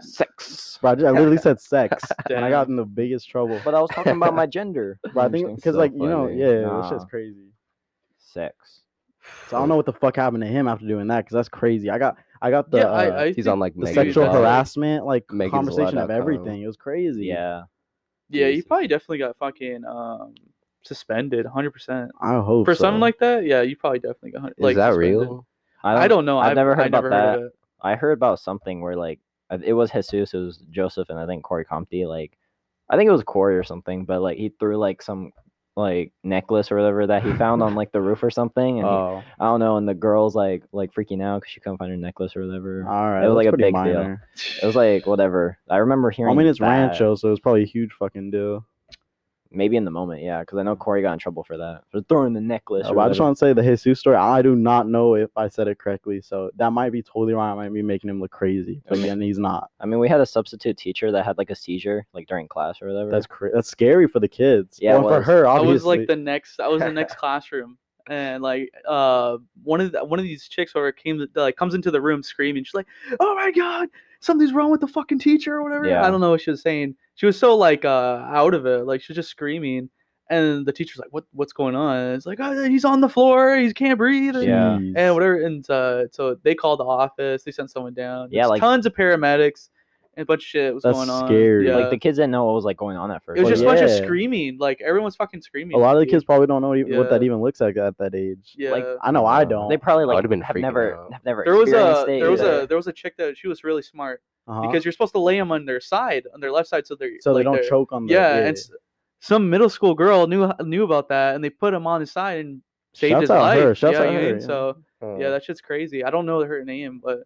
Speaker 2: Sex.
Speaker 3: Bro, I, ju- I literally said sex, and I got
Speaker 1: Damn.
Speaker 3: in the biggest trouble.
Speaker 2: But I was talking about my gender.
Speaker 3: But I think because
Speaker 4: so
Speaker 3: like you know,
Speaker 4: funny.
Speaker 3: yeah, this
Speaker 2: Nah.
Speaker 3: shit's crazy.
Speaker 2: Sex.
Speaker 3: So I don't know what the fuck happened to him after doing that because that's crazy. I got I got the
Speaker 1: yeah, I,
Speaker 3: uh,
Speaker 1: I
Speaker 4: He's
Speaker 1: think-
Speaker 4: on like
Speaker 3: the
Speaker 1: Megan's
Speaker 3: sexual
Speaker 1: Law.
Speaker 3: harassment like
Speaker 4: Megan's Law
Speaker 3: conversation
Speaker 4: dot
Speaker 3: of
Speaker 4: com.
Speaker 3: everything. It was crazy.
Speaker 2: um, Yeah.
Speaker 1: Yeah, he
Speaker 4: Jesus.
Speaker 1: probably definitely got fucking um suspended, hundred percent.
Speaker 3: I hope
Speaker 1: For
Speaker 3: so.
Speaker 1: something like that, yeah, you probably definitely got. hun-
Speaker 4: Is
Speaker 1: like,
Speaker 4: that
Speaker 1: suspended.
Speaker 4: real?
Speaker 1: I don't know.
Speaker 2: I've never heard
Speaker 1: I
Speaker 2: about
Speaker 1: never
Speaker 2: that.
Speaker 1: Heard of it.
Speaker 2: I heard about something where like I- it was Jesus, it was Joseph, and I think Corey Compte. Like I think it was Corey or something, but like he threw like some like necklace or whatever that he found on like the roof or something, and he-
Speaker 3: Oh,
Speaker 2: I don't know. And the girls like like freaking out because she couldn't find her necklace or whatever.
Speaker 3: all right.
Speaker 2: It was like
Speaker 3: that's
Speaker 2: a
Speaker 3: pretty
Speaker 2: big deal.
Speaker 3: minor.
Speaker 2: It was like whatever. I remember hearing.
Speaker 3: I mean, it's
Speaker 2: that,
Speaker 3: Rancho, so it was probably a huge fucking deal.
Speaker 2: Maybe in the moment, yeah, because I know Corey got in trouble for that for throwing the necklace.
Speaker 3: Uh,
Speaker 2: or
Speaker 3: but I just
Speaker 2: whatever.
Speaker 3: want to say the Jesus story. I do not know if I said it correctly, so that might be totally wrong. I might be making him look crazy, but
Speaker 2: Okay.
Speaker 3: again, he's not.
Speaker 2: I mean, we had a substitute teacher that had like a seizure like during class or whatever.
Speaker 3: That's cra- that's scary for the kids.
Speaker 2: Yeah, it
Speaker 3: well, for
Speaker 2: was.
Speaker 3: her,
Speaker 1: I
Speaker 3: obviously.
Speaker 1: was like the next. I was the next classroom, and like uh, one of the, one of these chicks over came to- like comes into the room screaming. She's like, "Oh my god, something's wrong with the fucking teacher or whatever."
Speaker 2: Yeah.
Speaker 1: I don't know what she was saying. She was so like uh, out of it. Like she was just screaming, and the teacher's like, "What what's going on?" And it's like, oh, "He's on the floor. He can't breathe." and-
Speaker 2: Yeah.
Speaker 3: Jeez.
Speaker 1: And whatever, and uh, so they called the office. They sent someone down.
Speaker 2: Yeah,
Speaker 1: There's
Speaker 2: like-
Speaker 1: tons of paramedics and a bunch of shit was
Speaker 3: That's
Speaker 1: going on.
Speaker 3: scary.
Speaker 1: Yeah.
Speaker 2: like the kids didn't know what was like going on at first.
Speaker 1: it was
Speaker 3: Well,
Speaker 1: just a bunch
Speaker 3: yeah.
Speaker 1: of screaming. Like everyone's fucking screaming.
Speaker 3: A lot of the
Speaker 1: dude.
Speaker 3: kids probably don't know even, what that
Speaker 1: Yeah.
Speaker 3: even looks like at that age.
Speaker 1: Yeah.
Speaker 2: like,
Speaker 3: I know I
Speaker 4: No.
Speaker 3: don't.
Speaker 2: Uh, they probably like
Speaker 4: would've been
Speaker 2: have
Speaker 4: freaking
Speaker 2: never
Speaker 4: out.
Speaker 2: have never
Speaker 1: there was a
Speaker 2: experienced it.
Speaker 1: there was
Speaker 2: either.
Speaker 1: a there was a chick that she was really smart
Speaker 3: Uh-huh.
Speaker 1: because you're supposed to lay them on their side on their left side so they're
Speaker 3: so they
Speaker 1: like,
Speaker 3: don't
Speaker 1: they're-
Speaker 3: choke on the
Speaker 1: yeah, and s- some middle school girl knew knew about that and they put him on his side and saved
Speaker 3: Shouts
Speaker 1: his
Speaker 3: out
Speaker 1: life
Speaker 3: her, shouts
Speaker 1: yeah,
Speaker 3: out
Speaker 1: you know what I
Speaker 3: her,
Speaker 1: mean?
Speaker 3: yeah.
Speaker 1: so
Speaker 4: Oh.
Speaker 1: yeah that shit's crazy I don't know her name but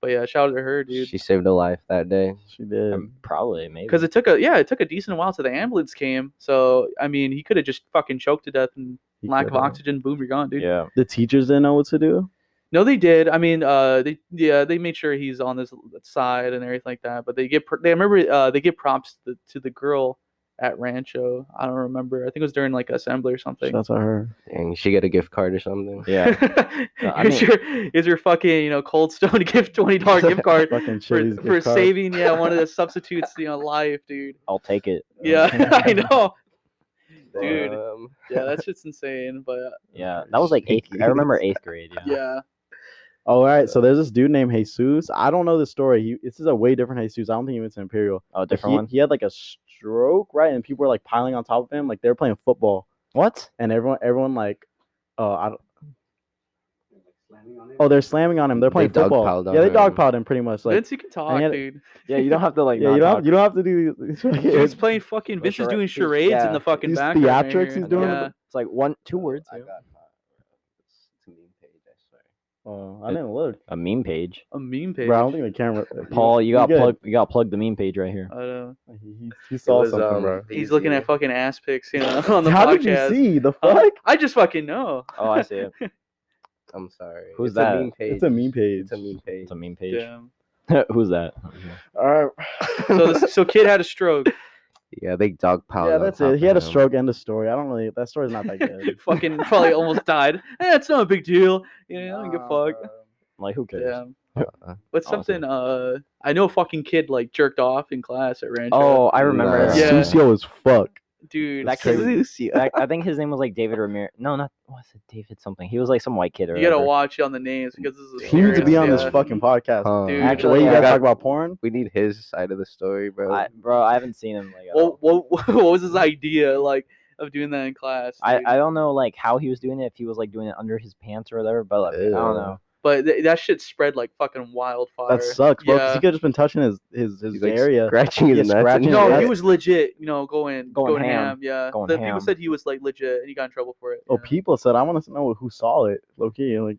Speaker 1: but yeah shout out to her dude
Speaker 4: She saved a life that day.
Speaker 3: she did.
Speaker 2: Um, probably maybe
Speaker 1: because it took a yeah it took a decent while till the ambulance came so I mean he could have just fucking choked to death and
Speaker 3: He
Speaker 1: lack of
Speaker 3: could've.
Speaker 1: oxygen boom you're gone dude
Speaker 2: yeah
Speaker 3: The teachers didn't know what to do.
Speaker 1: No, they did. I mean, uh, they yeah, they made sure he's on this side and everything like that. But they get pr- they I remember uh, they give props to the, to the girl at Rancho. I don't remember. I think it was during like assembly or something.
Speaker 3: Shouts out her.
Speaker 4: Dang, she got a gift card or something.
Speaker 2: yeah. No, I
Speaker 1: here's
Speaker 2: mean-
Speaker 1: your here's your fucking you know Cold Stone gift twenty dollar gift card
Speaker 3: Fucking
Speaker 1: for,
Speaker 3: Chili's gift
Speaker 1: for
Speaker 3: card.
Speaker 1: saving yeah one of the substitutes you know life, dude.
Speaker 2: I'll take it.
Speaker 1: Yeah, I know. Dude.
Speaker 4: Um,
Speaker 1: Yeah, that's just insane. But
Speaker 2: Yeah, that was like eighth. I remember eighth grade. Yeah.
Speaker 1: yeah,
Speaker 3: Oh, All right, so there's this dude named Jesus. I don't know the story. He, this is a way different Jesus. I don't think he went to Imperial.
Speaker 2: Oh,
Speaker 3: But
Speaker 2: different
Speaker 3: he,
Speaker 2: one.
Speaker 3: He had like a stroke, right? And people were like piling on top of him, like they were playing football.
Speaker 2: What?
Speaker 3: And everyone, everyone like, uh, I don't. Oh, they're slamming on him. They're
Speaker 4: They
Speaker 3: playing football.
Speaker 4: dogpiled on
Speaker 3: yeah, they
Speaker 4: him.
Speaker 3: dogpiled him pretty much. Like,
Speaker 1: Vince, you can talk,
Speaker 3: had-
Speaker 1: dude.
Speaker 2: Yeah, you don't have to like.
Speaker 3: yeah,
Speaker 2: not
Speaker 3: you don't,
Speaker 2: talk.
Speaker 3: have, you don't have to do. these-
Speaker 1: He was playing fucking.
Speaker 2: The
Speaker 1: Vince is
Speaker 2: charade-
Speaker 1: doing
Speaker 2: he's-
Speaker 1: charades
Speaker 2: yeah,
Speaker 1: in the fucking
Speaker 3: these
Speaker 1: background. right
Speaker 3: theatrics he's
Speaker 1: here.
Speaker 3: doing with
Speaker 1: Yeah.
Speaker 2: It's like one, two words.
Speaker 4: I
Speaker 2: yeah.
Speaker 4: got hot. It's a meme page, I swear.
Speaker 3: Oh, I didn't look.
Speaker 2: A meme page.
Speaker 1: a meme page.
Speaker 3: Bro, I don't think the camera.
Speaker 2: Paul, you got
Speaker 3: good.
Speaker 2: plug. You got plug the meme page right here.
Speaker 1: I don't
Speaker 3: He, he- he saw
Speaker 4: was,
Speaker 3: something,
Speaker 4: um,
Speaker 3: bro.
Speaker 1: He's looking at
Speaker 4: easy.
Speaker 1: fucking ass pics, you know, on the
Speaker 3: How
Speaker 1: podcast.
Speaker 3: did you see the
Speaker 1: Uh,
Speaker 3: fuck?
Speaker 1: I just fucking know.
Speaker 2: Oh, I see it.
Speaker 4: I'm sorry.
Speaker 2: Who's
Speaker 4: it's
Speaker 2: that?
Speaker 4: A meme page.
Speaker 3: It's a meme page.
Speaker 4: It's a meme page.
Speaker 2: It's a meme page.
Speaker 1: Damn.
Speaker 2: Who's that?
Speaker 3: All right.
Speaker 1: So this, so kid had a stroke.
Speaker 4: Yeah, they dog piled.
Speaker 3: yeah,
Speaker 4: on
Speaker 3: that's
Speaker 4: top
Speaker 3: it. He
Speaker 4: of
Speaker 3: had a
Speaker 4: him.
Speaker 3: stroke and a story. I don't really. That story's not that good.
Speaker 1: fucking probably almost died. Eh, it's not a big deal. You know, I don't give a fuck.
Speaker 2: Like, who cares?
Speaker 1: Damn.
Speaker 4: Uh,
Speaker 1: But something, uh, I know a fucking kid like jerked off in class at Rancho.
Speaker 2: Oh, I remember.
Speaker 4: Nah.
Speaker 2: that.
Speaker 1: Yeah.
Speaker 3: Sucio as fuck.
Speaker 1: dude,
Speaker 2: that
Speaker 1: so
Speaker 2: kid-
Speaker 1: you
Speaker 2: That- I think his name was like David Ramirez. No, not what's it? David something. He was like some white kid or.
Speaker 1: gotta
Speaker 2: whatever.
Speaker 1: watch on the names because this is.
Speaker 3: He needs to be on
Speaker 1: hilarious,
Speaker 3: this
Speaker 1: yeah.
Speaker 3: fucking podcast.
Speaker 4: huh.
Speaker 1: Dude,
Speaker 3: Actually,
Speaker 2: Yeah.
Speaker 3: you guys
Speaker 4: I got-
Speaker 3: talk about porn.
Speaker 4: we need his side of the story, bro.
Speaker 2: I, bro, I haven't seen him like. at all.
Speaker 1: What, what, what was his idea like of doing that in class?
Speaker 2: I,
Speaker 1: dude?
Speaker 2: I don't know like how he was doing it if he was like doing it under his pants or whatever but like, I
Speaker 4: Ew.
Speaker 2: don't know
Speaker 1: but th- that shit spread like fucking wildfire.
Speaker 3: That sucks, bro. 'cause
Speaker 1: Yeah.
Speaker 3: he could have just been touching his his his
Speaker 4: He's, like,
Speaker 3: area.
Speaker 4: scratching
Speaker 3: Yeah,
Speaker 4: his nuts.
Speaker 3: scratching his
Speaker 1: No,
Speaker 3: Yeah,
Speaker 1: he
Speaker 3: that's-
Speaker 1: was legit. You know, going
Speaker 2: Going
Speaker 1: going,
Speaker 2: ham.
Speaker 1: ham. Yeah,
Speaker 2: Going
Speaker 1: the
Speaker 2: ham.
Speaker 1: people said he was like legit, and he got in trouble for it.
Speaker 3: Oh,
Speaker 1: yeah.
Speaker 3: people said I want to know who saw it. Low key, like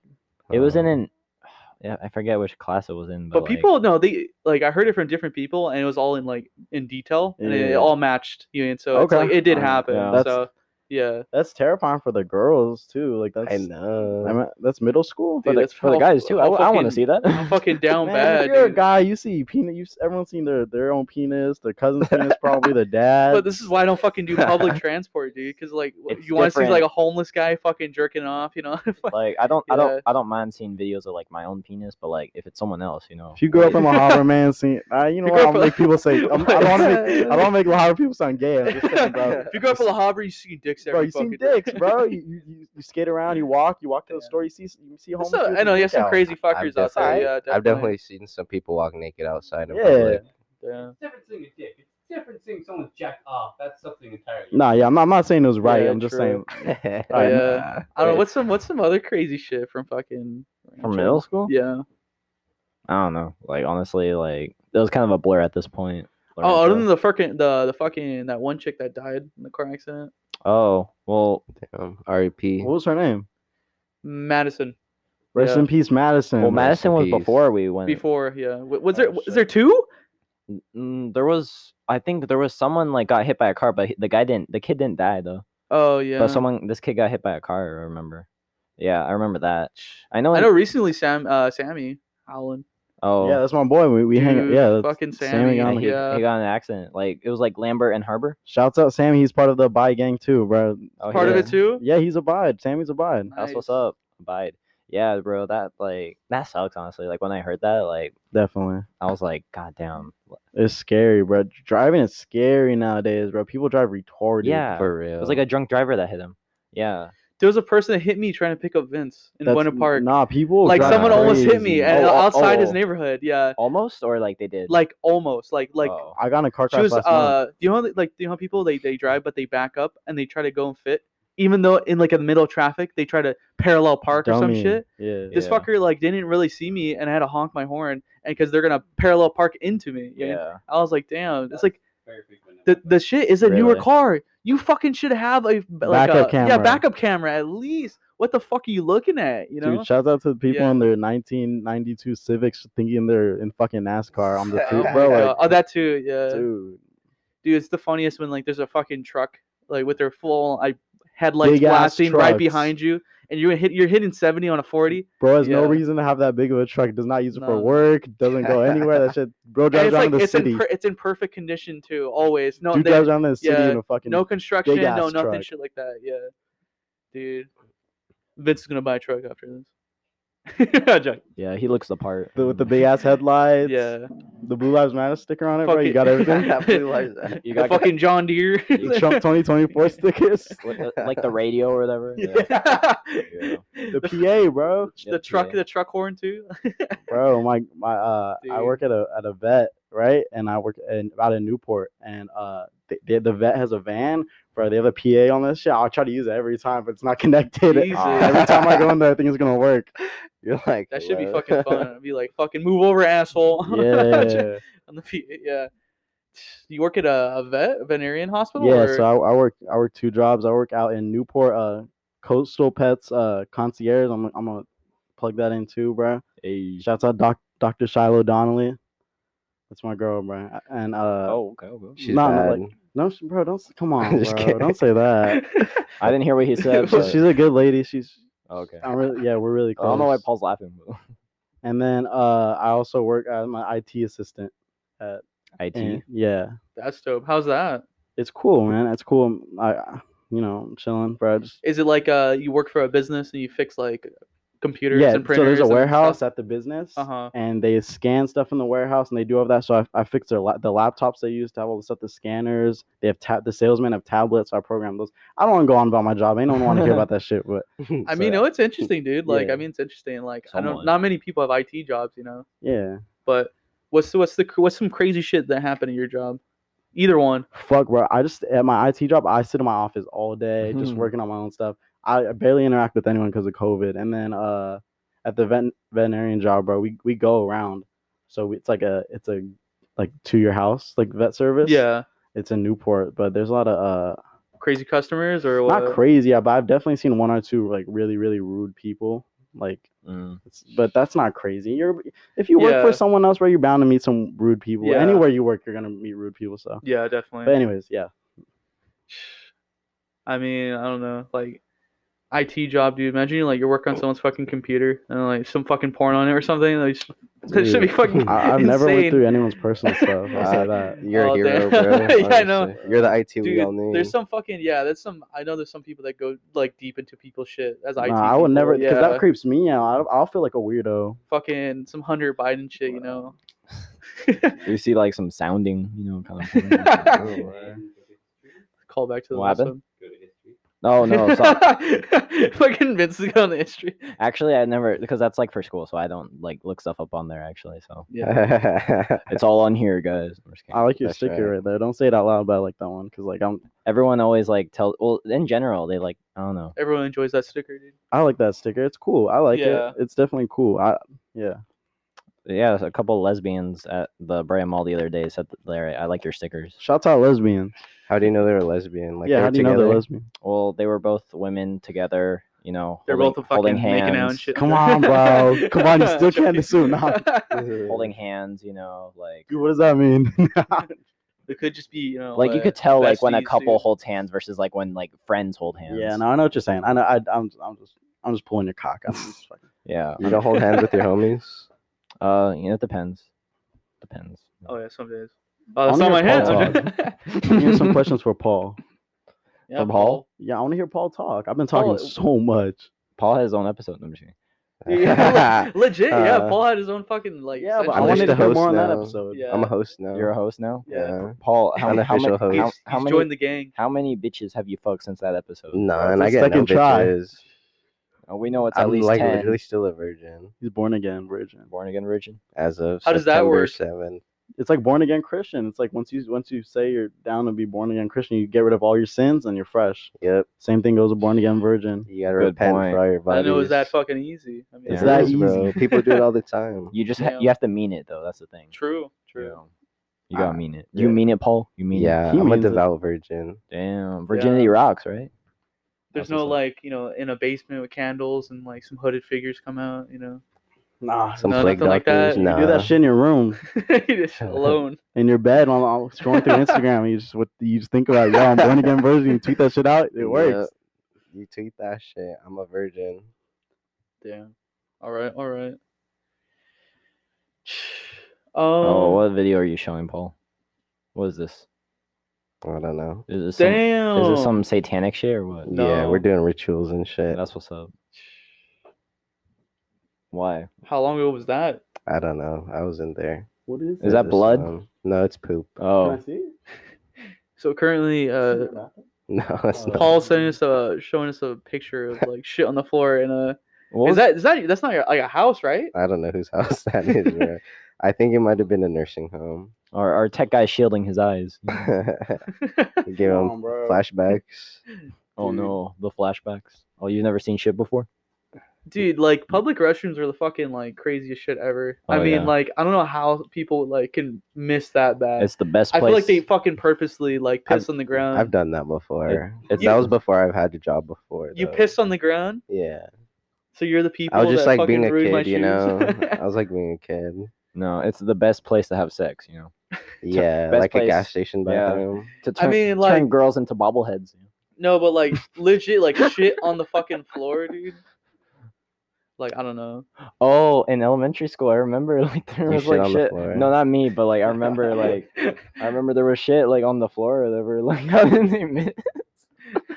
Speaker 2: it was in
Speaker 4: Um,
Speaker 2: an yeah I forget which class it was in but,
Speaker 1: But
Speaker 2: like,
Speaker 1: people, no, they like I heard it from different people, and it was all in like in detail, and it,
Speaker 3: Yeah.
Speaker 1: it all matched. You know, and so it's
Speaker 3: Okay.
Speaker 1: like it did
Speaker 2: Uh,
Speaker 1: happen.
Speaker 2: yeah.
Speaker 3: That's-
Speaker 1: So yeah,
Speaker 3: that's terrifying for the girls too. Like that's
Speaker 4: I know.
Speaker 3: I mean, that's middle school.
Speaker 1: dude,
Speaker 2: the-
Speaker 1: that's
Speaker 2: for the
Speaker 1: how-
Speaker 2: guys too I,
Speaker 1: how
Speaker 2: want
Speaker 1: fucking-
Speaker 2: to see that
Speaker 1: I'm fucking down
Speaker 3: Man,
Speaker 1: bad.
Speaker 3: If you're a
Speaker 1: dude.
Speaker 3: guy, you see penis. You everyone's seen their their own penis, their cousin's penis, probably their dad.
Speaker 1: But this is why I don't fucking do public transport, dude. Because like w-
Speaker 2: It's
Speaker 1: you want to see like
Speaker 2: different.
Speaker 1: a homeless guy fucking jerking off, you know?
Speaker 2: like I don't I
Speaker 1: Yeah.
Speaker 2: don't I don't mind seeing videos of like my own penis but like if it's someone else you know
Speaker 3: If you grew up in La Habra, man, see, uh, you know
Speaker 1: You
Speaker 3: what?
Speaker 1: grew
Speaker 3: I'll
Speaker 1: up in-
Speaker 3: make people say, I'm, I don't want to make, I don't wanna make La Habra people sound gay. I'm just saying, bro.
Speaker 1: if you go up for La Habra, you see dicks
Speaker 3: Bro,
Speaker 1: every
Speaker 3: you seen
Speaker 1: fucking day.
Speaker 3: dicks, bro. You, you, you- you skate around, you walk, you walk to the
Speaker 1: Yeah.
Speaker 3: store, you see, you see homeless.
Speaker 1: So,
Speaker 3: dudes
Speaker 1: I know,
Speaker 3: with
Speaker 1: you have some
Speaker 3: dick out.
Speaker 1: crazy
Speaker 4: I've
Speaker 1: fuckers out there.
Speaker 4: definitely-
Speaker 1: Yeah, definitely.
Speaker 4: I've definitely seen some people walk naked outside in
Speaker 3: Yeah.
Speaker 4: public.
Speaker 1: Yeah.
Speaker 5: It's different seeing a dick. It's different seeing someone jack off. That's something entirely.
Speaker 3: Nah, yeah, I'm not, I'm not saying it was right.
Speaker 1: Yeah,
Speaker 3: I'm just
Speaker 1: true.
Speaker 3: saying.
Speaker 1: Oh,
Speaker 3: Alright,
Speaker 2: uh,
Speaker 1: yeah. I don't know.
Speaker 3: Yeah.
Speaker 1: What's some What's some other crazy shit from fucking
Speaker 2: from
Speaker 1: Rancho?
Speaker 2: middle school
Speaker 1: Yeah.
Speaker 2: I don't know. Like honestly, like it was kind of a blur at this point. Blur
Speaker 1: Oh, other than
Speaker 2: into-
Speaker 1: the fucking the the fucking that one chick that died in the car accident,
Speaker 2: oh well,
Speaker 4: Um, R.E.P.
Speaker 3: What was her name?
Speaker 1: Madison.
Speaker 3: Rest
Speaker 1: Yeah.
Speaker 3: in peace, Madison.
Speaker 2: well
Speaker 4: rest
Speaker 2: Madison
Speaker 4: Madison- in
Speaker 2: was
Speaker 4: peace.
Speaker 2: before we went.
Speaker 1: Before, yeah. W- Was
Speaker 2: Oh,
Speaker 1: there was
Speaker 2: shit.
Speaker 1: there two?
Speaker 2: Mm, there was I think there was someone like got hit by a car, but he- the guy didn't. The kid didn't die though.
Speaker 1: Oh yeah.
Speaker 2: But someone, this kid got hit by a car. I remember. Yeah, I remember that. I know.
Speaker 1: I
Speaker 2: in-
Speaker 1: know recently Sam uh Sammy Howland.
Speaker 2: Oh,
Speaker 3: Yeah, that's my boy. We, we hang.
Speaker 1: Dude,
Speaker 3: Yeah, that's
Speaker 1: fucking Sammy,
Speaker 3: Sammy.
Speaker 2: yeah,
Speaker 3: Gama.
Speaker 2: he,
Speaker 1: yeah.
Speaker 2: he got in an accident. Like it was like Lambert and Harbor.
Speaker 3: Shouts out Sammy. He's part of the bi gang too, bro.
Speaker 2: Oh,
Speaker 1: Part of
Speaker 2: yeah.
Speaker 1: it too?
Speaker 3: Yeah, he's a bi. Sammy's a bi.
Speaker 2: That's what's
Speaker 1: Nice.
Speaker 2: up. Abide. Yeah, bro. That like that sucks. Honestly, like when I heard that, like
Speaker 3: Definitely.
Speaker 2: I was like, God damn.
Speaker 3: It's scary, bro. Driving is scary nowadays, bro. People drive retarded.
Speaker 2: Yeah,
Speaker 4: For real.
Speaker 2: it was like a drunk driver that hit him. Yeah.
Speaker 1: There was a person that hit me trying to pick up Vince in
Speaker 3: That's-
Speaker 1: Buena Park.
Speaker 3: Nah, people.
Speaker 1: like
Speaker 3: drive
Speaker 1: someone almost hit me uh,
Speaker 3: crazy.
Speaker 1: and
Speaker 2: Oh, oh,
Speaker 1: outside his
Speaker 2: oh.
Speaker 1: neighborhood. Yeah.
Speaker 2: Almost or like they did.
Speaker 1: Like almost. Like like
Speaker 2: Oh.
Speaker 3: I got in a car
Speaker 1: she
Speaker 3: crash
Speaker 1: was
Speaker 3: last month.
Speaker 1: uh you know how, like you know how people they, they drive but they back up and they try to go and fit even though in like in the middle of traffic they try to parallel park or some
Speaker 3: Dummy.
Speaker 1: shit
Speaker 3: Yeah.
Speaker 1: this
Speaker 2: Yeah.
Speaker 1: fucker like didn't really see me and i had to honk my horn and because they're gonna parallel park into me yeah
Speaker 2: yeah.
Speaker 1: i was like damn it's like
Speaker 5: Very frequent.
Speaker 1: the, the shit is a newer
Speaker 2: Really?
Speaker 1: car you fucking should have a like
Speaker 3: Backup
Speaker 1: a, yeah
Speaker 3: camera.
Speaker 1: backup camera at least what the fuck are you looking at you know
Speaker 3: Dude, shout out to the people
Speaker 1: Yeah.
Speaker 3: in their 1992 Civics thinking they're in fucking NASCAR on the
Speaker 1: oh,
Speaker 3: tube,
Speaker 1: my
Speaker 3: bro.
Speaker 1: God.
Speaker 3: Like,
Speaker 1: Oh, that too yeah
Speaker 2: uh,
Speaker 3: dude,
Speaker 1: dude, it's the funniest when like there's a fucking truck like with their full like headlights
Speaker 3: Big-ass
Speaker 1: blasting right
Speaker 3: trucks.
Speaker 1: behind you, and you're hit you're hitting seventy on a forty.
Speaker 3: bro has no
Speaker 1: Yeah.
Speaker 3: reason to have that big of a truck. Does not use it
Speaker 1: No.
Speaker 3: for work. Doesn't go anywhere. That shit, bro,
Speaker 1: And
Speaker 3: drives
Speaker 1: it's
Speaker 3: around
Speaker 1: like
Speaker 3: the
Speaker 1: it's
Speaker 3: city.
Speaker 1: in per- it's in perfect condition too. Always no
Speaker 3: Dude
Speaker 1: they,
Speaker 3: drives around the city
Speaker 1: yeah,
Speaker 3: in a fucking.
Speaker 1: no construction, no
Speaker 3: big-ass
Speaker 1: nothing,
Speaker 3: truck.
Speaker 1: shit like that. Yeah, dude, Vince is gonna buy a truck after this. Joke.
Speaker 2: Yeah. He looks the part. Mm.
Speaker 3: the- with the big ass headlights,
Speaker 1: yeah,
Speaker 3: the Blue Lives Matter sticker on it,
Speaker 1: Fuck
Speaker 3: bro.
Speaker 1: it.
Speaker 3: You got everything.
Speaker 2: and-
Speaker 1: the
Speaker 2: You got
Speaker 1: fucking John Deere.
Speaker 3: Trump 2024 stickers.
Speaker 2: like- like the radio or whatever.
Speaker 1: Yeah.
Speaker 2: Yeah.
Speaker 3: The PA, bro.
Speaker 1: The truck, the truck horn too.
Speaker 3: bro my my uh i
Speaker 1: Dude.
Speaker 3: work at a at a vet right and i work in out in newport and uh they, they, the vet has a van bro they have a pa on this shit i'll try to use it every time but it's not connected
Speaker 1: Jesus.
Speaker 3: every time i go in there i think it's gonna work
Speaker 4: You're like
Speaker 1: That should be
Speaker 4: "What?"
Speaker 1: fucking fun. I'd be like, fucking move over, asshole.
Speaker 3: yeah
Speaker 1: on the P- yeah. You work at a, a vet, a veterinarian hospital?
Speaker 3: yeah
Speaker 1: or-
Speaker 3: so I, I work i work two jobs i work out in newport uh coastal pets uh concierge i'm, I'm gonna plug that in too bro shouts out doc, dr shiloh donnelly that's my girl bro and uh
Speaker 2: Oh, okay. okay.
Speaker 4: She's
Speaker 3: No, no,
Speaker 4: bad.
Speaker 3: No, sh- bro, don't s- come on,
Speaker 4: Just
Speaker 3: bro.
Speaker 4: kidding.
Speaker 3: Don't say that.
Speaker 2: I didn't hear what he said.
Speaker 3: She's-
Speaker 2: but- oh,
Speaker 3: She's a good lady. She's
Speaker 2: okay. I
Speaker 3: I'm really, yeah, we're really close.
Speaker 2: don't know why Paul's laughing.
Speaker 3: And then uh, I also work as my IT assistant.
Speaker 2: IT.
Speaker 3: and- yeah,
Speaker 1: That's dope. How's that?
Speaker 3: it's cool, man. It's cool. I, I- you know, I'm chilling, bro. I Just,
Speaker 1: Is it like uh you work for a business and you fix like computers
Speaker 3: yeah.
Speaker 1: and
Speaker 3: So
Speaker 1: printers?
Speaker 3: there's a warehouse at the business,
Speaker 1: Uh huh.
Speaker 3: and they scan stuff in the warehouse, and they do all that. So I, I fixed their la- the laptops they use to have all the stuff, the scanners. They have ta- the salesmen have tablets. So I programmed those. I don't want to go on about my job. I don't want to hear about that shit, but
Speaker 1: I mean, no, it's interesting, dude. Like,
Speaker 3: Yeah.
Speaker 1: I mean, it's interesting. Like, I don't.
Speaker 2: Somewhat.
Speaker 1: Not many people have IT jobs, you know.
Speaker 3: yeah.
Speaker 1: But what's the what's the cr- what's some crazy shit that happened at your job? Either one.
Speaker 3: Fuck, bro. I just at my IT job, I sit in my office all day, just
Speaker 2: Mhm.
Speaker 3: working on my own stuff. I barely interact with anyone because of COVID. And then uh, at the vet- veterinarian job, bro, we we go around. So we, it's like a it's a like to your house like vet service.
Speaker 1: Yeah.
Speaker 3: it's in Newport, but there's a lot of uh,
Speaker 1: Crazy customers or what?
Speaker 3: not crazy, yeah, but I've definitely seen one or two like really really rude people. Like,
Speaker 2: Mm.
Speaker 3: it's, but that's not crazy. You're if you work
Speaker 1: Yeah.
Speaker 3: for someone else, where you're bound to meet some rude people.
Speaker 1: Yeah.
Speaker 3: Anywhere you work, you're gonna meet rude people. So,
Speaker 1: Yeah, definitely.
Speaker 3: but anyways, yeah.
Speaker 1: I mean, I don't know, like IT job, dude. Imagine you like you're
Speaker 3: Oh.
Speaker 1: working on someone's fucking computer and like some fucking porn on it or something. Like, sh- that should be
Speaker 3: Dude,
Speaker 1: fucking
Speaker 3: I, I've never went
Speaker 1: insane.
Speaker 3: through anyone's personal stuff. I'll say
Speaker 4: Uh,
Speaker 3: that.
Speaker 4: You're
Speaker 1: Oh,
Speaker 4: a
Speaker 1: damn.
Speaker 4: hero, bro.
Speaker 1: Yeah, I know.
Speaker 4: honestly. You're the IT
Speaker 1: Dude,
Speaker 4: we all need.
Speaker 1: there's some fucking yeah. There's some. I know there's some people that go like deep into people's shit as IT.
Speaker 3: Nah, I would
Speaker 1: people,
Speaker 3: never, because
Speaker 1: yeah,
Speaker 3: that creeps me out. I, I'll feel like a weirdo.
Speaker 1: fucking some Hunter Biden shit, you know.
Speaker 2: You see like some sounding, you know, kind of.
Speaker 1: What Call back to the last
Speaker 2: What happened?
Speaker 1: one.
Speaker 2: No, no. So
Speaker 1: fucking Vince is going on the history.
Speaker 2: actually, I never because that's like for school, so I don't like look stuff up on there actually. So
Speaker 1: Yeah.
Speaker 2: it's all on here, guys. I'm just kidding.
Speaker 3: I like your
Speaker 4: That's
Speaker 3: sticker
Speaker 4: right.
Speaker 3: right. there. Don't say it out loud, but I like that one because like I'm,
Speaker 2: Everyone always like tell. Well, in general, they like I don't know.
Speaker 1: Everyone enjoys that sticker, dude.
Speaker 3: I like that sticker. It's cool. I like
Speaker 1: Yeah.
Speaker 3: it. It's definitely cool. I yeah.
Speaker 2: yeah, a couple lesbians at the Bray Mall the other day said, that "Larry, I like your stickers."
Speaker 3: Shouts out lesbian.
Speaker 4: How do you know they were lesbian? Like
Speaker 3: yeah,
Speaker 4: they
Speaker 3: how
Speaker 4: were
Speaker 3: do you know
Speaker 4: together?
Speaker 3: they're lesbian?
Speaker 2: Well, they were both women together. You know,
Speaker 1: They're
Speaker 2: holding,
Speaker 1: both
Speaker 2: holding
Speaker 1: fucking making out and
Speaker 2: hands-
Speaker 1: shit.
Speaker 3: Come on, bro. Come on, you still can't assume. Nah.
Speaker 2: Holding hands, you know, like
Speaker 3: Dude, what does that mean?
Speaker 1: It could just be, you know,
Speaker 2: like you
Speaker 1: uh,
Speaker 2: could tell like when a
Speaker 1: besties,
Speaker 2: couple
Speaker 1: dude.
Speaker 2: holds hands versus like when like friends hold hands.
Speaker 3: yeah, no, I know what you're saying. I know. I, I'm, I'm just, I'm just pulling your cock. I'm just fucking-
Speaker 2: yeah.
Speaker 4: You don't hold hands with your homies.
Speaker 2: Uh, you know, it depends. Depends.
Speaker 1: Oh yeah, some days. Oh, that's
Speaker 3: Only
Speaker 1: not my
Speaker 3: if
Speaker 1: hands.
Speaker 3: Paul I have some questions for Paul.
Speaker 1: yeah,
Speaker 2: From Hall?
Speaker 3: Yeah, I want to hear Paul talk. I've been
Speaker 1: Paul-
Speaker 3: talking so much.
Speaker 2: Paul has his own episode. No, I'm just kidding.
Speaker 1: Yeah, legit, yeah.
Speaker 4: Uh,
Speaker 1: Paul had his own fucking like.
Speaker 3: Yeah, but I
Speaker 1: session.
Speaker 4: I'm
Speaker 3: wanted
Speaker 4: just
Speaker 3: to
Speaker 4: a
Speaker 3: hear
Speaker 4: host
Speaker 3: more on that
Speaker 4: now.
Speaker 3: episode.
Speaker 1: Yeah.
Speaker 4: I'm a host
Speaker 1: Oh.
Speaker 4: now.
Speaker 2: You're a host now.
Speaker 1: Yeah.
Speaker 4: Yeah.
Speaker 2: Paul, how, many- how, many,
Speaker 4: Unofficial
Speaker 2: how,
Speaker 4: host.
Speaker 1: He's,
Speaker 2: how
Speaker 1: he's
Speaker 2: many
Speaker 1: joined the gang.
Speaker 2: how many bitches have you fucked since that episode?
Speaker 4: No,
Speaker 3: That's
Speaker 4: and I
Speaker 3: his
Speaker 4: get no
Speaker 3: second try.
Speaker 4: bitches.
Speaker 2: Uh, we know it's at
Speaker 4: I'm
Speaker 2: least
Speaker 4: like
Speaker 2: ten.
Speaker 4: literally still a virgin
Speaker 3: He's born again, virgin.
Speaker 2: Born again virgin.
Speaker 4: as of
Speaker 1: How does that work?
Speaker 4: Seven.
Speaker 3: It's like born again Christian. It's like once you once you say you're down to be born again Christian, you get rid of all your sins and you're fresh.
Speaker 4: Yep.
Speaker 3: Same thing goes with born again virgin.
Speaker 4: You gotta
Speaker 2: Good
Speaker 4: repent
Speaker 2: point.
Speaker 4: for all your
Speaker 1: I
Speaker 4: bodies.
Speaker 1: know it was that fucking easy. I mean,
Speaker 3: It's
Speaker 4: It's
Speaker 1: yeah.
Speaker 3: that
Speaker 4: that easy. Bro.
Speaker 3: easy.
Speaker 4: People do it all the time.
Speaker 2: You just ha- you
Speaker 1: Yeah.
Speaker 2: have to mean it though. That's the thing.
Speaker 1: True,
Speaker 2: You,
Speaker 1: true.
Speaker 2: know, you gotta
Speaker 4: Ah,
Speaker 2: mean it.
Speaker 4: yeah.
Speaker 2: You mean it, Paul. You mean it.
Speaker 4: Yeah,
Speaker 3: He
Speaker 4: I'm a
Speaker 3: means it.
Speaker 4: devout virgin.
Speaker 2: Damn, virginity rocks, right?
Speaker 1: There's
Speaker 2: That's
Speaker 1: no
Speaker 2: what's up.
Speaker 1: like you know in a basement with candles and like some hooded figures come out. You know,
Speaker 3: Nah,
Speaker 4: Some
Speaker 1: No,
Speaker 4: plague
Speaker 1: nothing like that.
Speaker 4: doctors.
Speaker 1: You
Speaker 4: Nah.
Speaker 3: do that shit in your room,
Speaker 1: He just alone.
Speaker 3: in your bed, while I'm scrolling through Instagram. And you just what you just think about, yo, I'm born again virgin. You tweet that shit out, it works.
Speaker 4: Yep. You tweet that shit. I'm a virgin.
Speaker 1: Damn. All right, all right. Um,
Speaker 2: oh, what video are you showing, Paul? What is this?
Speaker 4: I don't know.
Speaker 2: Is this some,
Speaker 1: damn.
Speaker 2: is this some satanic shit or what?
Speaker 4: Yeah, we're
Speaker 1: No.
Speaker 4: doing rituals and shit.
Speaker 2: That's what's up. Why?
Speaker 1: How long ago was that?
Speaker 4: I don't know. I was in there.
Speaker 3: What is
Speaker 2: Is that
Speaker 4: Just,
Speaker 2: blood?
Speaker 4: um, no, it's poop.
Speaker 2: Oh,
Speaker 3: see? it?
Speaker 1: So currently, uh,
Speaker 4: No, it's not.
Speaker 1: Paul's sending us a showing us a picture of like shit on the floor and uh,
Speaker 2: what
Speaker 1: is
Speaker 2: was-
Speaker 1: that is that that's not like a house, right?
Speaker 4: I don't know whose house that is. bro. I think it might have been a nursing home.
Speaker 2: our our tech guy shielding his eyes.
Speaker 4: We Gave
Speaker 3: Come
Speaker 4: him
Speaker 3: on, bro.
Speaker 4: flashbacks.
Speaker 2: oh
Speaker 1: Dude.
Speaker 2: no, the flashbacks. Oh, you've never seen shit before.
Speaker 1: Dude, like public restrooms are the fucking like craziest shit ever. I
Speaker 2: Oh,
Speaker 1: mean,
Speaker 2: yeah.
Speaker 1: like I don't know how people like can miss that bad.
Speaker 2: It's the best
Speaker 1: I
Speaker 2: place.
Speaker 1: feel like they fucking purposely like piss on the ground.
Speaker 4: I've done that before.
Speaker 2: it's-
Speaker 4: that was before I've had a job before.
Speaker 1: you
Speaker 4: though.
Speaker 1: pissed on the ground,
Speaker 4: Yeah.
Speaker 1: so you're the people.
Speaker 4: I was just
Speaker 1: that
Speaker 4: like being
Speaker 1: fucking
Speaker 4: a
Speaker 1: ruined my
Speaker 4: kid, you know.
Speaker 1: shoes.
Speaker 4: I was like being a kid.
Speaker 2: No, it's the best place to have sex. You know,
Speaker 4: Yeah,
Speaker 2: best
Speaker 4: like a
Speaker 2: place.
Speaker 4: gas station
Speaker 2: Yeah.
Speaker 4: bathroom.
Speaker 2: to
Speaker 1: I
Speaker 2: turn,
Speaker 1: mean,
Speaker 2: turn
Speaker 1: like
Speaker 2: girls into bobbleheads.
Speaker 1: no, but like legit, like shit on the fucking floor, dude. Like I don't know.
Speaker 2: Oh, in elementary school, I remember like there
Speaker 4: You
Speaker 2: was
Speaker 4: shit
Speaker 2: like
Speaker 4: on the
Speaker 2: shit.
Speaker 4: floor.
Speaker 2: No, not me, but like I remember like I remember there was shit like on the floor that were like how did they miss?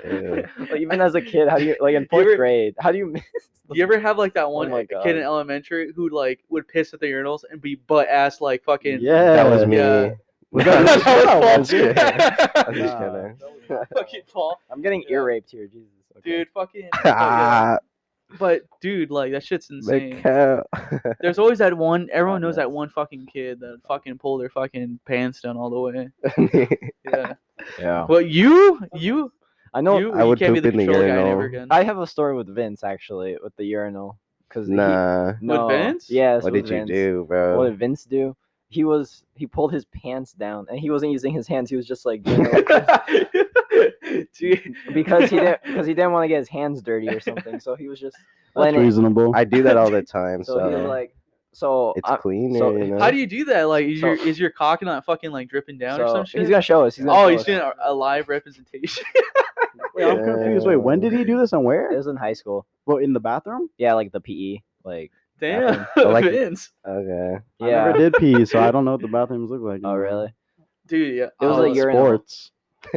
Speaker 4: Ew.
Speaker 2: Like, even as a kid, how do you like in
Speaker 1: You
Speaker 2: fourth
Speaker 1: ever-
Speaker 2: grade? How do you miss? the
Speaker 1: You ever have like that one
Speaker 2: Oh my
Speaker 1: like,
Speaker 2: God.
Speaker 1: kid in elementary who like would piss at the urinals and be butt ass like fucking
Speaker 3: Yeah,
Speaker 4: That was me.
Speaker 1: Yeah.
Speaker 3: Was
Speaker 1: That
Speaker 3: that-
Speaker 1: was
Speaker 3: that
Speaker 1: Paul.
Speaker 3: was you?
Speaker 4: I'm just kidding.
Speaker 1: fucking Paul,
Speaker 2: I'm getting
Speaker 1: Yeah.
Speaker 2: ear raped here, Jesus.
Speaker 1: dude, fucking. but, yeah.
Speaker 4: Ah,
Speaker 1: but dude, like that shit's insane.
Speaker 4: Mikhail.
Speaker 1: There's always that one. Everyone knows that
Speaker 2: Madness.
Speaker 1: one fucking kid that fucking pulled their fucking pants down all the way. Yeah.
Speaker 2: Yeah.
Speaker 1: well, you, you,
Speaker 2: Oh. I know.
Speaker 1: you,
Speaker 4: I
Speaker 1: you
Speaker 4: would
Speaker 1: can't be the
Speaker 4: poop in the
Speaker 1: control guy never
Speaker 4: urinal.
Speaker 1: again.
Speaker 2: I have a story with Vince actually with the urinal because
Speaker 4: nah.
Speaker 2: no,
Speaker 1: Vince?
Speaker 2: Yes.
Speaker 4: What
Speaker 2: with
Speaker 4: did you
Speaker 2: Vince.
Speaker 4: do,
Speaker 2: What
Speaker 4: bro?
Speaker 2: did Vince do? He was he pulled his pants down and he wasn't using his hands. He was just like generally-
Speaker 1: Dude.
Speaker 2: because he didn't because he didn't want to get his hands dirty or something. So he was just
Speaker 3: That's
Speaker 2: letting it-
Speaker 3: reasonable.
Speaker 4: I do that all the time,
Speaker 2: So, he was
Speaker 4: so
Speaker 2: like, so uh,
Speaker 4: it's
Speaker 2: I-
Speaker 4: clean.
Speaker 2: so-
Speaker 4: or, you know?
Speaker 1: How do you do that? Like, is
Speaker 2: So-
Speaker 1: your is your cock not fucking like dripping down or
Speaker 2: so
Speaker 1: some shit?
Speaker 2: he's gonna show us. He's gonna
Speaker 1: oh,
Speaker 2: show
Speaker 1: he's
Speaker 2: us.
Speaker 1: doing a, a live representation.
Speaker 3: Wait, I'm confused. Wait, when did he do this and
Speaker 2: It
Speaker 3: where?
Speaker 2: was in high school.
Speaker 3: Well, in the bathroom?
Speaker 2: Yeah, like the PE. Like
Speaker 1: Damn,
Speaker 4: I like it.
Speaker 1: Vince,
Speaker 4: Okay.
Speaker 3: I
Speaker 2: yeah.
Speaker 3: never did pee, so I don't know what the bathrooms look like.
Speaker 2: Oh
Speaker 3: anymore.
Speaker 2: really?
Speaker 1: dude. Yeah.
Speaker 2: It was
Speaker 1: oh,
Speaker 2: like your- urinal.
Speaker 3: Sports.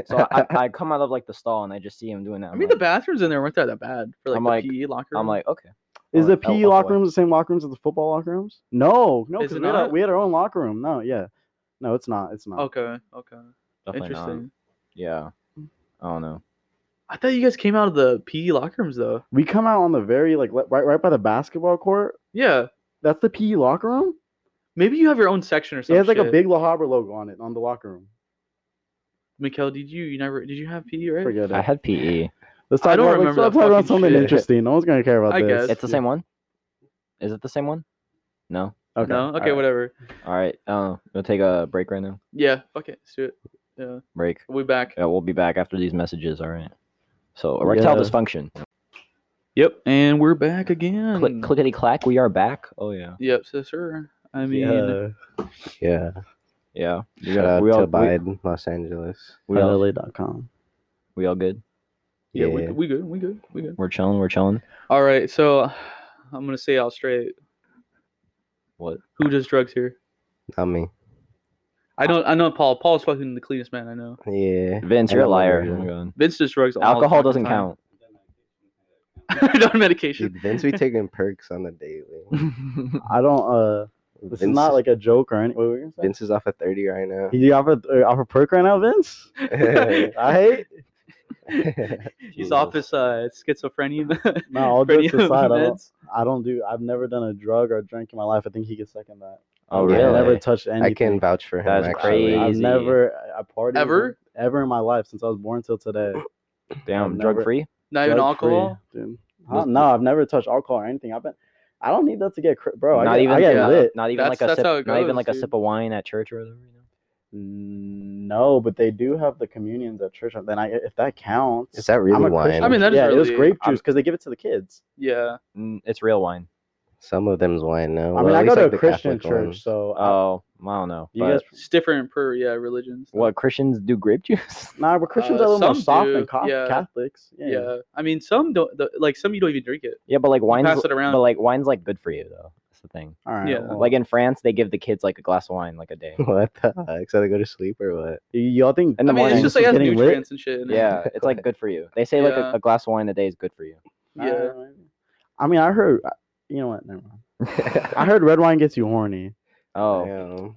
Speaker 2: So I, I come out of like the stall and I just see him doing that.
Speaker 1: I
Speaker 2: I'm
Speaker 1: mean, the
Speaker 2: like,
Speaker 1: bathrooms in there weren't that bad for like
Speaker 2: I'm
Speaker 1: the
Speaker 2: like-
Speaker 1: PE locker.
Speaker 2: I'm
Speaker 1: room.
Speaker 2: like okay.
Speaker 3: Is
Speaker 2: Oh,
Speaker 3: the
Speaker 2: oh,
Speaker 3: PE
Speaker 2: oh,
Speaker 3: locker
Speaker 2: boy.
Speaker 3: rooms the same locker rooms as the football locker rooms? No, no,
Speaker 1: Is
Speaker 3: because
Speaker 1: it
Speaker 3: we, had our-
Speaker 1: not?
Speaker 3: we had our own locker room. No, yeah, no, it's not. It's not.
Speaker 1: okay, okay,
Speaker 2: Definitely not.
Speaker 1: interesting.
Speaker 2: Yeah. I don't know.
Speaker 1: I thought you guys came out of the PE locker rooms though.
Speaker 3: We come out on the very like le- right, right by the basketball court.
Speaker 1: Yeah,
Speaker 3: That's the PE locker room.
Speaker 1: maybe you have your own section or something.
Speaker 3: it has like a big La Habra logo on it on the locker room.
Speaker 1: Mikhail, did you you never did you have PE right?
Speaker 3: Forget
Speaker 2: I
Speaker 3: it.
Speaker 2: had E. PE.
Speaker 3: Let's
Speaker 1: I
Speaker 3: talk
Speaker 1: don't
Speaker 3: about, let's
Speaker 1: remember that
Speaker 3: talk about
Speaker 1: fucking
Speaker 3: something
Speaker 1: shit.
Speaker 3: interesting. No one's gonna care about
Speaker 1: I
Speaker 3: this.
Speaker 1: guess.
Speaker 2: It's the same one. Is it the same one? No.
Speaker 3: Okay.
Speaker 1: No? Okay,
Speaker 2: alright.
Speaker 1: whatever.
Speaker 2: All right. Uh, we'll take a break right now.
Speaker 1: Yeah, fuck it. Let's do it. Yeah.
Speaker 2: Break.
Speaker 1: We'll be back.
Speaker 2: Yeah, we'll be back after these messages. All right. So erectile
Speaker 3: Yeah.
Speaker 2: dysfunction.
Speaker 1: Yep. And we're back again.
Speaker 2: Click clickety clack. We are back. Mm. Oh yeah.
Speaker 1: Yep, so sir. I mean,
Speaker 3: Yeah.
Speaker 4: Yeah.
Speaker 2: Yeah.
Speaker 4: Shout
Speaker 2: got-
Speaker 4: out
Speaker 2: we all-
Speaker 4: to
Speaker 2: we-
Speaker 4: Biden, Los Angeles.
Speaker 2: We all,
Speaker 3: Lily.com.
Speaker 2: we all good.
Speaker 1: yeah,
Speaker 4: Yeah.
Speaker 1: We, we good. We good. We good.
Speaker 2: We're chilling. We're chilling.
Speaker 1: All right. So I'm going to say out straight
Speaker 2: What?
Speaker 1: who does drugs here?
Speaker 4: Not me.
Speaker 1: I don't, I know Paul. Paul's fucking the cleanest man I know.
Speaker 4: Yeah.
Speaker 2: Vince,
Speaker 4: I
Speaker 2: you're a
Speaker 4: don't know
Speaker 2: liar.
Speaker 4: either.
Speaker 2: Oh my God.
Speaker 1: Vince does drugs. All
Speaker 2: Alcohol
Speaker 1: the fucking
Speaker 2: doesn't
Speaker 1: time.
Speaker 2: count.
Speaker 1: count. on medication.
Speaker 4: Dude, Vince be taking perks on the daily.
Speaker 3: I don't. Uh, this
Speaker 4: Vince
Speaker 3: is not
Speaker 4: is-
Speaker 3: like a joke or anything. What were you gonna
Speaker 4: Vince is off at 30 right now.
Speaker 3: say? You off a uh, off a perk right now, Vince? I hate.
Speaker 1: He's off his uh, schizophrenia.
Speaker 3: No, all
Speaker 1: schizophrenia
Speaker 3: jokes aside, I don't,
Speaker 1: meds.
Speaker 3: I don't do. I've never done a drug or a drink in my life. I think he could second that.
Speaker 2: Oh
Speaker 4: Yeah,
Speaker 2: really?
Speaker 3: I've never touched anything.
Speaker 4: I can vouch for him.
Speaker 2: That's
Speaker 4: actually.
Speaker 2: crazy.
Speaker 3: I've never. I partied
Speaker 1: Ever?
Speaker 3: ever in my life since I was born till today.
Speaker 2: Damn.
Speaker 3: I've
Speaker 2: Drug
Speaker 3: never-
Speaker 2: free.
Speaker 1: Not even
Speaker 3: Drug-free,
Speaker 1: alcohol.
Speaker 3: dude. Huh? no, I've never touched alcohol or anything. I've been. I don't need that to get cr- bro.
Speaker 2: not
Speaker 3: I get,
Speaker 2: even.
Speaker 3: I get
Speaker 1: yeah.
Speaker 3: lit.
Speaker 2: Not even
Speaker 1: That's-
Speaker 2: like a
Speaker 1: that's
Speaker 2: sip.
Speaker 1: how it
Speaker 2: not even
Speaker 1: goes,
Speaker 2: like a
Speaker 1: dude.
Speaker 2: sip of wine at church or whatever. You know?
Speaker 3: No, but they do have the communions at church. Then I, if that counts,
Speaker 4: Is that really
Speaker 3: a
Speaker 4: wine?
Speaker 3: Christian.
Speaker 1: I mean, that is
Speaker 3: yeah, it was
Speaker 1: really-
Speaker 3: grape
Speaker 2: I'm-
Speaker 3: juice because they give it to the kids.
Speaker 1: Yeah.
Speaker 2: Mm, it's real wine.
Speaker 4: Some of them's wine now.
Speaker 3: I
Speaker 4: Well,
Speaker 3: mean,
Speaker 4: at
Speaker 3: I
Speaker 4: least,
Speaker 3: go to
Speaker 4: like,
Speaker 3: a
Speaker 4: the
Speaker 3: Christian
Speaker 4: Catholic
Speaker 3: church,
Speaker 4: ones.
Speaker 3: so I-
Speaker 2: Oh, I don't know.
Speaker 3: you
Speaker 2: but-
Speaker 3: guys,
Speaker 1: It's different per, yeah, religions.
Speaker 2: What Christians do grape juice?
Speaker 3: nah, but Christians
Speaker 1: uh,
Speaker 3: are a little more
Speaker 1: some
Speaker 3: soft
Speaker 1: do,
Speaker 3: than Ca-
Speaker 1: yeah.
Speaker 3: Catholics. Yeah.
Speaker 1: Yeah. I mean, some don't, the, like, some you don't even drink it.
Speaker 2: yeah, but like wine's
Speaker 1: pass it around.
Speaker 2: but like wine's like good for you though. That's the thing.
Speaker 3: All right.
Speaker 1: Yeah.
Speaker 3: well,
Speaker 2: Like in France, they give the kids like a glass of wine like a day.
Speaker 4: What the heck? So they go to sleep or what?
Speaker 3: y- y'all think
Speaker 2: in the
Speaker 1: I mean,
Speaker 2: morning,
Speaker 1: it's just like it has
Speaker 3: getting lit?
Speaker 1: nutrients and shit. in it.
Speaker 2: yeah, it's like good for you. They say like
Speaker 1: Yeah.
Speaker 2: a, a glass of wine a day is good for you.
Speaker 1: Yeah.
Speaker 3: Nah, I mean, I heard. You know what? Never mind. I heard red wine gets you horny.
Speaker 2: Oh
Speaker 4: Damn.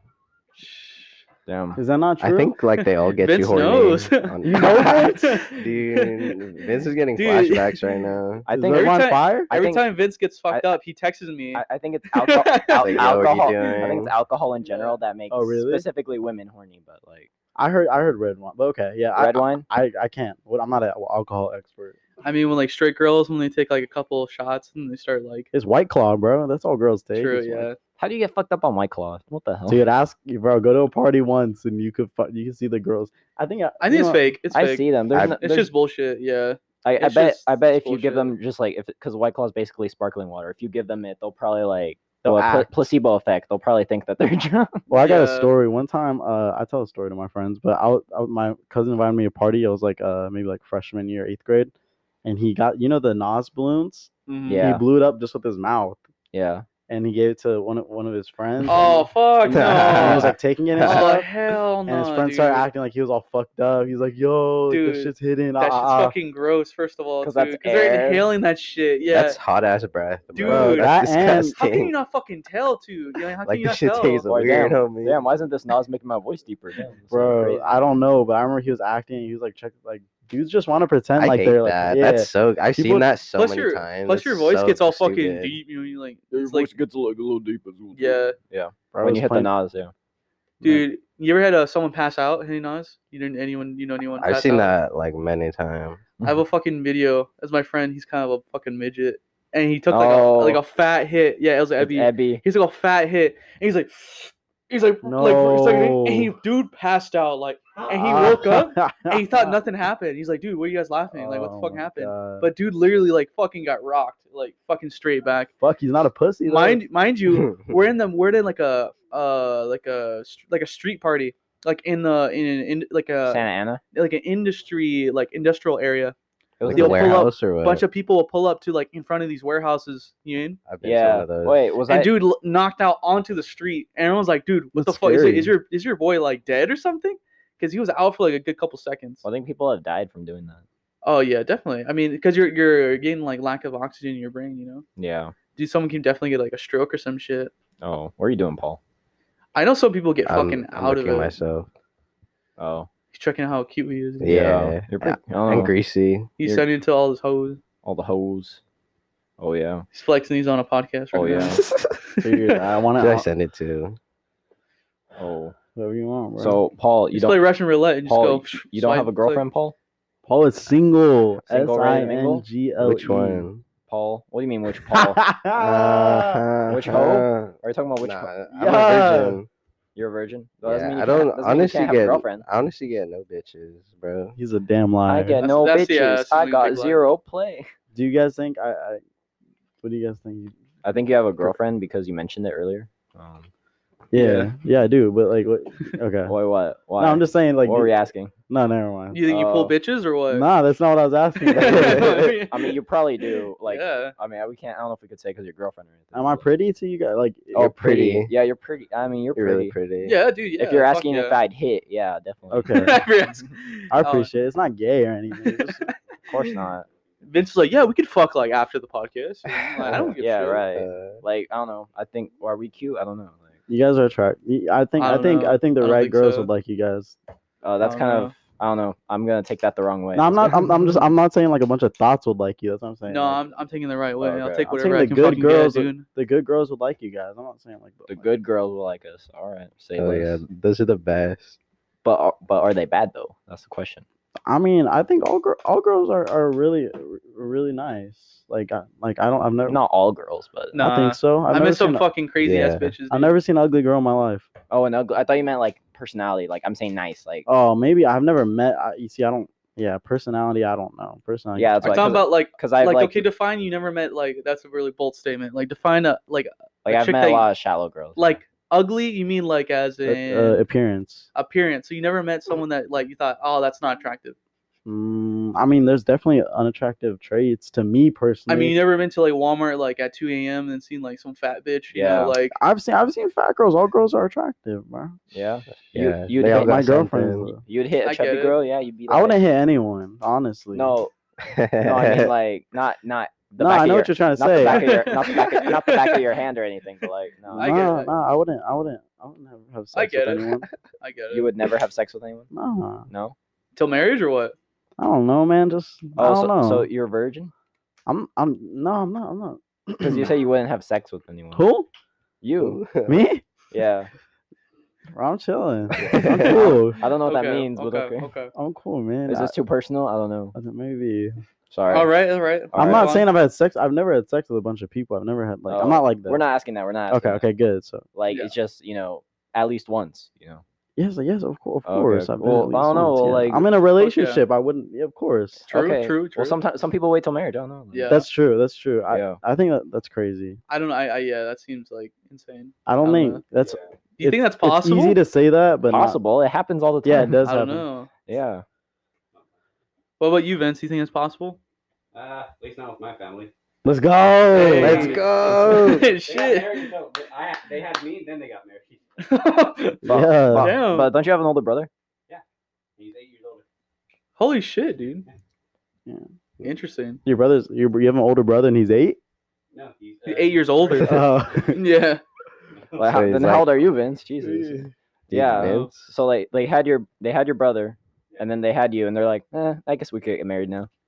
Speaker 2: damn.
Speaker 3: Is that not
Speaker 4: I
Speaker 3: true?
Speaker 4: think like they all get you
Speaker 1: Vince
Speaker 4: horny.
Speaker 1: knows.
Speaker 4: on-
Speaker 3: You know Vince?
Speaker 4: Dude, Vince is getting
Speaker 1: Dude.
Speaker 4: flashbacks right now.
Speaker 2: I
Speaker 3: Is
Speaker 2: think
Speaker 3: red
Speaker 1: every
Speaker 3: wine
Speaker 1: time-
Speaker 3: fire.
Speaker 2: I
Speaker 1: Every
Speaker 2: think-
Speaker 1: time Vince gets fucked
Speaker 2: I-
Speaker 1: up, he texts me.
Speaker 2: I, I think it's alcohol. al-
Speaker 4: Like, yo, what are you
Speaker 2: alcohol. I think
Speaker 4: doing?
Speaker 2: it's alcohol in general that makes
Speaker 3: Oh, really?
Speaker 2: specifically women horny. But like
Speaker 3: I heard. I heard red wine. But okay. Yeah. I-
Speaker 2: red wine,
Speaker 3: I, I can't. What I'm not an alcohol expert.
Speaker 1: I mean, when like straight girls, when they take like a couple of shots and they start like,
Speaker 3: It's White Claw, bro. That's all girls take.
Speaker 1: true,
Speaker 3: It's White
Speaker 1: yeah.
Speaker 2: how do you get fucked up on white claw? What the hell?
Speaker 3: Dude, ask bro. Go to a party once, and you could fu- you can see the girls. I think
Speaker 1: I
Speaker 3: you
Speaker 1: think it's
Speaker 3: know,
Speaker 1: fake. It's
Speaker 2: I
Speaker 1: fake.
Speaker 2: see them. There's
Speaker 4: I-
Speaker 2: no-
Speaker 1: It's
Speaker 2: there's-
Speaker 1: just bullshit. Yeah.
Speaker 2: I, I
Speaker 1: It's
Speaker 2: bet
Speaker 1: just-
Speaker 2: I bet
Speaker 1: it's
Speaker 2: if you give
Speaker 1: bullshit.
Speaker 2: them just like if because White Claw is basically sparkling water. If you give them it, they'll probably like
Speaker 3: They'll
Speaker 2: well, pla-
Speaker 3: act.
Speaker 2: placebo effect. They'll probably think that they're drunk.
Speaker 3: Well, I got
Speaker 1: Yeah.
Speaker 3: a story. One time, uh, I tell a story to my friends, but I, was- I was- my cousin invited me to a party. I was like, uh, maybe like freshman year, eighth grade, and he got you know the Nas balloons.
Speaker 1: Mhm.
Speaker 2: Yeah.
Speaker 3: He blew it up just with his mouth,
Speaker 2: Yeah,
Speaker 3: and he gave it to one of, one of his friends.
Speaker 1: Oh fuck
Speaker 3: and, and he was
Speaker 1: no.
Speaker 3: like taking it and
Speaker 1: oh
Speaker 3: stuff.
Speaker 1: hell no.
Speaker 3: And his friend
Speaker 1: dude.
Speaker 3: started acting like he was all fucked up. He's like, "Yo,
Speaker 1: Dude,
Speaker 3: this shit's hidden."
Speaker 1: That shit's
Speaker 3: ah, ah, ah."
Speaker 1: fucking gross. First of all,
Speaker 2: 'Cause
Speaker 1: because
Speaker 2: that's air.
Speaker 1: they're inhaling that shit. Yeah.
Speaker 4: That's hot ass breath, bro.
Speaker 1: Dude,
Speaker 4: that's
Speaker 3: that and-
Speaker 1: how can you
Speaker 4: disgusting.
Speaker 1: not fucking tell, too? You're Like, how can
Speaker 4: Like
Speaker 1: you
Speaker 4: this
Speaker 1: not
Speaker 4: shit
Speaker 1: tell?
Speaker 4: tastes
Speaker 2: Like,
Speaker 4: weird, homie.
Speaker 2: damn. Why isn't this Nas making my voice deeper? Damn, this is
Speaker 3: bro.
Speaker 2: crazy.
Speaker 3: I don't know, but I remember he was acting. He was like, check, like dudes just want to pretend
Speaker 4: I
Speaker 3: like
Speaker 4: hate
Speaker 3: they're like,
Speaker 4: that.
Speaker 3: yeah.
Speaker 4: That's so. I've
Speaker 3: People-
Speaker 4: seen that so
Speaker 1: plus
Speaker 4: many
Speaker 1: your-
Speaker 4: times.
Speaker 1: Plus, your
Speaker 4: It's
Speaker 1: voice
Speaker 4: so
Speaker 1: gets all fucking
Speaker 4: stupid.
Speaker 1: deep. You know, you like,
Speaker 2: Your
Speaker 1: it's like,
Speaker 2: voice gets like a little deep. It's a little
Speaker 1: yeah.
Speaker 2: when
Speaker 3: Bro, I
Speaker 2: you
Speaker 3: was
Speaker 2: hit
Speaker 3: playing-
Speaker 2: the Nas, yeah.
Speaker 1: Dude, you ever had uh, someone pass out hitting Nas? You didn't anyone you know anyone?
Speaker 4: I've
Speaker 1: pass
Speaker 4: seen
Speaker 1: out?
Speaker 4: that like many times.
Speaker 1: I have a fucking video. As my friend, he's kind of a fucking midget, and he took like
Speaker 2: Oh.
Speaker 1: a like a fat hit. Yeah, it was
Speaker 2: It's
Speaker 1: Ebby.
Speaker 2: Ebby.
Speaker 1: He's like a fat hit, and he's like, he's like, like, he's like- and he
Speaker 3: No.
Speaker 1: dude passed out like, and he woke up and he thought nothing happened. He's like, dude, what are you guys laughing? Like, what the
Speaker 3: Oh
Speaker 1: fuck
Speaker 3: my
Speaker 1: happened?
Speaker 3: God.
Speaker 1: But dude, literally like fucking got rocked, like fucking straight back.
Speaker 3: fuck, he's not a pussy. though.
Speaker 1: Mind mind you, we're in the we're in like a uh like a str- like a street party like in the in, in like a
Speaker 2: Santa Ana.
Speaker 1: like an industry like industrial area
Speaker 2: It was
Speaker 4: like
Speaker 1: they'll
Speaker 4: a
Speaker 1: pull up
Speaker 4: warehouse or
Speaker 1: a
Speaker 4: what?
Speaker 1: bunch of people will pull up to like in front of these warehouses you know what I mean?
Speaker 4: I've been to one
Speaker 2: yeah.
Speaker 4: of those.
Speaker 2: Wait, was
Speaker 1: and
Speaker 2: I?
Speaker 1: dude l- knocked out onto the street and everyone's like dude what
Speaker 3: That's
Speaker 1: the fuck is, it,
Speaker 3: scary.
Speaker 1: is your is your boy like dead or something because he was out for like a good couple seconds
Speaker 2: I think people have died from doing that.
Speaker 1: oh yeah definitely i mean because you're you're getting like lack of oxygen in your brain you know
Speaker 2: Yeah.
Speaker 1: dude someone can definitely get like a stroke or some shit
Speaker 2: Oh, what are you doing, Paul?
Speaker 1: i know some people get
Speaker 4: I'm-
Speaker 1: fucking
Speaker 4: I'm
Speaker 1: out of
Speaker 4: looking
Speaker 1: it
Speaker 4: myself.
Speaker 2: Oh,
Speaker 1: he's checking out how cute he is
Speaker 4: Yeah,
Speaker 2: You're pretty.
Speaker 4: and
Speaker 2: oh,
Speaker 4: greasy.
Speaker 1: he's
Speaker 2: You're-
Speaker 1: sending it to all his hoes
Speaker 2: all the hoes. Oh yeah.
Speaker 1: He's flexing. He's on a podcast right
Speaker 2: Oh,
Speaker 1: now.
Speaker 3: dude. I want
Speaker 4: Who did I
Speaker 3: to.
Speaker 4: send it to?
Speaker 2: Oh.
Speaker 3: Whatever you want, bro.
Speaker 2: So Paul, you
Speaker 1: Just
Speaker 2: don't
Speaker 1: play Russian roulette and just
Speaker 2: Paul,
Speaker 1: go.
Speaker 2: you don't have a
Speaker 1: swipe, click.
Speaker 2: girlfriend, Paul?
Speaker 3: Paul is single. S
Speaker 2: Single,
Speaker 3: i
Speaker 2: ready to mingle?
Speaker 3: n g l e.
Speaker 4: Which one?
Speaker 2: Paul? What do you mean which Paul?
Speaker 3: Ah,
Speaker 2: Which hoe?
Speaker 4: Uh-huh.
Speaker 2: Are we talking about which?
Speaker 4: Nah,
Speaker 2: one?
Speaker 4: I'm
Speaker 3: Yeah.
Speaker 4: a virgin.
Speaker 2: You're a virgin. That doesn't mean
Speaker 4: Yeah,
Speaker 2: you can't-
Speaker 4: I don't
Speaker 2: doesn't mean you
Speaker 4: honestly
Speaker 2: can't have a
Speaker 4: get
Speaker 2: girlfriend.
Speaker 4: honestly get no bitches, bro.
Speaker 3: He's a damn liar.
Speaker 2: I get
Speaker 1: That's-
Speaker 2: no
Speaker 1: that's the, uh,
Speaker 2: bitches.
Speaker 1: something
Speaker 2: I
Speaker 1: we
Speaker 2: got
Speaker 1: pick, like-
Speaker 2: zero play.
Speaker 3: Do you guys think I, I? What do you guys think?
Speaker 2: I think you have a girlfriend because you mentioned it earlier. Um,
Speaker 3: Yeah, yeah,
Speaker 1: Yeah.
Speaker 3: I do. But like, what? Okay.
Speaker 2: why? What? Why?
Speaker 3: No, I'm just saying. Like,
Speaker 2: what were you asking?
Speaker 3: no, never mind.
Speaker 1: You think you pull
Speaker 2: Oh.
Speaker 1: bitches or what?
Speaker 3: Nah, that's not what I was asking.
Speaker 2: I mean, you probably do. Like,
Speaker 1: yeah.
Speaker 2: I mean, we can't. I don't know if we could say because your girlfriend or anything.
Speaker 3: Am I
Speaker 2: but-
Speaker 3: pretty to you guys? Like,
Speaker 2: Oh,
Speaker 4: You're
Speaker 2: pretty.
Speaker 4: pretty.
Speaker 2: Yeah, you're pretty. I mean, you're
Speaker 4: You're
Speaker 2: pretty.
Speaker 4: really pretty.
Speaker 1: Yeah, dude. Yeah,
Speaker 2: if you're
Speaker 1: fuck
Speaker 2: asking
Speaker 1: yeah.
Speaker 2: if I'd hit, yeah, definitely.
Speaker 3: Okay.
Speaker 1: If you're asking-
Speaker 3: I
Speaker 1: Oh,
Speaker 3: appreciate it. It's not gay or anything. It's just-
Speaker 2: Of course not.
Speaker 1: Vince is like, yeah, we could fuck like after the podcast. you know? Like, I don't give a
Speaker 2: yeah,
Speaker 1: shit.
Speaker 2: right.
Speaker 4: Uh,
Speaker 2: like I don't know. I think are we cute? I don't know. Like,
Speaker 3: you guys are attractive. I think.
Speaker 1: I
Speaker 3: I,
Speaker 1: don't
Speaker 3: think.
Speaker 1: know.
Speaker 3: I think
Speaker 1: I
Speaker 3: the
Speaker 1: don't
Speaker 3: right
Speaker 1: think
Speaker 3: girls
Speaker 1: so.
Speaker 3: would like you guys.
Speaker 2: uh, that's
Speaker 1: I
Speaker 2: kind
Speaker 1: don't
Speaker 2: of I don't know. I'm gonna take that the wrong way.
Speaker 3: No, I'm not. I'm, I'm just. I'm not saying like a bunch of thoughts would like you. That's what I'm saying.
Speaker 1: No,
Speaker 3: like,
Speaker 1: I'm, I'm taking the right way. I'll
Speaker 2: Okay.
Speaker 1: take
Speaker 2: I'm
Speaker 1: whatever
Speaker 3: taking
Speaker 1: I
Speaker 3: the
Speaker 1: can
Speaker 3: good
Speaker 1: fucking
Speaker 3: girls
Speaker 1: get,
Speaker 3: that-
Speaker 1: dude.
Speaker 3: the good girls would like you guys. I'm not saying like
Speaker 2: The
Speaker 3: like-
Speaker 2: good girls will like us. All right, say
Speaker 4: oh yeah,
Speaker 2: less.
Speaker 4: those are the best.
Speaker 2: But are- but are they bad though? That's the question.
Speaker 3: I mean, I think all girl, all girls are, are really really nice. Like I, like I don't. I've never.
Speaker 2: Not all girls, but
Speaker 1: No.
Speaker 3: I think so. I've
Speaker 1: I
Speaker 3: never
Speaker 1: met some
Speaker 3: seen.
Speaker 1: fucking crazy ass
Speaker 4: Yeah.
Speaker 1: bitches.
Speaker 3: I've
Speaker 1: dude.
Speaker 3: never seen an ugly girl in my life.
Speaker 2: oh, and ugly. I thought you meant like personality. Like I'm saying nice. Like
Speaker 3: Oh, maybe I've never met. I, you see, I don't. Yeah, personality. I don't know. Personality.
Speaker 2: yeah, that's
Speaker 1: I'm
Speaker 2: like
Speaker 1: talking about like
Speaker 2: because I
Speaker 1: like,
Speaker 2: like
Speaker 1: okay, define you never met like that's a really bold statement. Like define a like
Speaker 2: like
Speaker 1: a
Speaker 2: I've
Speaker 1: chick
Speaker 2: met
Speaker 1: that
Speaker 2: a
Speaker 1: you-
Speaker 2: lot of shallow girls.
Speaker 1: like ugly. You mean like as
Speaker 3: Uh,
Speaker 1: in
Speaker 3: uh, appearance.
Speaker 1: appearance? So you never met someone that like you thought, oh, that's not attractive.
Speaker 3: Mm, I mean, there's definitely unattractive traits to me
Speaker 1: I
Speaker 3: personally.
Speaker 1: mean, you never been to like Walmart like at 2 a.m. and seen like some fat bitch. You
Speaker 2: Yeah.
Speaker 1: know, like
Speaker 3: I've seen I've seen fat girls. All girls are attractive, bro.
Speaker 2: yeah,
Speaker 4: Yeah,
Speaker 2: you you
Speaker 4: they all
Speaker 2: hit,
Speaker 3: My
Speaker 4: got
Speaker 3: girlfriend.
Speaker 4: something.
Speaker 3: though.
Speaker 2: you'd hit
Speaker 1: I
Speaker 2: a chubby
Speaker 1: get it.
Speaker 2: girl. Yeah, you'd be. Like,
Speaker 3: I wouldn't hit anyone, honestly.
Speaker 2: No, no, I mean like not not the
Speaker 3: no,
Speaker 2: back
Speaker 3: I
Speaker 2: of
Speaker 3: know
Speaker 2: your,
Speaker 3: what you're trying to
Speaker 2: not
Speaker 3: say.
Speaker 2: the back of your not the back of, not the back of your hand or anything, but like no,
Speaker 1: I get
Speaker 3: no,
Speaker 1: it.
Speaker 3: no, I wouldn't. I wouldn't. I wouldn't have, have sex
Speaker 1: I get
Speaker 3: with
Speaker 1: it.
Speaker 3: anyone.
Speaker 1: I get it.
Speaker 2: you would never have sex with anyone.
Speaker 3: No,
Speaker 2: No.
Speaker 1: till marriage or what?
Speaker 3: I don't know, man. Just I
Speaker 2: Oh,
Speaker 3: don't
Speaker 2: so,
Speaker 3: know.
Speaker 2: so you're a virgin?
Speaker 3: I'm. I'm. No, I'm not. I'm not.
Speaker 2: Because you say you wouldn't have sex with anyone.
Speaker 3: Who?
Speaker 2: You?
Speaker 3: Me?
Speaker 2: Yeah.
Speaker 3: Bro, I'm chilling. I'm cool.
Speaker 2: I don't know what that
Speaker 1: Okay,
Speaker 2: means, but okay.
Speaker 3: I'm cool, man.
Speaker 2: Is this too personal? I don't know.
Speaker 3: I- I think maybe.
Speaker 2: Sorry.
Speaker 1: All right, all right.
Speaker 2: All
Speaker 3: I'm
Speaker 2: right,
Speaker 3: not
Speaker 1: go on.
Speaker 3: saying I've had sex. I've never had sex with a bunch of people. I've never had like. I'm
Speaker 2: Oh,
Speaker 3: not like that.
Speaker 2: We're not asking that. We're not.
Speaker 3: Okay.
Speaker 2: Asking
Speaker 3: Okay. Good. So
Speaker 2: that. Like
Speaker 1: Yeah.
Speaker 2: it's just you know at least once. You know.
Speaker 3: yes, yes, of course, of
Speaker 2: Okay,
Speaker 3: course. I've been
Speaker 2: cool.
Speaker 3: at least
Speaker 2: I don't know,
Speaker 3: once, yeah.
Speaker 2: like-
Speaker 3: I'm in a relationship. I wouldn't. Yeah, of course.
Speaker 1: True,
Speaker 2: Okay.
Speaker 1: true, true.
Speaker 2: Well, sometimes some people wait till marriage. I don't know.
Speaker 1: Yeah.
Speaker 3: That's true. That's true. I,
Speaker 2: Yeah.
Speaker 3: I think that, that's crazy.
Speaker 1: I don't know. I, I yeah, that seems like insane.
Speaker 3: I don't
Speaker 1: I'm
Speaker 3: think
Speaker 1: a-
Speaker 3: that's
Speaker 1: Do you think that's possible?
Speaker 3: It's easy to say that, but not-
Speaker 2: Uh-huh, Possible. It happens all the time.
Speaker 3: yeah, it does
Speaker 1: I don't
Speaker 3: happen.
Speaker 1: know.
Speaker 2: Yeah.
Speaker 1: What about you, Vince? Do you think it's possible?
Speaker 5: Uh, at least not with my family.
Speaker 3: Let's go.
Speaker 1: Hey.
Speaker 3: Let's
Speaker 1: Hey.
Speaker 3: go.
Speaker 2: Oh.
Speaker 5: They got
Speaker 1: Shit.
Speaker 5: married, so but I, they had me, then they got married. He's
Speaker 2: But,
Speaker 3: Yeah.
Speaker 2: But,
Speaker 1: Damn.
Speaker 2: but don't you have an older brother?
Speaker 5: eight years older.
Speaker 1: Holy shit, dude.
Speaker 3: Yeah.
Speaker 1: Interesting.
Speaker 3: Your brother's. Your, you have an older brother, and he's eight.
Speaker 5: No, he's uh,
Speaker 1: He's eight years older.
Speaker 3: Oh.
Speaker 1: yeah.
Speaker 2: Like, how,
Speaker 4: he's
Speaker 2: then
Speaker 4: like-
Speaker 2: how old are you, Vince? Jesus. Yeah.
Speaker 4: Vince.
Speaker 2: So like they had your they had your brother, and then they had you, and they're like, eh, I guess we could get married now.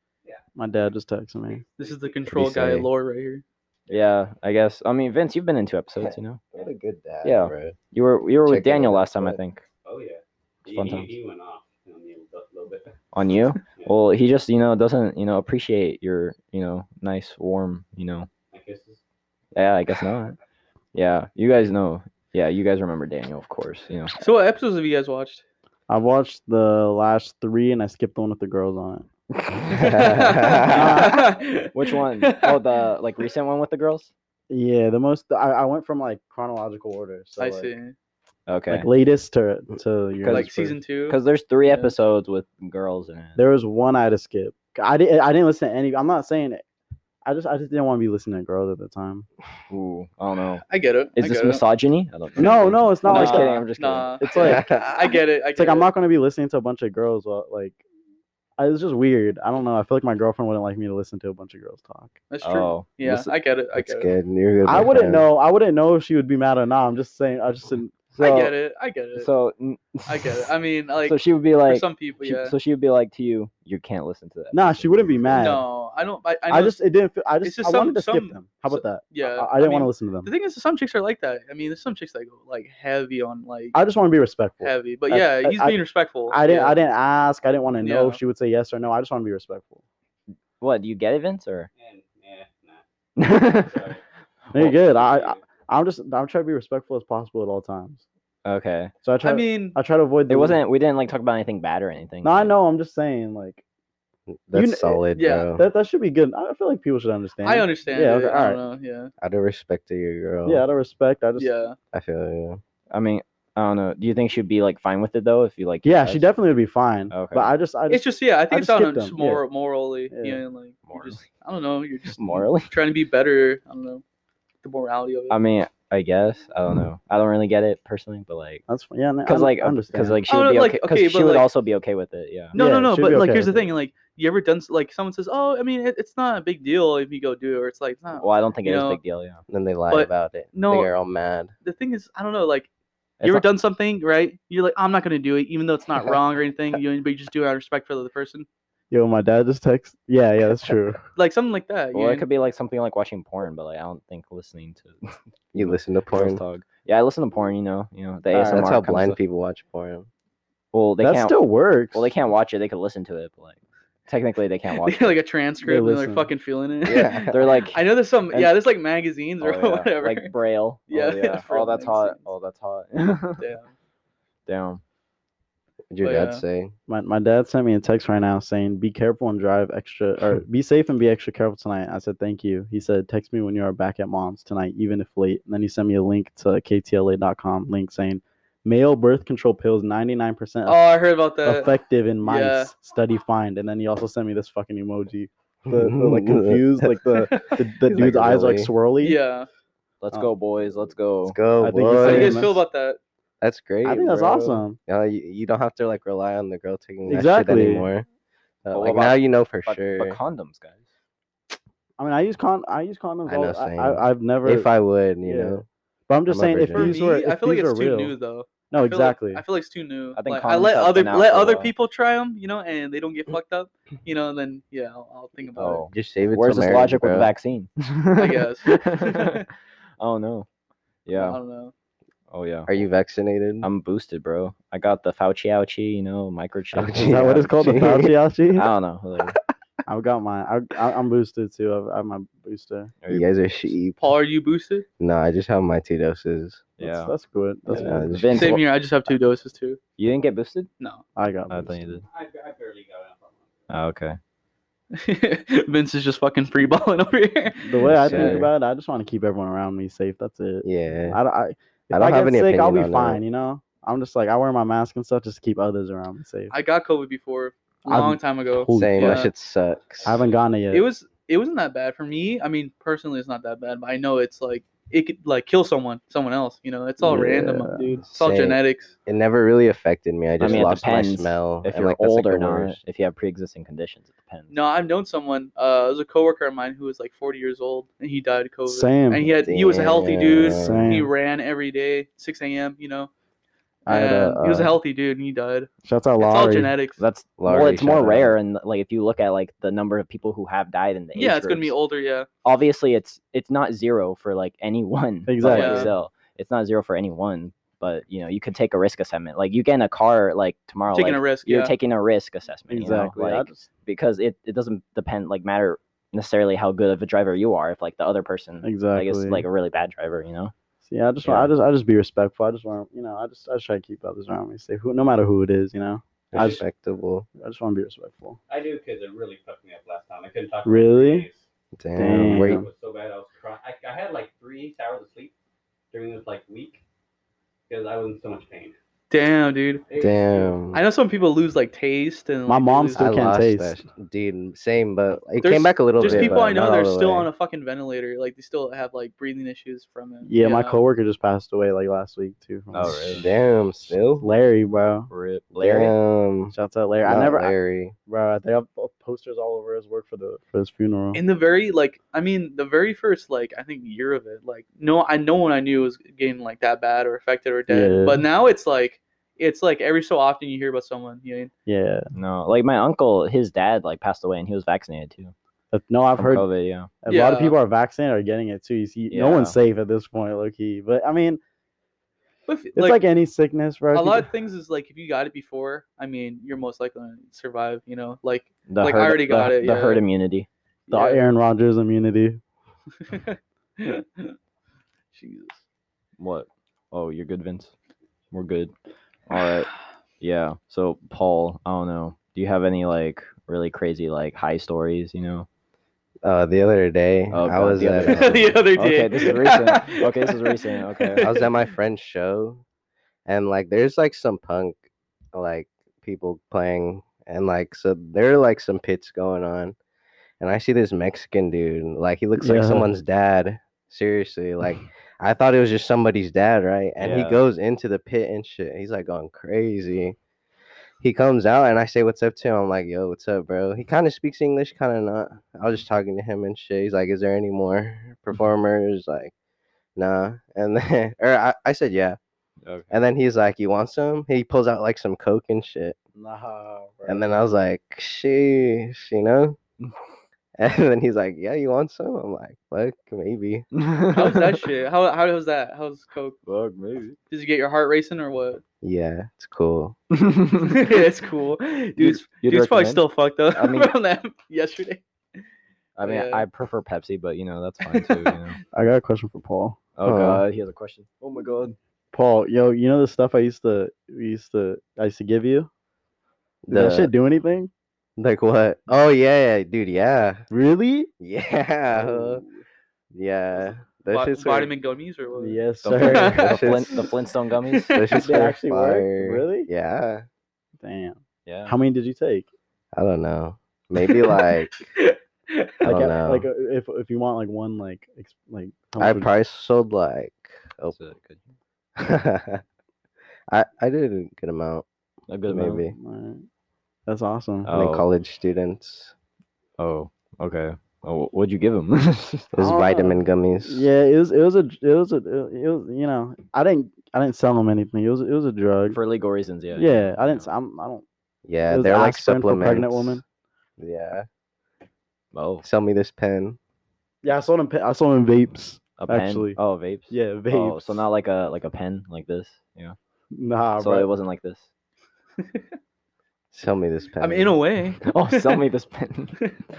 Speaker 3: My dad just texted me.
Speaker 1: This is the control guy
Speaker 4: say?
Speaker 1: lore right here.
Speaker 2: Yeah, I guess. I mean, Vince, you've been in two episodes, you know.
Speaker 4: What a good dad.
Speaker 2: Yeah.
Speaker 4: bro.
Speaker 2: You were you were
Speaker 4: Check
Speaker 2: with
Speaker 4: it out,
Speaker 2: Daniel
Speaker 4: that's
Speaker 2: last time, I
Speaker 4: right.
Speaker 2: think.
Speaker 5: Oh yeah. He,
Speaker 2: fun
Speaker 5: he-
Speaker 2: times.
Speaker 5: he went off on me a little- little bit.
Speaker 2: On you?
Speaker 5: Yeah.
Speaker 2: Well, he just you know doesn't you know appreciate your you know nice warm you know.
Speaker 5: My kisses.
Speaker 2: Yeah, I guess not. Yeah, you guys know. Yeah, you guys remember Daniel, of course. You know.
Speaker 1: So what episodes have you guys watched?
Speaker 3: I watched the last three, and I skipped the one with the girls on it.
Speaker 2: Which one? Oh, the like recent one with the girls.
Speaker 3: Yeah, the most. I, I went from like chronological order. So
Speaker 1: I
Speaker 3: like,
Speaker 1: see.
Speaker 2: Okay.
Speaker 3: Like latest to to your
Speaker 1: Like season two.
Speaker 2: Because there's three
Speaker 1: Yeah.
Speaker 2: episodes with girls in it.
Speaker 3: There was one I had to skip. I didn't. I didn't listen to any. I'm not saying it. I just. I just didn't want to be listening to girls at the time.
Speaker 2: Ooh, I don't know.
Speaker 1: I get it.
Speaker 2: Is
Speaker 1: I
Speaker 2: this
Speaker 1: get it.
Speaker 2: misogyny? I don't
Speaker 3: No, no, it's not
Speaker 2: I'm
Speaker 3: like
Speaker 2: just
Speaker 3: that.
Speaker 2: kidding. I'm just kidding.
Speaker 1: Nah.
Speaker 3: It's like
Speaker 1: I get it. I
Speaker 3: it's like
Speaker 1: get
Speaker 3: I'm
Speaker 1: it.
Speaker 3: not gonna be listening to a bunch of girls. While, like, I, it's just weird. I don't know. I feel like my girlfriend wouldn't like me to listen to a bunch of girls talk.
Speaker 1: That's true.
Speaker 2: Oh,
Speaker 1: yeah,
Speaker 2: this-
Speaker 1: I get it. I
Speaker 4: That's
Speaker 1: get it.
Speaker 4: good. You're good.
Speaker 3: I
Speaker 4: with
Speaker 3: wouldn't
Speaker 4: that.
Speaker 3: know. I wouldn't know if she would be mad or not. I'm just saying. I just didn't.
Speaker 2: so,
Speaker 1: I get it. I get it.
Speaker 2: So
Speaker 1: I get it. I mean, like,
Speaker 2: so she would be
Speaker 1: for
Speaker 2: like,
Speaker 1: some people,
Speaker 2: she-
Speaker 1: yeah.
Speaker 2: so she would be like to you, you can't listen to that.
Speaker 3: Nah, she wouldn't be mad.
Speaker 1: no, I don't. I, I,
Speaker 3: I,
Speaker 1: know-
Speaker 3: just it didn't. Feel, I just,
Speaker 1: just
Speaker 3: I wanted
Speaker 1: some-
Speaker 3: to skip
Speaker 1: some-
Speaker 3: them. How about that?
Speaker 1: yeah.
Speaker 3: I, I didn't want to
Speaker 1: mean,
Speaker 3: listen to them.
Speaker 1: The thing is, some chicks are like that. I mean, there's some chicks that go like heavy on like
Speaker 3: I just want to be respectful.
Speaker 1: heavy, but
Speaker 3: I-
Speaker 1: yeah,
Speaker 3: I-
Speaker 1: he's
Speaker 3: I-
Speaker 1: being respectful.
Speaker 3: I didn't.
Speaker 1: Yeah.
Speaker 3: I didn't ask. I didn't want to know if
Speaker 1: Yeah.
Speaker 3: she would say yes or no. I just want to be respectful.
Speaker 2: What do you get it, Vince? Or
Speaker 5: And, yeah, nah.
Speaker 2: I
Speaker 5: Sorry.
Speaker 1: Oh,
Speaker 3: You're good. I, I I'm just I'm trying to be respectful as possible at all times.
Speaker 2: Okay.
Speaker 3: So I try
Speaker 1: I
Speaker 3: to-
Speaker 1: mean,
Speaker 3: I try to avoid.
Speaker 2: It
Speaker 3: the-
Speaker 2: wasn't. We didn't like talk about anything bad or anything.
Speaker 3: No, I
Speaker 2: but-
Speaker 3: know. I'm just saying, like
Speaker 4: That's
Speaker 3: kn-
Speaker 4: solid,
Speaker 1: yeah,
Speaker 2: Oh.
Speaker 4: bro.
Speaker 3: that that should be good. I feel like people should understand.
Speaker 1: I understand.
Speaker 3: Yeah,
Speaker 1: Yeah,
Speaker 3: okay,
Speaker 1: I don't know.
Speaker 4: Out of respect to your girl.
Speaker 3: Yeah, out of respect, I
Speaker 1: Yeah,
Speaker 3: just yeah.
Speaker 1: yeah.
Speaker 4: I feel you.
Speaker 2: I mean, I don't know. Do you think she'd be like fine with it though? If you like.
Speaker 3: she
Speaker 2: asked-
Speaker 3: definitely would be fine.
Speaker 2: Okay.
Speaker 3: But I just I
Speaker 1: It's
Speaker 3: just
Speaker 1: just yeah. I think it's
Speaker 3: just
Speaker 1: on
Speaker 3: skipped
Speaker 1: just
Speaker 3: them, yeah.
Speaker 1: more morally.
Speaker 3: Yeah.
Speaker 1: Yeah, and like morally.
Speaker 2: Morally.
Speaker 1: I don't know. You're just
Speaker 2: morally.
Speaker 1: trying to be better. I don't know the morality of it.
Speaker 2: I mean, I guess I don't know. I don't really get it personally, but like,
Speaker 3: that's fine. Yeah,
Speaker 2: cause like, uh,
Speaker 3: I understand.
Speaker 2: cause like she
Speaker 1: Oh,
Speaker 2: would
Speaker 1: no,
Speaker 2: be
Speaker 1: like,
Speaker 2: okay.
Speaker 1: okay,
Speaker 2: Cause she
Speaker 1: but,
Speaker 2: would
Speaker 1: like-
Speaker 2: also be okay with it. Yeah.
Speaker 1: no,
Speaker 3: yeah,
Speaker 1: no,
Speaker 3: it
Speaker 1: no.
Speaker 3: should
Speaker 1: But
Speaker 3: be
Speaker 1: like,
Speaker 3: okay
Speaker 1: here's the
Speaker 3: with it.
Speaker 1: thing. Like, you ever done s- like someone says, "Oh, I mean, it, it's not a big deal if you go do it," or it's like, it's not.
Speaker 2: Well, I don't think it
Speaker 1: You
Speaker 2: is
Speaker 1: know,
Speaker 2: a big deal. Yeah.
Speaker 4: Then they lie
Speaker 1: But
Speaker 4: about it.
Speaker 1: no-
Speaker 4: They're all mad.
Speaker 1: The thing is, I don't know. Like,
Speaker 2: It's
Speaker 1: you ever
Speaker 2: not-
Speaker 1: done something right? You're like, I'm not gonna do it, even though it's not wrong or anything. You, but you just do it out of respect for the other person,
Speaker 3: yo, my dad just texts. Yeah, yeah, that's true.
Speaker 1: like something like that. you
Speaker 2: Well,
Speaker 1: know?
Speaker 2: it could be like something like watching porn, but like I don't think listening to
Speaker 4: You listen to
Speaker 2: porn
Speaker 4: porn.
Speaker 2: talk. Yeah, I listen to porn. You know, you know the
Speaker 3: Alright,
Speaker 2: ASMR.
Speaker 4: That's how
Speaker 2: kind of
Speaker 4: blind
Speaker 2: stuff.
Speaker 4: people watch porn.
Speaker 2: Well, they
Speaker 3: that
Speaker 2: can't.
Speaker 3: still works.
Speaker 2: Well, they can't watch it. They could listen to it, but like technically they can't
Speaker 1: They
Speaker 2: watch
Speaker 1: get, like
Speaker 2: it.
Speaker 1: a transcript and
Speaker 3: listen.
Speaker 1: they're fucking feeling it.
Speaker 4: Yeah.
Speaker 2: They're like.
Speaker 1: I know there's some
Speaker 2: And-
Speaker 1: yeah, there's like magazines
Speaker 2: oh,
Speaker 1: or
Speaker 2: yeah,
Speaker 1: whatever.
Speaker 2: Like braille.
Speaker 1: Yeah,
Speaker 2: Oh, yeah.
Speaker 1: for
Speaker 2: oh that's
Speaker 1: magazines.
Speaker 2: hot. Oh, that's hot.
Speaker 1: Damn.
Speaker 2: Damn.
Speaker 4: What'd your
Speaker 1: Oh,
Speaker 4: dad
Speaker 2: uh,
Speaker 1: yeah.
Speaker 4: say?
Speaker 3: My my dad sent me a text right now saying, "Be careful and drive extra, or be safe and be extra careful tonight." I said, "Thank you." He said, "Text me when you are back at mom's tonight, even if late." And then he sent me a link to ktla.com link saying, "Male birth control pills, ninety nine percent
Speaker 1: Oh, I heard about that.
Speaker 3: effective in mice.
Speaker 1: yeah.
Speaker 3: Study find." And then he also sent me this fucking emoji, the, the like confused, like the the, the
Speaker 4: He's like,
Speaker 3: dude's eyes like
Speaker 4: "Really?"
Speaker 3: swirly.
Speaker 1: yeah.
Speaker 2: Let's
Speaker 3: Oh.
Speaker 2: go, boys. Let's go.
Speaker 4: Let's go,
Speaker 3: I think
Speaker 4: boys.
Speaker 2: Oh,
Speaker 3: it's
Speaker 1: How do you
Speaker 3: Same.
Speaker 1: guys feel about that?
Speaker 4: That's great.
Speaker 3: I think that's
Speaker 4: bro.
Speaker 3: awesome.
Speaker 4: You, know, you, you don't have to like rely on the girl taking that
Speaker 3: Exactly.
Speaker 4: shit anymore. Uh,
Speaker 2: But what
Speaker 4: like
Speaker 2: about-
Speaker 4: now you know for
Speaker 2: But,
Speaker 4: sure.
Speaker 2: but condoms, guys.
Speaker 3: I mean, I use con I use condoms.
Speaker 4: I
Speaker 3: all,
Speaker 4: know,
Speaker 3: I,
Speaker 4: same.
Speaker 3: I, have never.
Speaker 4: if I would, you
Speaker 3: Yeah.
Speaker 4: know,
Speaker 3: but I'm just
Speaker 4: I'm a
Speaker 3: saying, if
Speaker 1: For
Speaker 4: virgin.
Speaker 3: these
Speaker 1: me,
Speaker 3: were,
Speaker 1: I
Speaker 3: if
Speaker 1: feel like
Speaker 3: these
Speaker 1: it's
Speaker 3: were
Speaker 1: too
Speaker 3: real,
Speaker 1: new though.
Speaker 2: Oh,
Speaker 3: no,
Speaker 1: I feel like-
Speaker 3: exactly.
Speaker 1: I feel like it's too new.
Speaker 2: I think
Speaker 1: like, I let
Speaker 2: concepts
Speaker 1: other
Speaker 2: and
Speaker 1: let other
Speaker 2: alcohol.
Speaker 1: people try them, you know, and they don't get fucked up, you know, and then yeah, I'll, I'll think about
Speaker 2: Oh.
Speaker 4: just save it.
Speaker 2: Where's
Speaker 4: till
Speaker 2: this
Speaker 4: marriage,
Speaker 2: logic with
Speaker 4: bro.
Speaker 2: the vaccine?
Speaker 1: it. I guess. Uh-huh.
Speaker 2: I don't know.
Speaker 1: I
Speaker 2: Oh. Yeah.
Speaker 1: don't know.
Speaker 2: Oh yeah.
Speaker 4: Are you vaccinated?
Speaker 2: I'm boosted, bro. I got the Fauci ouchie, you know, microchip.
Speaker 4: Ouchie
Speaker 3: Is that what it's called? The
Speaker 4: Ouchie.
Speaker 3: Fauci
Speaker 2: I
Speaker 3: ouchie?
Speaker 2: don't know. like,
Speaker 3: I've got mine. I, I, I'm boosted too. I've, I'm my booster.
Speaker 2: are
Speaker 4: you
Speaker 2: you-
Speaker 4: guys are sheep.
Speaker 1: Paul, are you boosted?
Speaker 4: No, I just have my two doses.
Speaker 3: That's,
Speaker 2: Yeah.
Speaker 3: that's good. That's
Speaker 4: Yeah,
Speaker 3: good.
Speaker 4: just-
Speaker 2: Vince,
Speaker 1: Same
Speaker 2: wh-
Speaker 1: here. I just have two doses too.
Speaker 2: you didn't get boosted?
Speaker 1: No.
Speaker 3: I got.
Speaker 2: I thought
Speaker 3: boosted.
Speaker 2: you did.
Speaker 5: I, I barely got out.
Speaker 2: Oh, okay.
Speaker 1: Vince is just fucking free balling over here.
Speaker 3: The way I
Speaker 4: Yes,
Speaker 3: think
Speaker 4: sir.
Speaker 3: about it, I just want to keep everyone around me safe. That's it.
Speaker 4: Yeah.
Speaker 3: I don't. I, if I,
Speaker 4: don't have
Speaker 3: get
Speaker 4: any
Speaker 3: sick, I'll be
Speaker 4: opinion on that.
Speaker 3: fine. You know. I'm just like I wear my mask and stuff just to keep others around me safe.
Speaker 1: I got COVID before, a
Speaker 3: I'm-
Speaker 1: long time ago.
Speaker 3: Holy
Speaker 4: Same.
Speaker 1: Yeah.
Speaker 4: That shit sucks.
Speaker 3: I haven't gotten it yet.
Speaker 1: it was it wasn't that bad for me. I mean, personally, it's not that bad, but I know it's like it could like kill someone, someone else. You know, it's all random,
Speaker 4: Yeah,
Speaker 1: dude. It's all
Speaker 4: same.
Speaker 1: genetics.
Speaker 4: It never really affected me. I just
Speaker 2: mean, it
Speaker 4: lost my
Speaker 2: depends
Speaker 4: smell.
Speaker 2: If
Speaker 4: and,
Speaker 2: you're
Speaker 4: like, that's, like,
Speaker 2: old
Speaker 4: the
Speaker 2: or not,
Speaker 4: worst.
Speaker 2: if you have pre-existing conditions, it depends.
Speaker 1: No, I've known someone. Uh, there's a coworker of mine who was like 40 years old, and he died of COVID.
Speaker 3: Same.
Speaker 1: And he had he was a healthy dude.
Speaker 4: Damn.
Speaker 3: Same.
Speaker 1: He ran every day, 6 a.m. You know,
Speaker 3: I had a,
Speaker 1: and he was a
Speaker 3: uh,
Speaker 1: healthy dude, and he died.
Speaker 3: Shouts out
Speaker 1: It's all
Speaker 3: Laurie.
Speaker 1: genetics.
Speaker 2: That's well,
Speaker 4: Lottery
Speaker 2: it's more
Speaker 4: shout out.
Speaker 2: rare, and like if you look at like the number of people who have died in the
Speaker 1: yeah,
Speaker 2: age
Speaker 1: it's gonna be
Speaker 2: groups,
Speaker 1: older. Yeah,
Speaker 2: obviously it's it's not zero for like anyone. but, like,
Speaker 3: Exactly.
Speaker 2: So it's not zero for anyone, but you know you could take a risk assessment. Like you get in a car like tomorrow,
Speaker 1: taking
Speaker 2: like,
Speaker 1: a risk.
Speaker 2: you're
Speaker 1: yeah.
Speaker 2: taking a risk assessment. you know,
Speaker 3: Exactly. I
Speaker 2: like,
Speaker 3: just-
Speaker 2: because it, it doesn't depend like matter necessarily how good of a driver you are. If like the other person like
Speaker 3: exactly.
Speaker 2: is like a really bad driver, you know.
Speaker 3: See, I just want, I just, I just be respectful. I just want, you know, I just, I just try to keep others around me safe, who, no matter who it is, you know. I just,
Speaker 4: Respectable.
Speaker 3: I just want to be respectful.
Speaker 5: I do because it really fucked me up last time. I couldn't talk.
Speaker 3: Really?
Speaker 5: For three
Speaker 4: Damn.
Speaker 5: days.
Speaker 3: Damn.
Speaker 4: Wait.
Speaker 5: It was so bad. I was crying. I, I had like three hours of sleep during this like week because I was in so much pain.
Speaker 1: Damn, dude.
Speaker 5: It was-
Speaker 4: Damn.
Speaker 1: I know some people lose like taste and
Speaker 3: My
Speaker 1: like, they
Speaker 3: mom
Speaker 1: lose-
Speaker 3: still can't taste.
Speaker 4: sh- dude. Same, but it
Speaker 1: There's-
Speaker 4: came back a little
Speaker 1: There's
Speaker 4: bit.
Speaker 1: people
Speaker 4: but
Speaker 1: I know
Speaker 4: not
Speaker 1: they're
Speaker 4: all the
Speaker 1: still
Speaker 4: way.
Speaker 1: on a fucking ventilator. Like they still have like breathing issues from it.
Speaker 3: Yeah, my coworker just passed away like last week too. from
Speaker 2: Oh,
Speaker 3: this.
Speaker 2: really?
Speaker 4: Damn. Still.
Speaker 3: Larry, bro.
Speaker 2: Rip,
Speaker 4: Damn.
Speaker 3: Shouts out Larry. I
Speaker 4: Not
Speaker 3: never, I,
Speaker 4: Larry.
Speaker 3: bro. They have po- posters all over his work for the for his funeral.
Speaker 1: In the very like, I mean, the very first like I think year of it, like no, I no one I knew was getting like that bad or affected or dead.
Speaker 3: Yeah.
Speaker 1: But now it's like, it's like every so often you hear about someone. You know?
Speaker 3: yeah.
Speaker 2: No, like my uncle, his dad like passed away, and he was vaccinated too.
Speaker 3: But No, I've
Speaker 2: from
Speaker 3: heard
Speaker 2: COVID. Yeah.
Speaker 3: a lot
Speaker 1: Yeah.
Speaker 3: of people are vaccinated or getting it too. You see, no one's safe at this point, low key. But I mean,
Speaker 1: But if-
Speaker 3: it's like, any sickness, bro.
Speaker 1: a
Speaker 3: People-
Speaker 1: lot of things is like if you got it before, I mean, you're most likely to survive. You know, like
Speaker 2: The
Speaker 1: Like, I
Speaker 2: herd,
Speaker 1: already got
Speaker 2: the,
Speaker 1: it,
Speaker 2: The
Speaker 1: yeah.
Speaker 2: herd immunity.
Speaker 3: the Aaron Rodgers immunity.
Speaker 1: yeah. Jesus.
Speaker 2: What? Oh, you're good, Vince. We're good. All right. Yeah. So Paul, I don't know. Do you have any like really crazy like high stories? You know.
Speaker 4: Uh, the other day,
Speaker 2: Oh,
Speaker 4: I
Speaker 2: God,
Speaker 4: was
Speaker 2: the other
Speaker 4: at,
Speaker 2: day.
Speaker 4: um,
Speaker 1: the other day.
Speaker 2: Okay, this is recent. Okay, this is recent. Okay.
Speaker 4: I was at my friend's show, and like there's like some punk like people playing, and like so there are like some pits going on, and I see this Mexican dude, like he looks like
Speaker 3: Yeah.
Speaker 4: someone's dad. Seriously, like I thought it was just somebody's dad, right? And
Speaker 2: Yeah.
Speaker 4: he goes into the pit and shit. He's like going crazy. He comes out and I say, What's up to him? I'm like, Yo, what's up, bro? He kind of speaks English, kind of not. I was just talking to him and shit. He's like, Is there any more performers? Like, nah. And then, or I, I said, Yeah.
Speaker 2: Okay.
Speaker 4: And then he's like, You want some? He pulls out like some Coke and shit.
Speaker 3: Nah,
Speaker 4: And then I was like, Sheesh, you know? And then he's like, Yeah, you want some? I'm like, Fuck, maybe.
Speaker 1: How was that shit? How how was that? How was Coke?
Speaker 2: Fuck, maybe.
Speaker 1: Did you get your heart racing or what?
Speaker 4: Yeah, it's cool.
Speaker 1: it's cool. Dude's,
Speaker 2: You'd
Speaker 1: dude's probably
Speaker 2: recommend?
Speaker 1: still fucked up
Speaker 2: I mean-
Speaker 1: from that yesterday.
Speaker 2: I mean,
Speaker 1: Yeah.
Speaker 2: I prefer Pepsi, but you know that's fine too. You know?
Speaker 3: I got a question for Paul.
Speaker 2: Oh
Speaker 4: Uh-huh.
Speaker 2: God, he has a question. Oh my God.
Speaker 3: Paul, yo, you know the stuff I used to, we used to, I used to give you. Did
Speaker 4: The-
Speaker 3: that shit do anything?
Speaker 4: Like what? Oh yeah, dude. Yeah,
Speaker 3: Really?
Speaker 4: yeah, yeah. That
Speaker 1: Vi-
Speaker 4: shit's
Speaker 1: vitamin gummies or what?
Speaker 3: Yes,
Speaker 2: The,
Speaker 3: sir.
Speaker 4: Sorry.
Speaker 2: Flint- the
Speaker 4: That's
Speaker 2: Flint,
Speaker 4: just-
Speaker 2: the Flintstone gummies.
Speaker 4: That shit's
Speaker 3: They
Speaker 4: were
Speaker 3: actually work?
Speaker 4: fire.
Speaker 3: Really?
Speaker 4: Yeah.
Speaker 3: Damn.
Speaker 2: Yeah.
Speaker 3: How many did you take?
Speaker 4: I don't know. Maybe like I
Speaker 3: Like,
Speaker 4: don't
Speaker 3: uh,
Speaker 4: know.
Speaker 3: like uh, if if you want like one like ex- like how much
Speaker 4: I
Speaker 3: would-
Speaker 4: probably sold like. Oh,
Speaker 2: That's a good,
Speaker 4: I I did a good amount.
Speaker 2: a good
Speaker 4: Maybe.
Speaker 2: amount.
Speaker 3: Alright. That's awesome.
Speaker 2: Uh,
Speaker 4: Like
Speaker 2: Oh.
Speaker 4: college students.
Speaker 2: Oh, okay. Oh, wh- what'd you give him?
Speaker 4: It was
Speaker 3: Oh.
Speaker 4: vitamin gummies.
Speaker 3: yeah, it was it was a dr- it was a it was you know I didn't I didn't sell him anything. It was it was a drug.
Speaker 2: For legal reasons, yeah.
Speaker 3: yeah, I didn't. s- I'm, I don't.
Speaker 4: Yeah,
Speaker 3: it was
Speaker 4: they're like
Speaker 3: aspirin for
Speaker 4: supplements.
Speaker 3: pregnant women.
Speaker 4: Yeah.
Speaker 2: Oh,
Speaker 4: Sell me this pen.
Speaker 3: Yeah, I sold him. pa- I sold him vapes.
Speaker 2: a pen.
Speaker 3: Actually.
Speaker 2: Oh, vapes.
Speaker 3: Yeah, vapes.
Speaker 2: Oh, so not like a like a pen like this. Yeah.
Speaker 3: nah,
Speaker 2: so it
Speaker 3: bro.
Speaker 2: wasn't like this.
Speaker 4: Sell me this pen.
Speaker 1: I mean, in a way.
Speaker 2: Oh, sell me this pen.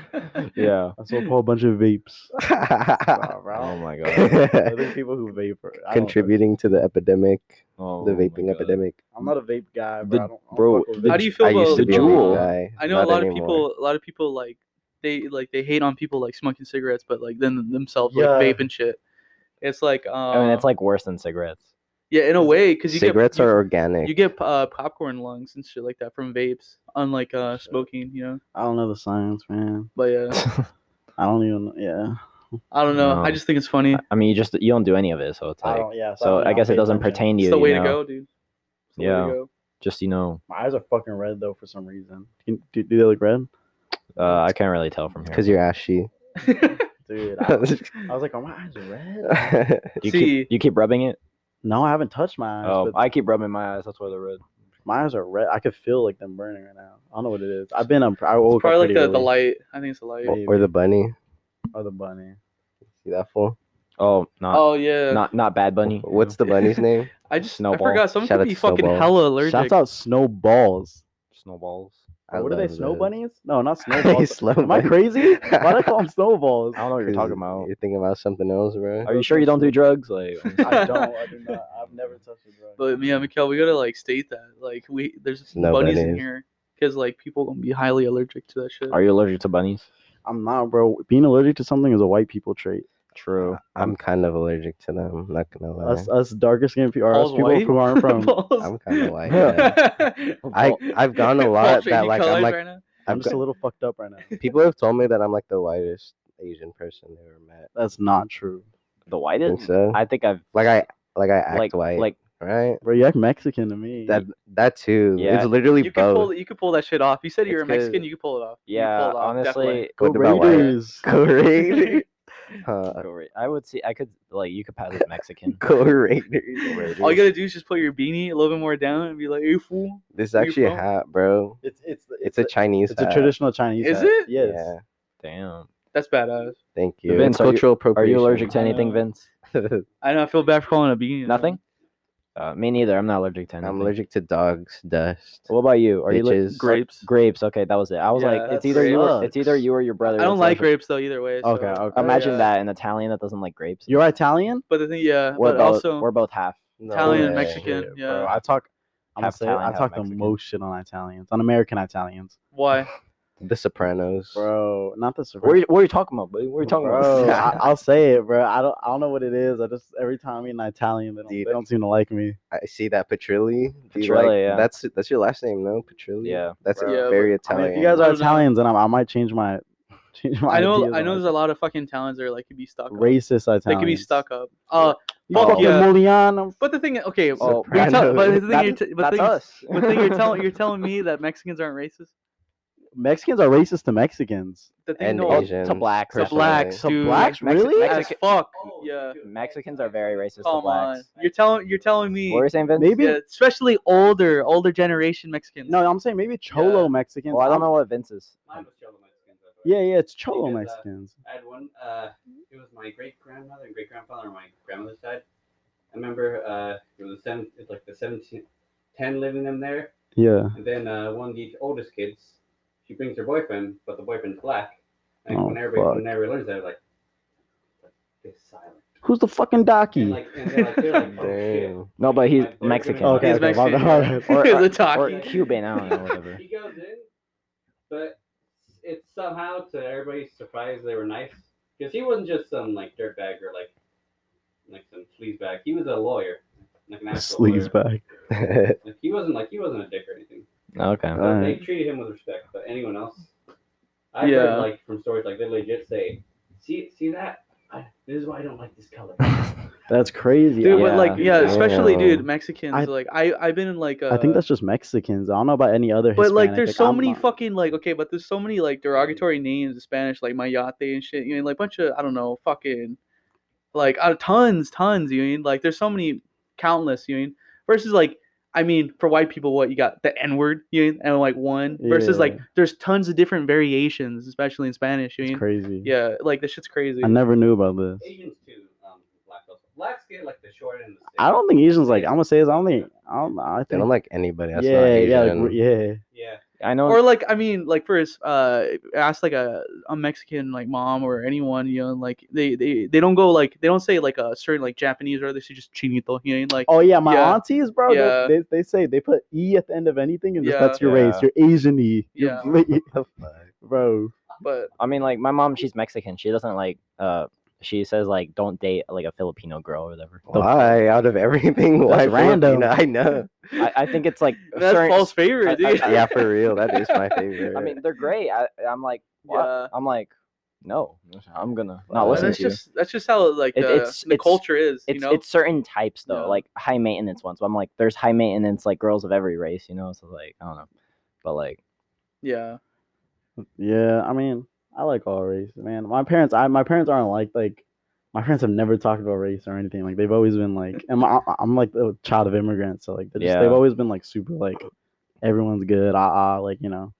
Speaker 2: yeah.
Speaker 3: I sold Paul a bunch of vapes. Nah,
Speaker 2: Oh
Speaker 3: bro.
Speaker 2: my god.
Speaker 3: I think people who vapor
Speaker 4: Contributing to the epidemic.
Speaker 2: Oh,
Speaker 4: the
Speaker 2: my
Speaker 4: vaping
Speaker 2: God.
Speaker 4: epidemic.
Speaker 3: I'm not a vape guy, bro.
Speaker 2: The-
Speaker 3: I don't, I don't
Speaker 2: bro,
Speaker 3: fuck with
Speaker 2: the
Speaker 3: vape.
Speaker 1: How do you feel
Speaker 4: I
Speaker 1: about
Speaker 4: used to
Speaker 1: the
Speaker 4: be a
Speaker 1: jewel?
Speaker 4: vape guy.
Speaker 1: I know a
Speaker 4: not
Speaker 1: lot of
Speaker 4: anymore.
Speaker 1: people. A lot of people like they like they hate on people like smoking cigarettes, but like then themselves
Speaker 3: Yeah.
Speaker 1: like vape and shit. It's like um,
Speaker 2: I mean, it's like worse than cigarettes.
Speaker 1: yeah, in a way, because you
Speaker 4: cigarettes
Speaker 1: get, you,
Speaker 4: are organic.
Speaker 1: you get uh, popcorn lungs and shit like that from vapes, unlike uh, smoking, you know.
Speaker 3: I don't know the science, man.
Speaker 1: But yeah,
Speaker 3: I don't even. Yeah.
Speaker 1: I don't know. I
Speaker 2: No.
Speaker 1: just think it's funny.
Speaker 2: I mean, you just you don't do any of it, so it's
Speaker 3: I
Speaker 2: like.
Speaker 3: don't. Yeah.
Speaker 2: So
Speaker 3: don't
Speaker 2: I guess it
Speaker 3: pay
Speaker 2: doesn't
Speaker 3: attention.
Speaker 2: pertain to you.
Speaker 1: It's the way
Speaker 2: you
Speaker 1: to
Speaker 2: know?
Speaker 1: go, dude. It's the way to
Speaker 2: Yeah.
Speaker 1: go.
Speaker 2: Just you know,
Speaker 3: My eyes are fucking red though for some reason. Can, do, do they look red?
Speaker 2: uh, I can't really tell from here.
Speaker 4: Because you're ashy.
Speaker 3: Dude, I,
Speaker 4: See,
Speaker 3: I was like, are my eyes red?
Speaker 2: you
Speaker 1: See-
Speaker 2: keep you keep rubbing it.
Speaker 3: No, I haven't touched my eyes.
Speaker 2: Oh,
Speaker 3: but
Speaker 2: I keep rubbing my eyes. That's why they're red.
Speaker 3: my eyes are red. I could feel like them burning right now. I don't know what it is. I've been up. I
Speaker 1: It's
Speaker 3: woke up
Speaker 1: probably like
Speaker 3: pretty
Speaker 1: the, the
Speaker 3: early.
Speaker 1: light. I think it's the light.
Speaker 4: or or the bunny.
Speaker 3: or the bunny.
Speaker 4: See that fool?
Speaker 2: Oh, not
Speaker 1: Oh yeah.
Speaker 2: not not Bad Bunny.
Speaker 4: What's the bunny's name?
Speaker 1: I just
Speaker 2: Snowball.
Speaker 1: I forgot some
Speaker 4: Shout
Speaker 1: could
Speaker 4: out
Speaker 1: be
Speaker 4: to
Speaker 1: fucking
Speaker 4: Snowball.
Speaker 1: hella allergic.
Speaker 3: Shouts out snowballs.
Speaker 2: snowballs?
Speaker 4: I
Speaker 3: what are they?
Speaker 4: love
Speaker 3: Snow
Speaker 4: that.
Speaker 3: bunnies? No, not
Speaker 4: Hey,
Speaker 3: snowballs.
Speaker 4: slow
Speaker 3: Am I
Speaker 4: bunny.
Speaker 3: crazy? Why do I call them snowballs?
Speaker 2: I don't know what you're
Speaker 4: 'Cause
Speaker 2: talking about.
Speaker 4: You're thinking about something else, bro.
Speaker 2: Are you sure you don't do drugs? Like,
Speaker 3: I don't. I do not. I've never touched a drug.
Speaker 1: But yeah, Mikhail, we gotta like state that like we there's
Speaker 4: No
Speaker 1: bunnies in
Speaker 4: bunnies.
Speaker 1: here because like people gonna be highly allergic to that shit.
Speaker 2: are you allergic to bunnies?
Speaker 3: I'm not, bro. Being allergic to something is a white people trait.
Speaker 2: True.
Speaker 4: Uh, I'm kind of allergic to them. Not gonna lie.
Speaker 2: uh,
Speaker 3: Us, us darker skinned people, or us
Speaker 1: Paul's
Speaker 3: people
Speaker 1: white?
Speaker 3: who aren't from.
Speaker 1: Balls.
Speaker 4: I'm kind of like. that. I
Speaker 1: I
Speaker 4: I've gone a lot that like I'm like
Speaker 3: I'm
Speaker 4: I've
Speaker 3: just a
Speaker 4: got-
Speaker 3: little fucked up right now.
Speaker 4: people have told me that I'm like the whitest Asian person they ever met.
Speaker 3: That's not true,
Speaker 2: the
Speaker 4: I think
Speaker 2: whitest.
Speaker 4: so.
Speaker 2: I think I've
Speaker 4: like I like I act
Speaker 2: like
Speaker 4: white.
Speaker 2: like
Speaker 4: right.
Speaker 3: bro. You act Mexican to me.
Speaker 4: That that too.
Speaker 2: Yeah.
Speaker 4: It's literally
Speaker 1: you could pull
Speaker 4: both.
Speaker 1: you could pull that shit off. You said you
Speaker 4: It's
Speaker 1: were a Mexican,
Speaker 4: good.
Speaker 1: you could pull it off. You could
Speaker 2: yeah.
Speaker 1: pull it off,
Speaker 2: honestly,
Speaker 4: Go
Speaker 3: Go Raiders.
Speaker 4: Raiders. Huh.
Speaker 2: Go Ra- I would see. I could like you could pass as Mexican.
Speaker 4: Go Raiders.
Speaker 1: definitely. All you gotta do is just put your beanie a little bit more down and be like, "Hey fool."
Speaker 4: This is
Speaker 1: Where you
Speaker 4: actually a
Speaker 1: from?
Speaker 4: hat, bro.
Speaker 3: It's it's
Speaker 4: It's a Chinese.
Speaker 3: it's a
Speaker 4: hat.
Speaker 3: traditional Chinese.
Speaker 1: Is
Speaker 3: hat.
Speaker 1: it?
Speaker 3: Yes.
Speaker 4: Yeah.
Speaker 2: Damn.
Speaker 1: That's badass.
Speaker 4: Thank you.
Speaker 2: Vince,
Speaker 4: it's
Speaker 2: are you-
Speaker 4: cultural
Speaker 2: Are
Speaker 4: appropriation.
Speaker 2: you allergic to anything,
Speaker 1: know.
Speaker 2: Vince?
Speaker 4: to?
Speaker 1: I know. I feel bad for calling a beanie.
Speaker 2: Nothing. Uh, me neither. I'm not allergic to anything.
Speaker 4: I'm allergic to dogs, dust.
Speaker 2: What about you? Are you allergic?
Speaker 4: Bitches.
Speaker 1: Grapes.
Speaker 2: grapes? Okay, that was it. I was
Speaker 1: Yeah,
Speaker 2: like,
Speaker 1: that's
Speaker 2: it's either you, or,
Speaker 4: grapes.
Speaker 2: it's either you or your brother.
Speaker 1: I don't
Speaker 2: that's
Speaker 1: like
Speaker 2: allergic.
Speaker 1: grapes though either way. so-
Speaker 3: Okay, okay.
Speaker 2: Imagine
Speaker 1: Yeah.
Speaker 2: that an Italian that doesn't like grapes.
Speaker 3: You're Italian?
Speaker 1: But the thing, yeah,
Speaker 2: we're
Speaker 1: but
Speaker 2: both,
Speaker 1: also
Speaker 2: we're both half.
Speaker 4: No
Speaker 1: Italian
Speaker 4: way.
Speaker 1: and Mexican.
Speaker 3: Shit,
Speaker 1: yeah.
Speaker 3: Bro, I talk. I'm
Speaker 2: Half
Speaker 3: say,
Speaker 2: Italian,
Speaker 3: I
Speaker 2: half
Speaker 3: talk
Speaker 2: Mexican.
Speaker 3: the most shit on Italians, on American Italians,
Speaker 1: Why?
Speaker 4: The Sopranos.
Speaker 3: bro. Not the
Speaker 2: What are you, what are you talking about, buddy? What are you talking
Speaker 3: Bro, I,
Speaker 2: about?
Speaker 3: I'll say it, bro. I don't. I don't know what it is. I just every time I meet an Italian, they don't, they
Speaker 4: Dude.
Speaker 3: don't seem to like me.
Speaker 4: I see that Petrilli. Dude,
Speaker 2: Petrilli,
Speaker 4: like,
Speaker 2: yeah.
Speaker 4: That's that's your last name, no? Petrilli.
Speaker 2: Yeah.
Speaker 4: That's
Speaker 1: Bro. Yeah,
Speaker 4: a very
Speaker 3: I mean,
Speaker 4: Italian.
Speaker 3: if you guys
Speaker 1: I
Speaker 3: are
Speaker 1: don't know.
Speaker 3: Italians, then I, I might change my change my.
Speaker 1: I know.
Speaker 3: ideas
Speaker 1: I
Speaker 3: on
Speaker 1: know.
Speaker 3: it.
Speaker 1: There's a lot of fucking Italians that are like could be stuck. Up.
Speaker 3: racist Italians.
Speaker 1: They could be stuck up. Uh,
Speaker 3: You
Speaker 1: fuck
Speaker 3: fucking
Speaker 1: yeah.
Speaker 3: Moliano.
Speaker 1: but the thing, okay.
Speaker 2: Oh,
Speaker 1: but you're tell- but the thing,
Speaker 2: That-
Speaker 1: you're, t- but
Speaker 2: That's
Speaker 1: thing,
Speaker 2: us.
Speaker 1: but thing you're telling you're telling me that Mexicans aren't racist.
Speaker 3: Mexicans are racist to Mexicans.
Speaker 1: The thing,
Speaker 4: and
Speaker 1: no,
Speaker 4: Asians,
Speaker 2: to blacks,
Speaker 1: to
Speaker 4: personally.
Speaker 1: blacks,
Speaker 3: To
Speaker 1: dude.
Speaker 3: blacks,
Speaker 2: Mexi-
Speaker 3: really?
Speaker 1: as
Speaker 2: Mexican-
Speaker 1: fuck.
Speaker 5: Oh,
Speaker 1: yeah.
Speaker 5: dude,
Speaker 2: Mexicans are very racist to
Speaker 1: Come
Speaker 2: blacks.
Speaker 1: on. You're telling you're telling me.
Speaker 2: What were you saying, Vince?
Speaker 3: Maybe-
Speaker 1: Yeah, especially older older generation Mexicans.
Speaker 3: No, I'm saying maybe Cholo Mexicans.
Speaker 2: Well, I
Speaker 3: I'm-
Speaker 2: don't know what Vince is.
Speaker 5: Mine was Cholo Mexicans. by the way.
Speaker 3: Yeah, yeah, it's Cholo
Speaker 5: Because, uh,
Speaker 3: Mexicans.
Speaker 5: I had one. Uh, it was my great grandmother and great grandfather on my grandmother's side. I remember uh, it was the seven, it's like the 17, 10 living them there,
Speaker 3: Yeah.
Speaker 5: and then uh, one of the oldest kids, she brings her boyfriend, but the boyfriend's black. And
Speaker 3: Oh,
Speaker 5: when everybody
Speaker 3: fuck.
Speaker 5: when everybody learns that, they're like, they're silent.
Speaker 3: Who's the fucking
Speaker 5: And,
Speaker 3: Docky?
Speaker 5: like, and they're like, they're like, oh, shit.
Speaker 4: Damn.
Speaker 2: No, but he's
Speaker 5: Like, they're
Speaker 2: Mexican.
Speaker 5: gonna-
Speaker 3: Okay,
Speaker 1: He's
Speaker 3: okay, my
Speaker 1: Mexican.
Speaker 3: bad, my bad.
Speaker 2: Or- uh,
Speaker 1: He's a
Speaker 2: Or
Speaker 1: talkie.
Speaker 2: Cuban, I don't know, whatever.
Speaker 5: He goes in, but it's somehow to everybody's surprise they were nice because he wasn't just some like dirtbag or like like some sleazebag. He was a lawyer, like an actual lawyer.
Speaker 3: Sleaze back.
Speaker 5: Like, he wasn't like he wasn't a dick or anything.
Speaker 2: Okay.
Speaker 5: So
Speaker 3: Alright.
Speaker 5: They treated him with respect, but anyone else, I've
Speaker 1: Yeah.
Speaker 5: heard like from stories like they legit say, "See, see that." I, this is why I don't like this color.
Speaker 3: That's crazy.
Speaker 1: Dude,
Speaker 3: I-
Speaker 1: but like, yeah,
Speaker 4: Yeah.
Speaker 1: especially dude,
Speaker 4: Damn.
Speaker 1: Mexicans.
Speaker 3: I-
Speaker 1: like, I I've been in like, uh,
Speaker 3: I think that's just Mexicans. I don't know about any other.
Speaker 1: But like,
Speaker 3: Hispanic,
Speaker 1: there's so
Speaker 3: I'm
Speaker 1: many
Speaker 3: not-
Speaker 1: fucking like, okay, but there's so many like derogatory names in Spanish, like mayate and shit. You know, like bunch of I don't know, fucking, like uh, tons, tons. You mean like there's so many, countless. You mean versus like. I mean, for white people, what you got the N word, you mean, and like one versus like
Speaker 3: Yeah.
Speaker 1: there's tons of different variations, especially in Spanish. You
Speaker 3: It's
Speaker 1: mean,
Speaker 3: crazy.
Speaker 1: yeah, like this shit's crazy.
Speaker 3: I never knew about this.
Speaker 5: Asians too, um, black also. Blacks get like the short end. Of the stick.
Speaker 3: I don't think Asians like. I'm gonna say this. I don't think. I don't. I
Speaker 4: they
Speaker 3: think.
Speaker 4: don't like anybody. That's not
Speaker 3: yeah,
Speaker 4: Asian.
Speaker 3: yeah, like, yeah.
Speaker 5: Yeah.
Speaker 2: I know.
Speaker 1: or like I mean, like for his, uh, ask like a, a Mexican like mom or anyone, you know, and, like they, they they don't go like they don't say like a certain like Japanese or they say just chinito, you know, and, like
Speaker 3: Oh yeah, my
Speaker 1: Yeah.
Speaker 3: aunties, bro. they-
Speaker 1: Yeah.
Speaker 3: They, they say they put e at the end of anything, and just,
Speaker 1: Yeah.
Speaker 3: that's your race.
Speaker 2: Yeah.
Speaker 3: You're Asian y.
Speaker 1: Yeah.
Speaker 4: What the fuck?
Speaker 3: bro.
Speaker 1: but
Speaker 2: I mean, like my mom, she's Mexican. She doesn't like. Uh, she says like, don't date like a Filipino girl or whatever.
Speaker 4: Why? Out of everything, why
Speaker 3: That's random.
Speaker 4: Filipino? I know.
Speaker 2: I, I think it's like
Speaker 1: that's
Speaker 2: certain-
Speaker 1: false favorite,
Speaker 2: I- I-
Speaker 1: dude.
Speaker 2: I-
Speaker 4: Yeah, for real. That is my favorite.
Speaker 2: I mean, they're great. I, I'm like, what?
Speaker 1: Yeah.
Speaker 2: I'm like, no, I'm gonna not
Speaker 4: Well,
Speaker 1: But
Speaker 2: listen
Speaker 1: that's
Speaker 2: to you.
Speaker 1: just that's just how like
Speaker 2: It-
Speaker 1: the,
Speaker 2: it's-
Speaker 1: the
Speaker 2: it's-
Speaker 1: culture is,
Speaker 2: It's
Speaker 1: you know.
Speaker 2: it's certain types though,
Speaker 1: Yeah.
Speaker 2: like high maintenance ones. But I'm like, there's high maintenance like girls of every race, you know. So like, I don't know, but like,
Speaker 1: yeah,
Speaker 3: Yeah, I mean, I like all races, man. My parents, I my parents aren't like like. My parents have never talked about race or anything. Like they've always been like, and my, I- I'm like the child of immigrants, so like they're just,
Speaker 2: Yeah.
Speaker 3: they've always been like super like, everyone's good, ah ah, like you know.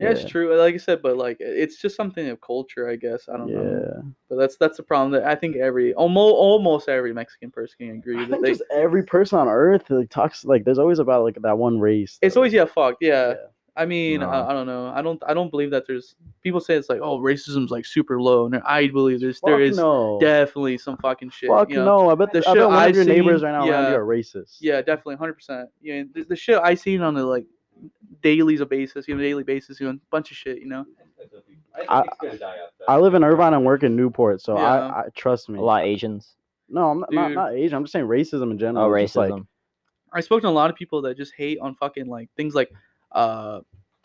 Speaker 1: yeah, it's true. Like I said, but like it's just something of culture, I guess. I don't
Speaker 3: yeah.
Speaker 1: know, but that's that's the problem that I think every almost almost every Mexican person can agree
Speaker 3: I
Speaker 1: that
Speaker 3: think
Speaker 1: they.
Speaker 3: just every person on earth like talks like there's always about like that one race.
Speaker 1: It's
Speaker 3: though.
Speaker 1: always yeah, fuck yeah. I mean,
Speaker 2: No.
Speaker 1: I, I don't know. I don't. I don't believe that there's people say it's like, oh, racism's like super low, and I believe there's there
Speaker 3: Fuck
Speaker 1: is
Speaker 3: no.
Speaker 1: definitely some fucking shit.
Speaker 3: Fuck
Speaker 1: you know?
Speaker 3: no. I bet
Speaker 1: The
Speaker 3: the I
Speaker 1: shit
Speaker 3: bet one
Speaker 1: I've
Speaker 3: of your neighbors
Speaker 1: seen-
Speaker 3: right now around
Speaker 1: yeah.
Speaker 3: you are racist.
Speaker 1: Yeah, definitely, hundred percent. Yeah, the, the shit I seen on the like dailies a basis, you know, daily basis, you know, bunch of shit, you know.
Speaker 5: I think it's gonna die out. though.
Speaker 3: I live in Irvine and work in Newport, so
Speaker 1: Yeah.
Speaker 3: I, I trust me.
Speaker 2: a lot of Asians.
Speaker 3: No, I'm not, not,
Speaker 1: Dude.
Speaker 3: not Asian. I'm just saying racism in general.
Speaker 2: Oh,
Speaker 3: It's just
Speaker 2: racism.
Speaker 3: Like,
Speaker 1: I spoke to a lot of people that just hate on fucking like things like, uh,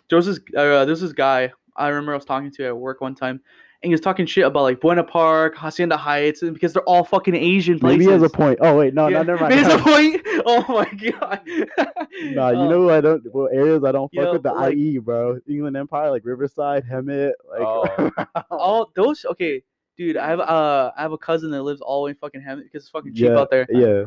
Speaker 1: there was this uh, there's this guy I remember I was talking to at work one time, and he was talking shit about like Buena Park, Hacienda Heights, and because they're all fucking Asian places.
Speaker 3: maybe he has a point. Oh wait, no,
Speaker 1: Yeah.
Speaker 3: no, never
Speaker 1: There's a
Speaker 3: mind.
Speaker 1: point. Oh my god.
Speaker 3: Nah,
Speaker 1: Oh,
Speaker 3: you know who I don't. Well, areas I don't
Speaker 1: You
Speaker 3: fuck
Speaker 1: know,
Speaker 3: with the
Speaker 1: like-
Speaker 3: IE, bro. England Empire, like Riverside, Hemet, like
Speaker 2: oh,
Speaker 1: all those. Okay, dude, I have uh, I have a cousin that lives all the way in fucking Hammond because it's fucking cheap
Speaker 3: Yeah.
Speaker 1: out there.
Speaker 3: yeah,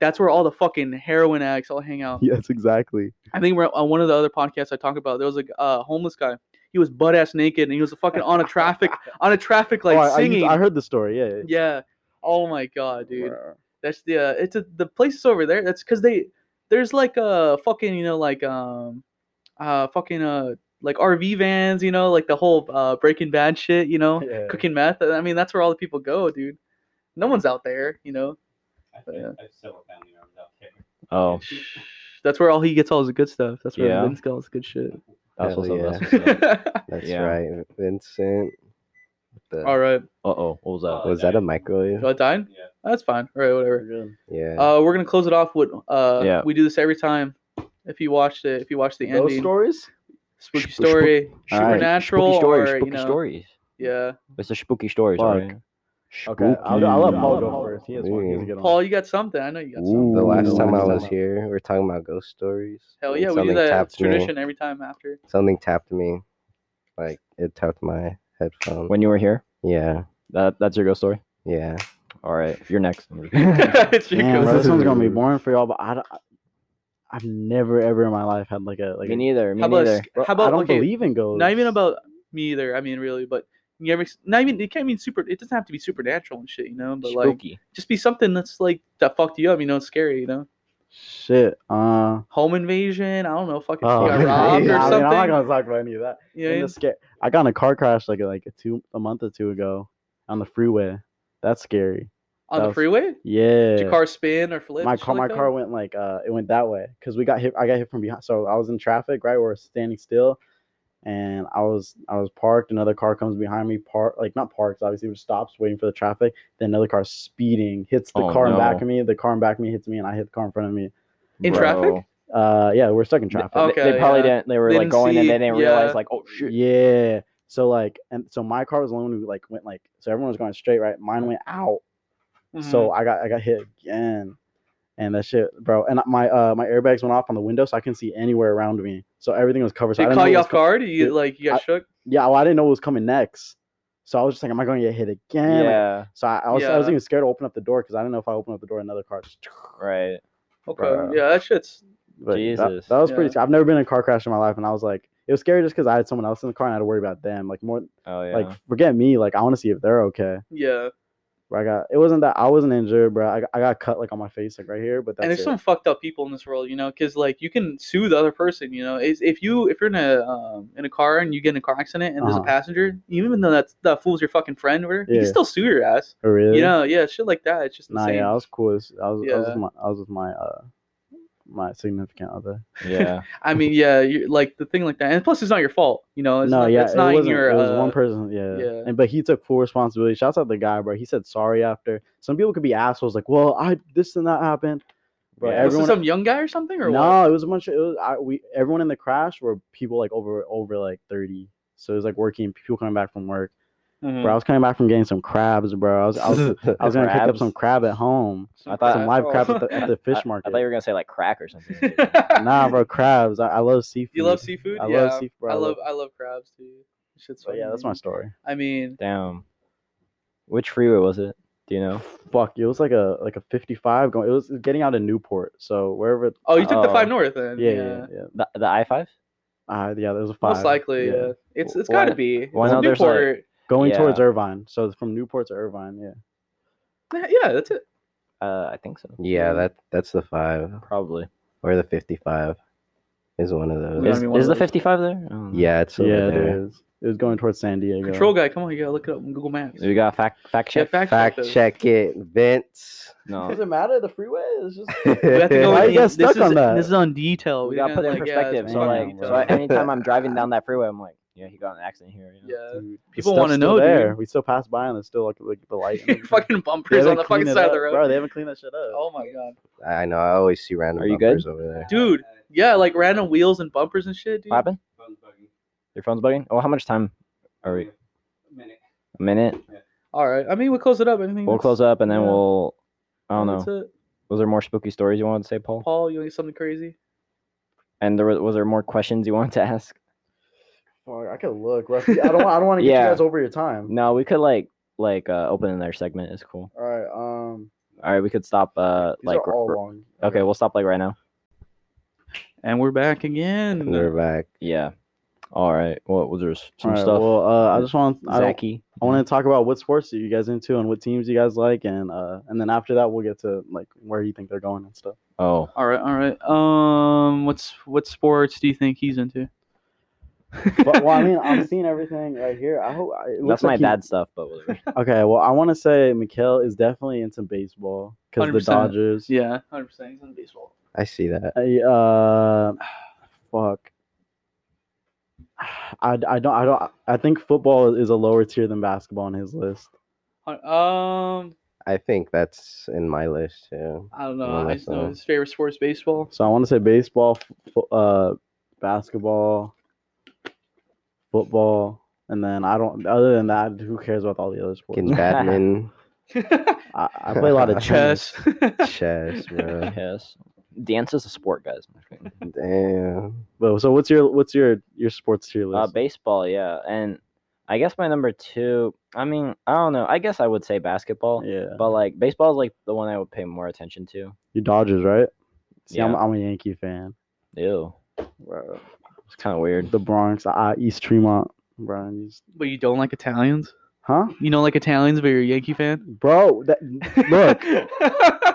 Speaker 1: That's where all the fucking heroin addicts all hang out.
Speaker 3: yes, exactly.
Speaker 1: I think we're on one of the other podcasts I talked about. There was a uh, homeless guy. He was butt ass naked and he was fucking on a traffic on a traffic light
Speaker 3: oh, I, I used-
Speaker 1: singing.
Speaker 3: I, heard the story. Yeah,
Speaker 1: yeah. Oh my god, dude. That's the uh, it's a, the place is over there. That's because they there's like a fucking you know like um uh fucking uh like RV vans you know like the whole uh Breaking Bad shit you know
Speaker 3: Yeah.
Speaker 1: cooking meth. I mean that's where all the people go, dude. No one's out there, you know.
Speaker 5: I think
Speaker 1: Yeah.
Speaker 5: I still found the arms out there.
Speaker 2: Oh,
Speaker 1: That's where all he gets all his good stuff. That's where
Speaker 2: Yeah.
Speaker 1: Vince gets all his good shit.
Speaker 2: that's
Speaker 4: Hell
Speaker 2: what's up. That's
Speaker 4: yeah.
Speaker 2: what's up.
Speaker 4: That's
Speaker 2: Yeah.
Speaker 4: right, Vincent. The,
Speaker 1: all right,
Speaker 2: Uh oh, what was that?
Speaker 5: Oh,
Speaker 4: was that a
Speaker 5: nice.
Speaker 4: microwave?
Speaker 1: do I dine?
Speaker 5: Yeah.
Speaker 1: That's fine. All right, whatever.
Speaker 4: Yeah.
Speaker 1: Uh, we're gonna close it off with uh,
Speaker 2: Yeah.
Speaker 1: we do this every time. If you watched it, if you watched the
Speaker 3: Ghost
Speaker 1: ending,
Speaker 3: stories?
Speaker 1: spooky
Speaker 2: Spook-
Speaker 1: story,
Speaker 2: All right,
Speaker 1: supernatural,
Speaker 2: spooky stories,
Speaker 1: or
Speaker 2: spooky
Speaker 1: you know,
Speaker 2: stories.
Speaker 1: yeah.
Speaker 2: It's the spooky stories.
Speaker 3: Fuck.
Speaker 2: alright?
Speaker 3: Okay, I'll, I'll let
Speaker 2: Spooky.
Speaker 3: Paul go first. He has one. He has a good one.
Speaker 1: Paul, you got something? I know you got something.
Speaker 4: the last
Speaker 3: Ooh.
Speaker 4: time I was
Speaker 3: Something.
Speaker 4: here, we were talking about ghost stories.
Speaker 1: Hell
Speaker 4: and
Speaker 1: yeah, we do
Speaker 4: something
Speaker 1: that. It's
Speaker 4: tapped me-
Speaker 1: tradition every time after.
Speaker 4: Something tapped me. Like it tapped my headphone.
Speaker 2: When you were here,
Speaker 4: Yeah.
Speaker 2: that that's your ghost story.
Speaker 4: Yeah.
Speaker 2: All right, you're next.
Speaker 1: It's your
Speaker 3: Damn,
Speaker 1: ghost.
Speaker 3: bro, this one's gonna be boring for y'all, but I don't, I've never ever in my life had like a like.
Speaker 2: me
Speaker 3: a-
Speaker 2: neither. Me
Speaker 1: How about
Speaker 2: neither.
Speaker 1: sc-
Speaker 3: bro,
Speaker 1: how about
Speaker 3: I don't
Speaker 1: okay,
Speaker 3: believe in ghosts.
Speaker 1: not even about me either. I mean, really, but you ever not even it can't mean super. It doesn't have to be supernatural and shit, you know. But like,
Speaker 2: Spooky.
Speaker 1: just be something that's like that fucked you up, you know. It's scary, you know.
Speaker 3: shit. Uh,
Speaker 1: Home invasion. I don't know. Fucking
Speaker 4: Oh,
Speaker 1: got
Speaker 4: yeah,
Speaker 3: I
Speaker 1: robbed
Speaker 3: mean,
Speaker 1: or
Speaker 3: I'm
Speaker 1: something.
Speaker 3: not gonna talk about any of that.
Speaker 1: you know what I
Speaker 3: In
Speaker 1: mean?
Speaker 3: the sca- I got in a car crash like like a two a month or two ago on the freeway. That's scary.
Speaker 1: on the
Speaker 3: was-
Speaker 1: freeway.
Speaker 3: Yeah.
Speaker 1: Did your car spin or flip?
Speaker 3: my
Speaker 1: and shit
Speaker 3: car,
Speaker 1: like
Speaker 3: my
Speaker 1: that?
Speaker 3: car went like uh, it went that way because we got hit. I got hit from behind. So I was in traffic, right? We are standing still, and I was I was parked. Another car comes behind me, park like not parked, obviously, but stops waiting for the traffic. Then another car speeding hits the
Speaker 2: Oh,
Speaker 3: car in back
Speaker 2: no.
Speaker 3: of me. The car in back of me hits me, and I hit the car in front of me.
Speaker 1: In traffic?
Speaker 2: Bro.
Speaker 3: Uh, yeah, we're stuck in traffic.
Speaker 2: They-
Speaker 1: Okay,
Speaker 2: They, probably
Speaker 1: yeah.
Speaker 2: didn't. They were
Speaker 1: They
Speaker 2: like
Speaker 1: didn't
Speaker 2: going and
Speaker 1: see-
Speaker 2: they didn't
Speaker 1: yeah.
Speaker 2: realize like, oh shit.
Speaker 3: Yeah. So like, and so my car was the one who like went like so everyone was going straight, right? Mine went out.
Speaker 1: Mm-hmm.
Speaker 3: So
Speaker 2: Mm-hmm.
Speaker 3: I got I got hit again, and that shit, bro. And my uh my airbags went off on the window, so I couldn't see anywhere around me. So everything was covered. So
Speaker 1: Did
Speaker 3: I
Speaker 1: it
Speaker 3: didn't
Speaker 1: caught
Speaker 3: know
Speaker 1: you
Speaker 3: what
Speaker 1: off
Speaker 3: was co-
Speaker 1: guard? You like you got shook?
Speaker 3: yeah, well, I didn't know what was coming next. So I was just like, am I going to get hit again? Like,
Speaker 2: Yeah.
Speaker 3: so I, I was I was
Speaker 1: Yeah.
Speaker 3: even scared to open up the door because I didn't know if I opened up the door, another car. Just,
Speaker 2: Right.
Speaker 1: Okay.
Speaker 3: Bro.
Speaker 1: Yeah, that shit's
Speaker 3: but that-
Speaker 2: Jesus.
Speaker 3: That, was
Speaker 1: Yeah.
Speaker 3: pretty. sc- I've never been in a car crash in my life, and I was like, it was scary just because I had someone else in the car and I had to worry about them. Like more,
Speaker 2: Oh yeah.
Speaker 3: like forget me. Like I want to see if they're okay.
Speaker 1: yeah.
Speaker 3: Bro, I got it wasn't that I wasn't injured, bro. I, got- I got cut like on my face, like right here, but that's
Speaker 1: and there's
Speaker 3: it.
Speaker 1: some fucked up people in this world, you know, because like you can sue the other person, you know. Is if you if you're in a um, in a car and you get in a car accident and there's
Speaker 3: Uh-huh.
Speaker 1: a passenger, even though that's that fool's your fucking friend, or whatever, you
Speaker 3: Yeah.
Speaker 1: can still sue your ass.
Speaker 3: Oh, really?
Speaker 1: You know, yeah, shit like that. It's just
Speaker 3: Nah,
Speaker 1: insane.
Speaker 3: yeah, I was cool. As, I was, I was
Speaker 1: Yeah.
Speaker 3: with my, I was with my, uh, my significant other.
Speaker 2: yeah.
Speaker 1: I mean, yeah, you like the thing like that, and plus it's not your fault, you know. Oh, It's
Speaker 3: no,
Speaker 1: not,
Speaker 3: yeah,
Speaker 1: it's not
Speaker 3: it
Speaker 1: in
Speaker 3: wasn't.
Speaker 1: your.
Speaker 3: it was
Speaker 1: uh,
Speaker 3: one person, yeah.
Speaker 1: yeah.
Speaker 3: And but he took full responsibility. Shouts out the guy, bro. He said sorry after. Some people could be assholes, like, well, I this and that happened, bro.
Speaker 2: Yeah.
Speaker 1: Was it
Speaker 3: Everyone.
Speaker 1: some young guy or something or what?
Speaker 3: no, it was a bunch of. It was, I, we everyone in the crash were people like over over like thirty. So it was like working people coming back from work.
Speaker 1: Mhm.
Speaker 3: Bro, I was coming back from getting some crabs, bro. I was I was, I was gonna pick up
Speaker 2: Crabs?
Speaker 3: some crab at home,
Speaker 2: I thought-
Speaker 3: some live
Speaker 1: Oh.
Speaker 3: crab at the, at the
Speaker 2: I-
Speaker 3: fish market.
Speaker 2: I thought you were gonna say like crack or something.
Speaker 3: nah, bro, crabs. I, I love seafood.
Speaker 1: You love seafood?
Speaker 3: I
Speaker 1: yeah.
Speaker 3: love seafood. bro.
Speaker 1: I love I love crabs too. Shit's
Speaker 3: But yeah, that's my
Speaker 1: fucking-
Speaker 3: story.
Speaker 1: I mean,
Speaker 2: Damn. Which freeway was it? Do you know?
Speaker 3: Fuck, it was like a like a 55 going. It was getting out of Newport, so wherever.
Speaker 1: oh, you took the five
Speaker 2: Oh.
Speaker 1: north then.
Speaker 3: Uh, Yeah, yeah, yeah.
Speaker 2: The the I five?
Speaker 3: Uh, yeah, there was a five.
Speaker 1: Most likely, yeah. It's it's got to
Speaker 2: Why-
Speaker 1: be.
Speaker 2: why
Speaker 1: It's
Speaker 2: not there's, like-
Speaker 1: Newport.
Speaker 3: Going towards
Speaker 2: Yeah.
Speaker 3: Irvine, so it's from Newport to Irvine, yeah.
Speaker 1: Yeah, that's it.
Speaker 2: Uh, I think so.
Speaker 4: Yeah, that that's the five
Speaker 2: probably.
Speaker 4: or the fifty-five is one of
Speaker 1: Yeah, I
Speaker 4: those.
Speaker 2: Is,
Speaker 1: mean, one of
Speaker 2: is the
Speaker 1: those.
Speaker 2: fifty five there? Oh, I don't know.
Speaker 4: Yeah, it's over
Speaker 3: yeah, it
Speaker 4: there.
Speaker 3: is. It was going towards San Diego.
Speaker 1: Control guy, come on, you gotta look it up on Google Maps.
Speaker 2: We got a fact fact
Speaker 1: Yeah,
Speaker 2: check.
Speaker 1: fact check.
Speaker 4: Fact
Speaker 1: those.
Speaker 4: check it, Vince.
Speaker 2: No.
Speaker 3: it matter the freeway? It's just.
Speaker 1: We have to go
Speaker 3: Why
Speaker 1: in-
Speaker 3: you guys
Speaker 1: this
Speaker 3: stuck
Speaker 1: is-
Speaker 3: on that?
Speaker 1: This is on detail.
Speaker 2: We
Speaker 1: We're
Speaker 2: gotta put
Speaker 1: gonna,
Speaker 2: it in
Speaker 1: like, yeah,
Speaker 2: perspective.
Speaker 1: it's
Speaker 2: so
Speaker 1: on
Speaker 2: like,
Speaker 3: man,
Speaker 1: detail.
Speaker 2: so I-
Speaker 3: bro.
Speaker 2: anytime I'm driving down that freeway, I'm like, yeah, he got in an accident here. you know?
Speaker 1: yeah.
Speaker 3: Dude, the
Speaker 1: People
Speaker 3: stuff's
Speaker 1: wanna
Speaker 3: still
Speaker 1: know, dude.
Speaker 3: there. We still pass by and there's still like, like the light. and everything.
Speaker 1: fucking
Speaker 3: They
Speaker 1: bumpers on
Speaker 3: haven't
Speaker 1: the fucking
Speaker 3: cleaned it
Speaker 1: side of the
Speaker 3: up,
Speaker 1: road.
Speaker 3: Bro, they haven't cleaned that shit up.
Speaker 1: Oh my god,
Speaker 4: I know. I always see random
Speaker 2: Are you good?
Speaker 4: bumpers over there.
Speaker 1: dude. Yeah, like random wheels and bumpers and shit, dude.
Speaker 2: What happened?
Speaker 5: Phone's bugging.
Speaker 2: Your phone's bugging? Oh, how much time are we?
Speaker 5: A minute.
Speaker 2: A minute?
Speaker 1: All right. I mean, we'll close it up. Anything?
Speaker 2: We'll
Speaker 1: that's-
Speaker 2: close up and then
Speaker 1: yeah.
Speaker 2: we'll. I don't
Speaker 1: that's
Speaker 2: know.
Speaker 1: it.
Speaker 2: Was there more spooky stories you wanted to say, Paul?
Speaker 1: Paul, you want something crazy?
Speaker 2: And there was, was there more questions you wanted to ask?
Speaker 3: Fuck, I could look. Rusty. I don't. wa- I don't want to get
Speaker 2: Yeah.
Speaker 3: you guys over your time.
Speaker 2: No, we could like like uh, open another segment. It's cool.
Speaker 3: All right. Um.
Speaker 2: All right, we could stop. Uh,
Speaker 3: These
Speaker 2: like
Speaker 3: are
Speaker 2: r-
Speaker 3: all
Speaker 2: r-
Speaker 3: long.
Speaker 2: okay, we'll stop like right now.
Speaker 1: And we're back again.
Speaker 4: We're back.
Speaker 2: Yeah. All right. What was there s- some
Speaker 3: All right,
Speaker 2: stuff?
Speaker 3: Well, uh, I just want I, don't-
Speaker 2: Zachy.
Speaker 3: I want to talk about what sports are you guys into and what teams you guys like, and uh, and then after that we'll get to like where you think they're going and stuff.
Speaker 2: Oh,
Speaker 1: All right, all right. Um, what's what sports do you think he's into?
Speaker 3: But well, I mean, I'm seeing everything right here. I hope I, it
Speaker 2: that's
Speaker 3: looks
Speaker 2: my
Speaker 3: like he-
Speaker 2: dad's stuff, but whatever.
Speaker 3: Okay, well, I want to say Mikhail is definitely into baseball because the
Speaker 1: 100%.
Speaker 3: Dodgers.
Speaker 1: Yeah, hundred percent. He's into baseball.
Speaker 4: I see that.
Speaker 3: I, uh, fuck. I, I don't I don't I think football is a lower tier than basketball on his list.
Speaker 1: Um,
Speaker 4: I think that's in my list too.
Speaker 1: I don't know.
Speaker 4: Well,
Speaker 1: I
Speaker 4: that's
Speaker 1: just know
Speaker 3: uh,
Speaker 4: all.
Speaker 1: his favorite sports baseball.
Speaker 3: So I want to say baseball, f- fo- uh, basketball, football, and then I don't. Other than that, who cares about all the other sports?
Speaker 4: Fucking badminton,
Speaker 3: I, I play a lot of chess.
Speaker 1: Chess.
Speaker 4: chess, bro.
Speaker 2: yes. Dance is a sport, guys. I'm just kidding.
Speaker 4: Damn.
Speaker 3: But so what's your what's your your sports tier
Speaker 2: Uh,
Speaker 3: list?
Speaker 2: baseball, yeah, and I guess my number two. I mean, I don't know. I guess I would say basketball,
Speaker 3: yeah,
Speaker 2: but like baseball is like the one I would pay more attention to.
Speaker 3: you Dodgers, right? See, I'm,
Speaker 2: Yeah.
Speaker 3: I'm a Yankee fan.
Speaker 2: Ew, it's kind of weird.
Speaker 3: The Bronx, uh, East Tremont, Brian. East-
Speaker 1: but you don't like Italians.
Speaker 3: Huh,
Speaker 1: You don't like Italians, but you're a Yankee fan.
Speaker 3: bro? That, look,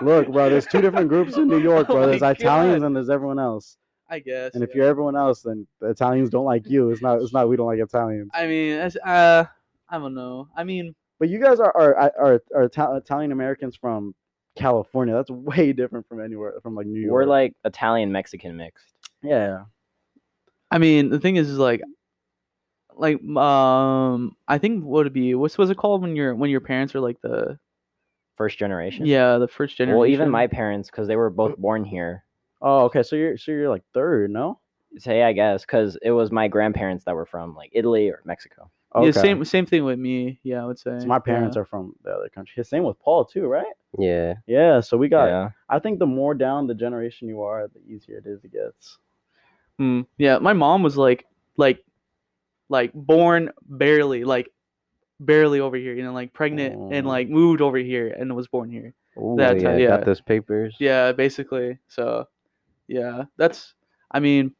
Speaker 3: look, bro. There's two different groups in New York,
Speaker 1: Oh
Speaker 3: bro. There's
Speaker 1: my
Speaker 3: Italians
Speaker 1: God.
Speaker 3: and there's everyone else.
Speaker 1: I guess.
Speaker 3: And if
Speaker 1: yeah.
Speaker 3: you're everyone else, then the Italians don't like you. It's not. It's not. We don't like Italians.
Speaker 1: I mean, that's, uh, I don't know. I mean,
Speaker 3: But you guys are are are, are Ital- Italian Americans from California. That's way different from anywhere from like New York.
Speaker 2: We're like Italian Mexican mixed.
Speaker 3: yeah,
Speaker 1: I mean, the thing is, is like, like, um, I think what it be? What's was it called when your when your parents are like the
Speaker 2: First generation.
Speaker 1: yeah the first generation?
Speaker 2: Well, even my parents, because they were both born here.
Speaker 3: Oh, okay. So you're so you're like third, no?
Speaker 2: Say, I guess, because it was my grandparents that were from like Italy or Mexico.
Speaker 3: Okay.
Speaker 1: yeah same same thing with me. Yeah, I would say
Speaker 3: So my parents are from the other country. Yeah, Same with Paul too, right?
Speaker 4: Yeah.
Speaker 3: Yeah. So we got.
Speaker 2: yeah.
Speaker 3: I think the more down the generation you are, the easier it is it gets.
Speaker 1: are. Hmm. yeah, my mom was like like like born barely like barely over here, you know, like pregnant and
Speaker 3: Oh.
Speaker 1: like moved over here and was born here.
Speaker 4: Ooh,
Speaker 1: That's how-
Speaker 4: yeah,
Speaker 1: yeah.
Speaker 4: Got those papers.
Speaker 1: Yeah, basically. So, yeah, that's. I mean,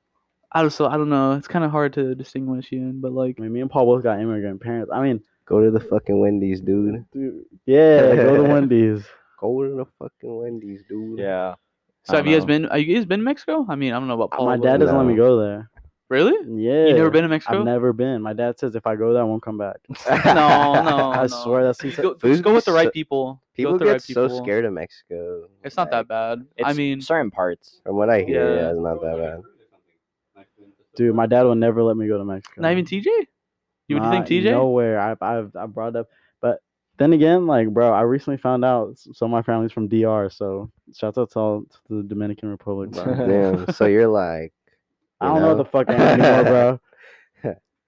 Speaker 1: I also I don't know. It's kind of hard to distinguish you, in, but like,
Speaker 3: I mean, me and Paul both got immigrant parents. I mean,
Speaker 4: Go to the fucking Wendy's, dude.
Speaker 3: dude, yeah, go to Wendy's.
Speaker 4: Go to the fucking Wendy's, dude.
Speaker 2: Yeah.
Speaker 1: so have
Speaker 2: don't
Speaker 1: you guys
Speaker 2: know.
Speaker 1: been? Have you guys been to Mexico? I mean, I don't know about Paul.
Speaker 3: Uh, my
Speaker 1: but-
Speaker 3: dad doesn't let me
Speaker 4: no.
Speaker 3: go there.
Speaker 1: Really?
Speaker 3: Yeah,
Speaker 1: You never been to Mexico?
Speaker 3: I've never been. My dad says if I go there, I won't come back.
Speaker 1: no, no.
Speaker 3: I
Speaker 1: no.
Speaker 3: swear that's he
Speaker 1: Just
Speaker 3: said.
Speaker 1: go, just go with the
Speaker 4: Food's so-
Speaker 1: right people. go
Speaker 4: People
Speaker 1: with the
Speaker 4: get
Speaker 1: right
Speaker 4: so
Speaker 1: people.
Speaker 4: scared of Mexico.
Speaker 1: It's not that
Speaker 4: Like,
Speaker 1: bad.
Speaker 2: It's
Speaker 1: I mean,
Speaker 2: certain parts.
Speaker 4: From what I hear,
Speaker 1: Yeah.
Speaker 4: yeah, it's not that bad.
Speaker 3: Dude, my dad will never let me go to Mexico.
Speaker 1: not even TJ. You would
Speaker 3: Not
Speaker 1: think TJ?
Speaker 3: Nowhere. I, I've I brought up, but then again, like bro, I recently found out s- some of my family's from DR. So shout out to, all, to the Dominican Republic, bro.
Speaker 4: Damn. So you're like,
Speaker 3: I don't know what the fuck I am anymore,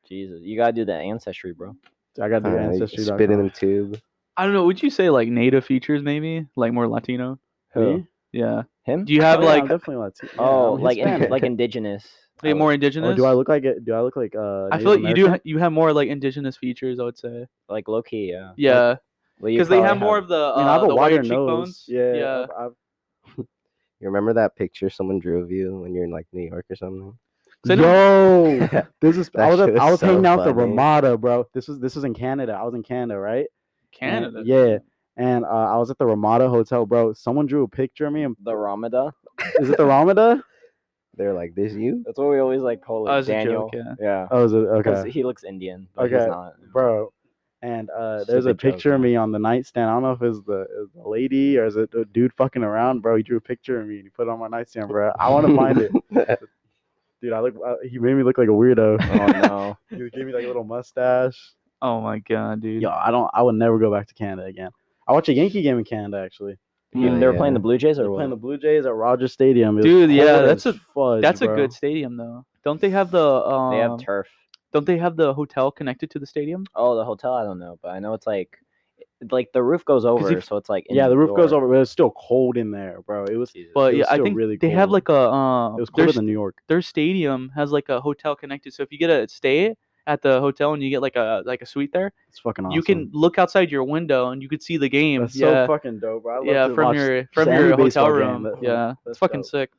Speaker 2: Jesus, you gotta do the ancestry, bro.
Speaker 3: bro. I got the
Speaker 4: uh, you
Speaker 3: ancestry.
Speaker 4: spit in the tube.
Speaker 1: I don't know. Would you say like native features maybe like more Latino?
Speaker 2: Who?
Speaker 1: Yeah.
Speaker 2: Him?
Speaker 1: Do you have
Speaker 3: oh, yeah, I'm
Speaker 1: like
Speaker 3: definitely Latino. Yeah,
Speaker 2: oh,
Speaker 3: I'm
Speaker 2: like in,
Speaker 3: Hispanic.
Speaker 2: like indigenous. I
Speaker 1: like,
Speaker 2: would-
Speaker 1: more
Speaker 3: Oh,
Speaker 1: indigenous?
Speaker 3: do I look like it? Do I look like uh?
Speaker 1: I
Speaker 3: Native
Speaker 1: feel like you do.
Speaker 3: American?
Speaker 1: ha- You have more like indigenous features, I would say.
Speaker 2: like low key, yeah.
Speaker 1: Yeah,
Speaker 2: Well, you
Speaker 1: because they
Speaker 2: probably
Speaker 1: have more of the
Speaker 3: I mean, I
Speaker 1: uh,
Speaker 3: have a
Speaker 1: the wider
Speaker 3: wider
Speaker 1: cheekbones.
Speaker 3: nose. Yeah. Mm,
Speaker 1: yeah.
Speaker 3: I've- I've-
Speaker 4: You remember that picture someone drew of you when you're in like New York or something?
Speaker 1: So I know-
Speaker 3: Yo, this is. I
Speaker 4: That
Speaker 3: was,
Speaker 4: shit
Speaker 3: at- I
Speaker 4: was
Speaker 3: was hanging
Speaker 4: so
Speaker 3: out the
Speaker 4: funny.
Speaker 3: Ramada, bro. This was this was in Canada. I was in Canada, right? And-
Speaker 1: Canada.
Speaker 3: yeah. And uh, I was at the Ramada Hotel, bro. Someone drew a picture of me. and-
Speaker 2: the Ramada.
Speaker 3: Is it the Ramada?
Speaker 4: They're like, this you?
Speaker 2: That's what we always like call it.
Speaker 1: Oh, it's a
Speaker 2: Daniel.
Speaker 1: joke, yeah.
Speaker 2: yeah.
Speaker 3: Oh, is it
Speaker 2: 'Cause
Speaker 3: okay,
Speaker 2: he looks Indian, but he's
Speaker 3: Okay.
Speaker 2: not.
Speaker 3: bro? And uh, there's
Speaker 2: Stupid
Speaker 3: a
Speaker 2: joke,
Speaker 3: picture of
Speaker 2: man.
Speaker 3: me on the nightstand. I don't know if it's the, it's the lady or is it a dude fucking around, bro. He drew a picture of me and he put it on my nightstand, bro. I want to find it, dude. I look. I, he made me look like a weirdo.
Speaker 2: Oh no.
Speaker 3: He gave me like a little mustache.
Speaker 1: Oh my god, dude.
Speaker 3: Yo, I don't. I would never go back to Canada again. I watched a Yankee game in Canada actually.
Speaker 2: You-
Speaker 4: Oh,
Speaker 2: they were
Speaker 4: yeah.
Speaker 2: playing the Blue Jays
Speaker 3: They're
Speaker 2: or
Speaker 3: playing the
Speaker 2: what?
Speaker 3: Blue Jays at Rogers Stadium. It was
Speaker 1: Dude, yeah,
Speaker 3: cold
Speaker 1: that's
Speaker 3: as
Speaker 1: a-
Speaker 3: fudge,
Speaker 1: That's a
Speaker 3: bro.
Speaker 1: good stadium though. Don't they have the um?
Speaker 2: They have turf.
Speaker 1: don't they have the hotel connected to the stadium?
Speaker 2: Oh, the hotel. I don't know, but I know it's like, like the roof goes over,
Speaker 1: if-
Speaker 2: so it's like
Speaker 3: Yeah, the roof goes
Speaker 2: indoor.
Speaker 3: over, but it's still cold in there, bro. It was. It
Speaker 2: Jesus.
Speaker 1: But
Speaker 3: was
Speaker 1: yeah, I
Speaker 3: still
Speaker 1: think
Speaker 3: really
Speaker 1: they have
Speaker 3: cold.
Speaker 1: like a um.
Speaker 3: was
Speaker 1: their,
Speaker 3: colder
Speaker 1: s-
Speaker 3: than New York.
Speaker 1: their stadium has like a hotel connected. So if you get a stay at the hotel and you get like a like a suite there,
Speaker 3: It's fucking awesome.
Speaker 1: you can look outside your window and you could see the game.
Speaker 3: That's
Speaker 1: yeah.
Speaker 3: so fucking dope, bro. I love
Speaker 1: yeah,
Speaker 3: to
Speaker 1: from
Speaker 3: watch
Speaker 1: your from
Speaker 3: any
Speaker 1: your hotel
Speaker 3: baseball game.
Speaker 1: room.
Speaker 3: That-
Speaker 1: yeah,
Speaker 3: that's
Speaker 1: it's fucking
Speaker 3: dope.
Speaker 1: sick.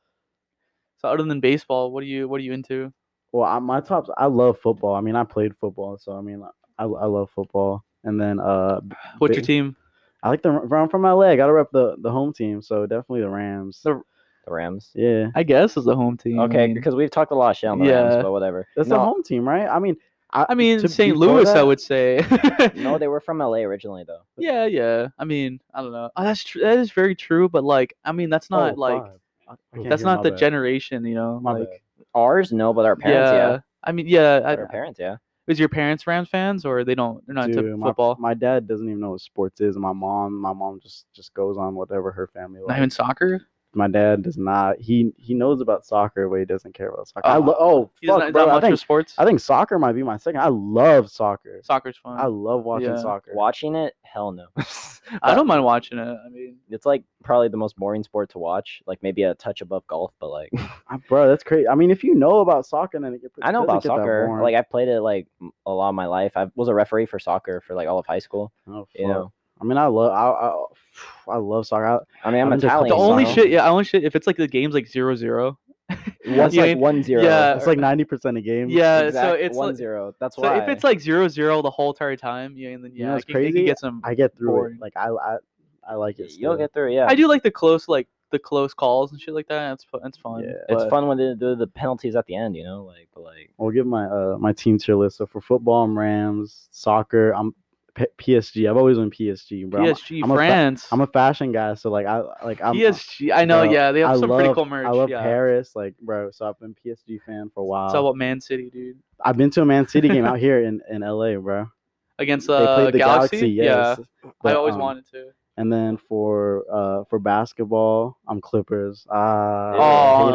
Speaker 1: So other than baseball, what are you what are you into?
Speaker 3: Well, I, my tops. I love football. I mean, I played football, so I mean, I, I love football. And then uh,
Speaker 1: What's your
Speaker 3: Big-
Speaker 1: team?
Speaker 3: I like the I'm from LA. I gotta rep the the home team, so definitely the Rams.
Speaker 1: The-
Speaker 2: The Rams.
Speaker 3: yeah,
Speaker 1: I guess is the home team. I
Speaker 2: Okay,
Speaker 1: mean-
Speaker 2: because we've talked a lot of shit on the
Speaker 1: Mm. Yeah.
Speaker 2: Rams, but whatever.
Speaker 3: that's the
Speaker 2: No,
Speaker 3: home team, right? I mean, I,
Speaker 1: I mean,
Speaker 3: to-
Speaker 1: St.
Speaker 3: before
Speaker 1: Louis, I
Speaker 3: that-
Speaker 1: would say.
Speaker 2: No, they were from LA originally, though.
Speaker 1: yeah, yeah. I mean, I don't know. Oh, that's tr- that is very true, but like, I mean, that's not
Speaker 3: Oh,
Speaker 1: like
Speaker 3: five. I- I can't
Speaker 1: that's
Speaker 3: hear, my
Speaker 1: not the
Speaker 3: bad.
Speaker 1: generation, you know.
Speaker 3: My
Speaker 1: like,
Speaker 3: bad.
Speaker 2: Ours, no, but our parents,
Speaker 1: yeah.
Speaker 2: yeah.
Speaker 1: I mean, yeah. I,
Speaker 2: Our parents, yeah.
Speaker 1: is your parents Rams fans or they don't? They're not into
Speaker 3: Dude, my-
Speaker 1: football.
Speaker 3: My, dad doesn't even know what sports is. and My mom, my mom just just goes on whatever her family.
Speaker 1: not
Speaker 3: Likes.
Speaker 1: even soccer.
Speaker 3: my dad does not. He he knows about soccer, but he doesn't care about soccer. I
Speaker 1: Uh-huh.
Speaker 3: lo- oh
Speaker 1: He's
Speaker 3: fuck,
Speaker 1: not, he's
Speaker 3: bro,
Speaker 1: not
Speaker 3: I
Speaker 1: much
Speaker 3: think
Speaker 1: for sports.
Speaker 3: I think soccer might be my second. I love soccer.
Speaker 1: Soccer's fun.
Speaker 3: I love watching
Speaker 1: uh, Yeah.
Speaker 3: soccer.
Speaker 2: Watching it, hell no.
Speaker 1: I don't mind watching it. I mean,
Speaker 2: It's like probably the most boring sport to watch. Like maybe a touch above golf, but like
Speaker 3: I- bro, that's crazy. I mean, if you know about soccer, then it get,
Speaker 2: I know
Speaker 3: doesn't
Speaker 2: about
Speaker 3: get that
Speaker 2: soccer.
Speaker 3: boring.
Speaker 2: Like I played it like m- a lot of my life. I was a referee for soccer for like all of high school.
Speaker 3: oh,
Speaker 2: You
Speaker 3: fuck.
Speaker 2: know,
Speaker 3: I mean, I love I I, I love soccer. I,
Speaker 2: I mean, I'm,
Speaker 3: I'm into
Speaker 2: Italian.
Speaker 1: the only
Speaker 2: so
Speaker 1: shit, yeah, I only shit if it's like the game's like zero zero.
Speaker 2: One's
Speaker 1: you
Speaker 2: like
Speaker 1: mean-
Speaker 2: one zero.
Speaker 1: yeah,
Speaker 3: it's like ninety percent of games.
Speaker 1: Yeah, so
Speaker 2: Exact-
Speaker 1: it's
Speaker 2: one
Speaker 1: like,
Speaker 2: zero. That's
Speaker 1: so
Speaker 2: why.
Speaker 1: if it's like zero zero the whole entire time, yeah, and then
Speaker 3: You
Speaker 1: yeah,
Speaker 3: know what's
Speaker 1: it can- it can
Speaker 3: crazy?
Speaker 1: get some.
Speaker 3: I get through
Speaker 1: Boring.
Speaker 3: it. Like I I, I like
Speaker 2: you'll
Speaker 3: it. still.
Speaker 2: get through. Yeah,
Speaker 1: I do like the close, like the close calls and shit like that. That's fu- that's fun.
Speaker 3: Yeah,
Speaker 2: It's
Speaker 1: but-
Speaker 2: fun when they do the penalties at the end. You know, like but like
Speaker 3: I'll give my uh my team tier list. So for football, I'm Rams. Soccer, I'm P- PSG. I've always been PSG, bro. I'm-
Speaker 1: PSG
Speaker 3: I'm a fa-
Speaker 1: France.
Speaker 3: I'm, a fashion guy, so like I like I'm
Speaker 1: PSG. I know.
Speaker 3: bro,
Speaker 1: yeah, they have
Speaker 3: I
Speaker 1: some
Speaker 3: love,
Speaker 1: pretty cool merch.
Speaker 3: I love
Speaker 1: yeah.
Speaker 3: Paris, like bro. So I've been PSG fan for a while.
Speaker 1: It's all about Man City, dude.
Speaker 3: I've been to a Man City game out here in, in LA, bro.
Speaker 1: Against
Speaker 3: they
Speaker 1: uh,
Speaker 3: played the Galaxy, yes.
Speaker 1: Yeah,
Speaker 3: But,
Speaker 1: I always
Speaker 3: um,
Speaker 1: wanted to.
Speaker 3: And then for uh for basketball, I'm Clippers. Ah, hate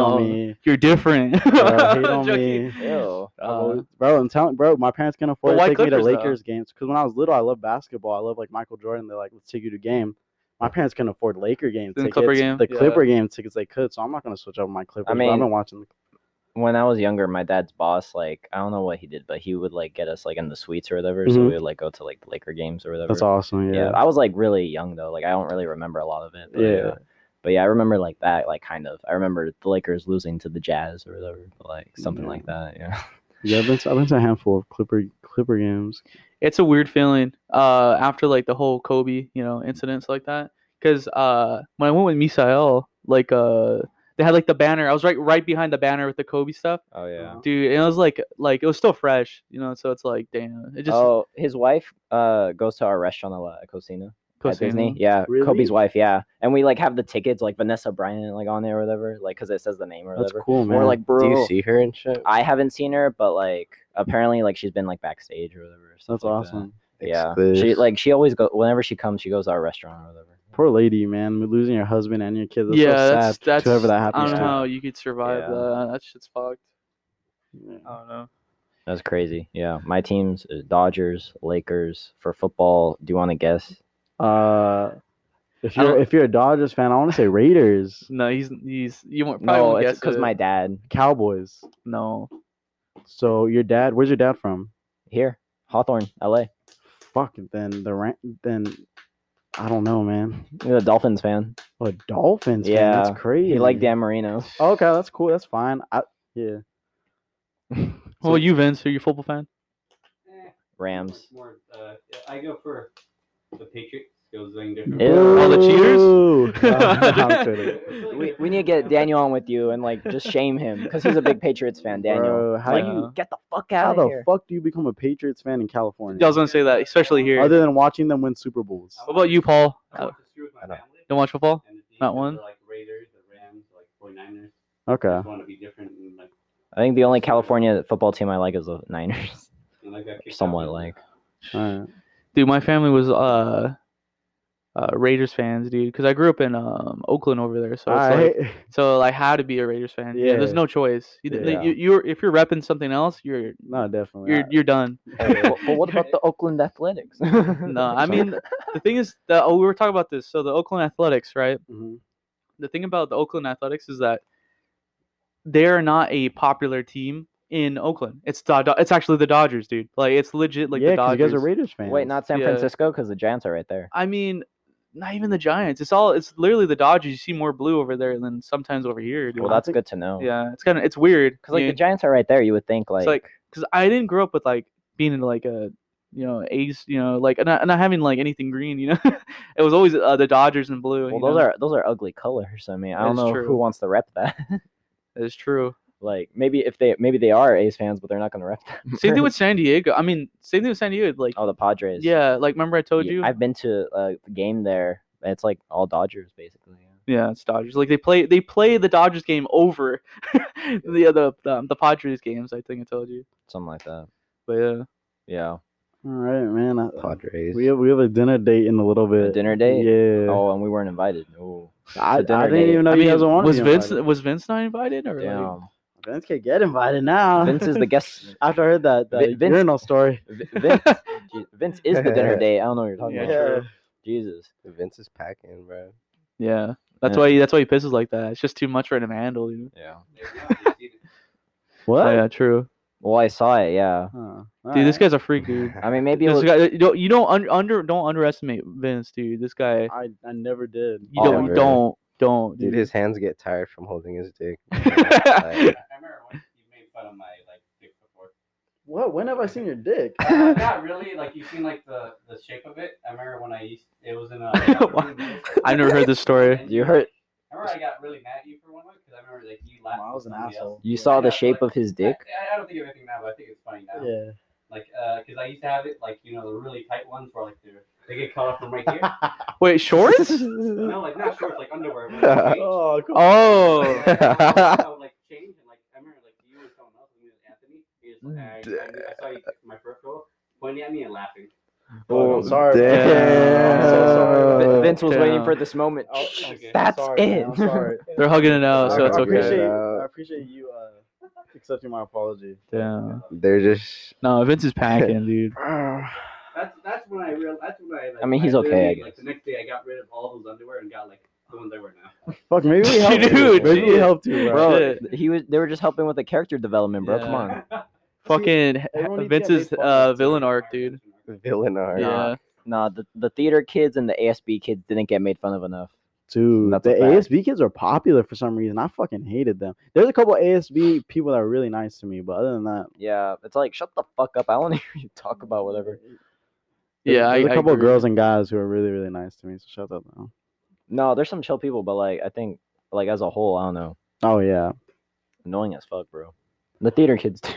Speaker 1: Oh.
Speaker 3: on me,
Speaker 1: You're different.
Speaker 3: bro. Hate
Speaker 1: I'm
Speaker 3: on
Speaker 1: joking.
Speaker 3: me.
Speaker 2: ew.
Speaker 3: I've always- bro, I'm telling, bro, my parents can't afford
Speaker 1: Uh,
Speaker 3: to
Speaker 1: why
Speaker 3: take me to
Speaker 1: Clippers, though?
Speaker 3: Lakers games because when I was little, I loved basketball. I love like Michael Jordan. They're like, let's take you to a game. My parents couldn't afford Laker game
Speaker 1: Then the
Speaker 3: tickets.
Speaker 1: Clipper game,
Speaker 3: the
Speaker 1: yeah.
Speaker 3: Clipper game tickets they could, so I'm not gonna switch up my Clippers. I
Speaker 2: mean-
Speaker 3: have been watching. The,
Speaker 2: when I was younger, my dad's boss, like I don't know what he did, but he would like get us like in the suites or whatever. So
Speaker 1: Mm-hmm.
Speaker 3: Mhm.
Speaker 2: we would like go to like the Laker games or whatever.
Speaker 3: that's awesome.
Speaker 2: Yeah.
Speaker 3: Yeah.
Speaker 2: I was like really young though. Like I don't really remember a lot of it. But, yeah.
Speaker 3: Yeah.
Speaker 2: but yeah, I remember like that, like kind of. I remember the Lakers losing to the Jazz or whatever, but, like something
Speaker 3: Yeah.
Speaker 2: like that. Yeah.
Speaker 3: Yeah, I've been, to, I've been to a handful of Clipper Clipper games.
Speaker 1: it's a weird feeling uh after like the whole kobe you know incidents like that because uh when i went with misael like uh they had like the banner i was right right behind the banner with the kobe stuff
Speaker 2: Oh yeah.
Speaker 1: dude and it was like like it was still fresh you know so it's like damn it just
Speaker 2: oh, his wife uh goes to our restaurant a lot at Cosina.
Speaker 1: goes
Speaker 2: at
Speaker 1: to
Speaker 2: Disney.
Speaker 1: him.
Speaker 2: Yeah. Kobe's
Speaker 3: Really?
Speaker 2: wife, yeah. And we like have the tickets like Vanessa Bryant like on there or whatever, like cuz it says the name or
Speaker 3: That's
Speaker 2: whatever.
Speaker 3: cool,
Speaker 2: And
Speaker 3: man.
Speaker 2: We're like,
Speaker 4: Do
Speaker 2: bro,
Speaker 4: you see her and shit?
Speaker 2: I haven't seen her, but like apparently like she's been like backstage or whatever. stuff
Speaker 3: that's
Speaker 2: like that.
Speaker 3: awesome.
Speaker 2: Yeah. She
Speaker 4: Exclusive.
Speaker 2: like she always go whenever she comes, she goes to our restaurant or whatever.
Speaker 3: Poor lady, man, losing your husband and your kids. That's
Speaker 1: yeah
Speaker 3: so sad.
Speaker 1: that's, that's
Speaker 3: whoever that
Speaker 1: i
Speaker 3: happens
Speaker 1: don't
Speaker 2: to.
Speaker 1: know how you could survive
Speaker 2: Yeah.
Speaker 1: that that shit's fucked
Speaker 3: Yeah.
Speaker 1: i don't know
Speaker 2: That's crazy. Yeah, my teams is Dodgers, Lakers for football. Do you want to guess?
Speaker 3: Uh, if
Speaker 1: I don't-
Speaker 3: you're if you're a Dodgers fan, I want to say Raiders,
Speaker 1: no he's he's you won't probably
Speaker 2: No,
Speaker 1: won't
Speaker 2: it's
Speaker 1: guess
Speaker 2: because
Speaker 1: it.
Speaker 2: my dad
Speaker 3: Cowboys.
Speaker 1: no
Speaker 3: So your dad, where's your dad from?
Speaker 2: here Hawthorne, L.A.
Speaker 3: Fuck. Then the Ra- then I don't know, man.
Speaker 2: He's a Dolphins fan.
Speaker 3: A Dolphins. fan,
Speaker 2: Yeah,
Speaker 3: that's crazy.
Speaker 2: He liked Dan Marino.
Speaker 3: Okay, that's cool. That's fine. I, yeah.
Speaker 1: well you vince are you a football fan
Speaker 5: Eh,
Speaker 2: Rams.
Speaker 5: More, uh, I go for the Patriots. Goes something different.
Speaker 2: Ew. All the
Speaker 1: cheaters?
Speaker 3: Boo. No, I'm kidding.
Speaker 2: We, we need to get Daniel on with you and like just shame him because he's a big Patriots fan. Daniel,
Speaker 3: Bro, how
Speaker 2: like,
Speaker 1: you-
Speaker 2: get the fuck
Speaker 3: How
Speaker 2: out
Speaker 3: the
Speaker 2: of here?
Speaker 3: fuck do you become a Patriots fan in California?
Speaker 1: i was gonna say that especially here
Speaker 3: Other than watching them win Super Bowls.
Speaker 1: what about you paul
Speaker 3: Uh,
Speaker 5: I want to screw with my
Speaker 4: I don't-
Speaker 5: family.
Speaker 1: don't watch football
Speaker 5: And the teams
Speaker 1: Not
Speaker 5: that
Speaker 1: one?
Speaker 5: are Like Raiders, the Rams, like 49ers.
Speaker 3: Okay.
Speaker 5: Just want to be different and like,
Speaker 2: I think the only California football team I like is the Niners.
Speaker 5: and like got kicked out
Speaker 2: Somewhat
Speaker 5: of-
Speaker 2: like.
Speaker 3: All right.
Speaker 1: Dude, my family was uh, uh Raiders fans, dude, because I grew up in um Oakland over there, so it's
Speaker 3: I
Speaker 1: like,
Speaker 3: hate-
Speaker 1: so like had to be a Raiders fan. Yeah, there's
Speaker 3: Yeah.
Speaker 1: no choice. You,
Speaker 2: Yeah.
Speaker 1: you, you're if you're repping something else, you're
Speaker 3: no, definitely.
Speaker 1: you're you're done.
Speaker 2: but, but what about the Oakland Athletics?
Speaker 1: No, I mean the thing is that oh, we were talking about this. So the Oakland Athletics, right?
Speaker 3: Mhm.
Speaker 1: The thing about the Oakland Athletics is that they're not a popular team in Oakland. It's the, Do- it's actually the Dodgers, dude. Like it's legit like
Speaker 3: yeah,
Speaker 1: the
Speaker 3: 'cause
Speaker 1: Dodgers.
Speaker 3: you guys are Raiders fans.
Speaker 2: wait, not San
Speaker 1: Yeah.
Speaker 2: Francisco because the Giants are right there.
Speaker 1: I mean, not even the Giants. It's all it's literally the Dodgers. You see more blue over there than sometimes over here. dude.
Speaker 2: Well, that's good to know.
Speaker 1: yeah. It's kind of it's weird
Speaker 2: Because like
Speaker 1: you-
Speaker 2: the Giants are right there. You would think like,
Speaker 1: it's like because I didn't grow up with like being in like a you know ace you know like and not, and not having like anything green you know it was always uh, the Dodgers and blue.
Speaker 2: well, those are those are ugly colors. I mean, I don't
Speaker 1: That's
Speaker 2: know
Speaker 1: true.
Speaker 2: who wants to rep that.
Speaker 1: it's true.
Speaker 2: like maybe if they maybe they are A's fans, but they're not going to rep them.
Speaker 1: Same thing with San Diego. I mean, same thing with San Diego. Like
Speaker 2: oh the Padres.
Speaker 1: yeah, like remember I told
Speaker 2: Yeah,
Speaker 1: you.
Speaker 2: I've been to a game there. It's like all Dodgers basically. yeah.
Speaker 1: Yeah, it's Dodgers. Like they play they play the Dodgers game over the other the, um, the Padres games. I think I told you.
Speaker 2: Something like that.
Speaker 1: But yeah,
Speaker 2: Yeah.
Speaker 3: All right, man. I-
Speaker 4: Padres.
Speaker 3: We have we have a dinner date in a little
Speaker 2: A
Speaker 3: bit.
Speaker 2: dinner date.
Speaker 3: Yeah.
Speaker 2: Oh, and we weren't invited. Oh,
Speaker 3: I, I
Speaker 2: a dinner
Speaker 3: didn't
Speaker 2: date.
Speaker 3: even know
Speaker 1: I
Speaker 3: you
Speaker 1: mean,
Speaker 3: guys wanted
Speaker 1: was
Speaker 3: to
Speaker 1: Vince
Speaker 3: invite
Speaker 1: was Vince not invited or like,
Speaker 2: damn.
Speaker 3: him. Vince can get invited now.
Speaker 2: Vince is the guest.
Speaker 3: After I heard that, that
Speaker 2: Vin- Vince-
Speaker 3: urinal story.
Speaker 2: Vi- Vince, Jeez, Vince is the dinner date. I don't know what you're talking
Speaker 1: Yeah,
Speaker 2: about.
Speaker 1: true.
Speaker 2: Jesus.
Speaker 4: Vince is packing, bro.
Speaker 1: yeah. That's
Speaker 2: Yeah.
Speaker 1: why he, that's why he pisses like that. It's just too much for him to handle. You know?
Speaker 2: Yeah.
Speaker 1: Oh,
Speaker 3: What?
Speaker 1: yeah, true.
Speaker 2: Well, I saw it. Yeah.
Speaker 3: Huh,
Speaker 1: Dude, this
Speaker 3: alright.
Speaker 1: guy's a freak, dude.
Speaker 2: I mean, maybe it
Speaker 1: This
Speaker 2: was,
Speaker 1: guy, you don't, you don't un- under don't underestimate Vince, dude. This guy,
Speaker 3: I, I never did.
Speaker 1: you don't
Speaker 4: Oliver.
Speaker 1: don't don't.
Speaker 4: Dude,
Speaker 3: Mm.
Speaker 1: Dude.
Speaker 4: his hands get tired from holding his dick.
Speaker 5: I
Speaker 4: Like,
Speaker 5: remember once you made fun of my like dick before.
Speaker 3: What? When have I seen your dick?
Speaker 5: Uh, not really. Like you seen like the the shape of it. I remember when I used it was in a.
Speaker 1: I've never heard this story.
Speaker 5: And
Speaker 2: you heard
Speaker 5: I remember I got really mad at you for one week because I remember like you laughed.
Speaker 3: Well, I
Speaker 5: at
Speaker 3: was an
Speaker 5: somebody else.
Speaker 3: asshole.
Speaker 2: you saw the
Speaker 5: Yeah,
Speaker 2: shape
Speaker 5: like-
Speaker 2: of his dick.
Speaker 5: I, I don't think of anything now, but I think it's funny now.
Speaker 3: Yeah.
Speaker 5: Like, uh, because I used to have it like you know the really tight ones where like they're, they get cut off from right here.
Speaker 1: Wait, shorts?
Speaker 5: no, like not shorts, like underwear. But, like, weight.
Speaker 3: Oh, cool.
Speaker 1: oh,
Speaker 5: Like, I would always- I would like change and like I remember like you and someone else, you and Anthony, you just, I, I, knew- I saw you took my peripheral, pointing at me and laughing.
Speaker 3: Oh, I'm sorry. bro.
Speaker 4: damn.
Speaker 2: Oh,
Speaker 3: I'm so sorry.
Speaker 2: Vi-
Speaker 3: bro.
Speaker 2: Vince was waiting
Speaker 1: Damn.
Speaker 2: for this moment.
Speaker 3: Oh,
Speaker 5: I'm
Speaker 3: I'm
Speaker 2: That's
Speaker 3: sorry, man,
Speaker 2: it.
Speaker 3: I'm sorry.
Speaker 1: they're hugging it out, Oh, so
Speaker 3: I,
Speaker 1: it's
Speaker 3: I
Speaker 1: okay.
Speaker 3: Appreciate,
Speaker 4: Yeah.
Speaker 3: I appreciate you uh, accepting my apology.
Speaker 1: Damn.
Speaker 4: They're just.
Speaker 1: No, Vince is packing, dude.
Speaker 5: That's that's when I real. That's when I. Like,
Speaker 2: I mean, he's okay, I
Speaker 5: literally, Like
Speaker 2: guess.
Speaker 5: the next day, I got rid of all those underwear and got like the ones I wear now.
Speaker 3: Fuck, maybe we helped you.
Speaker 1: Dude,
Speaker 3: Maybe we
Speaker 1: shit.
Speaker 3: helped you, bro.
Speaker 2: Bro,
Speaker 1: Shit.
Speaker 2: he was. They were just helping with the character development, bro. Come
Speaker 1: Yeah.
Speaker 2: on.
Speaker 1: Fucking
Speaker 3: everyone needs to get
Speaker 1: Vince's
Speaker 3: paid for
Speaker 1: uh,
Speaker 3: it.
Speaker 1: villain arc, dude.
Speaker 4: Villain art.
Speaker 1: Yeah.
Speaker 2: Nah, the, the theater kids and the ASB kids didn't get made fun of enough.
Speaker 3: Dude,
Speaker 2: That's
Speaker 3: the
Speaker 2: a fact.
Speaker 3: ASB kids are popular for some reason. I fucking hated them. There's a couple ASB people that are really nice to me, but other than that,
Speaker 2: Yeah, it's like shut the fuck up. I want to hear you talk about whatever.
Speaker 3: there's,
Speaker 1: Yeah, I-
Speaker 3: there's a
Speaker 1: I
Speaker 3: couple
Speaker 1: agree.
Speaker 3: girls and guys who are really really nice to me. So shut up. Though.
Speaker 2: No, there's some chill people, but like I think like as a whole, I don't know,
Speaker 3: Oh yeah,
Speaker 2: annoying as fuck, bro. The theater kids too.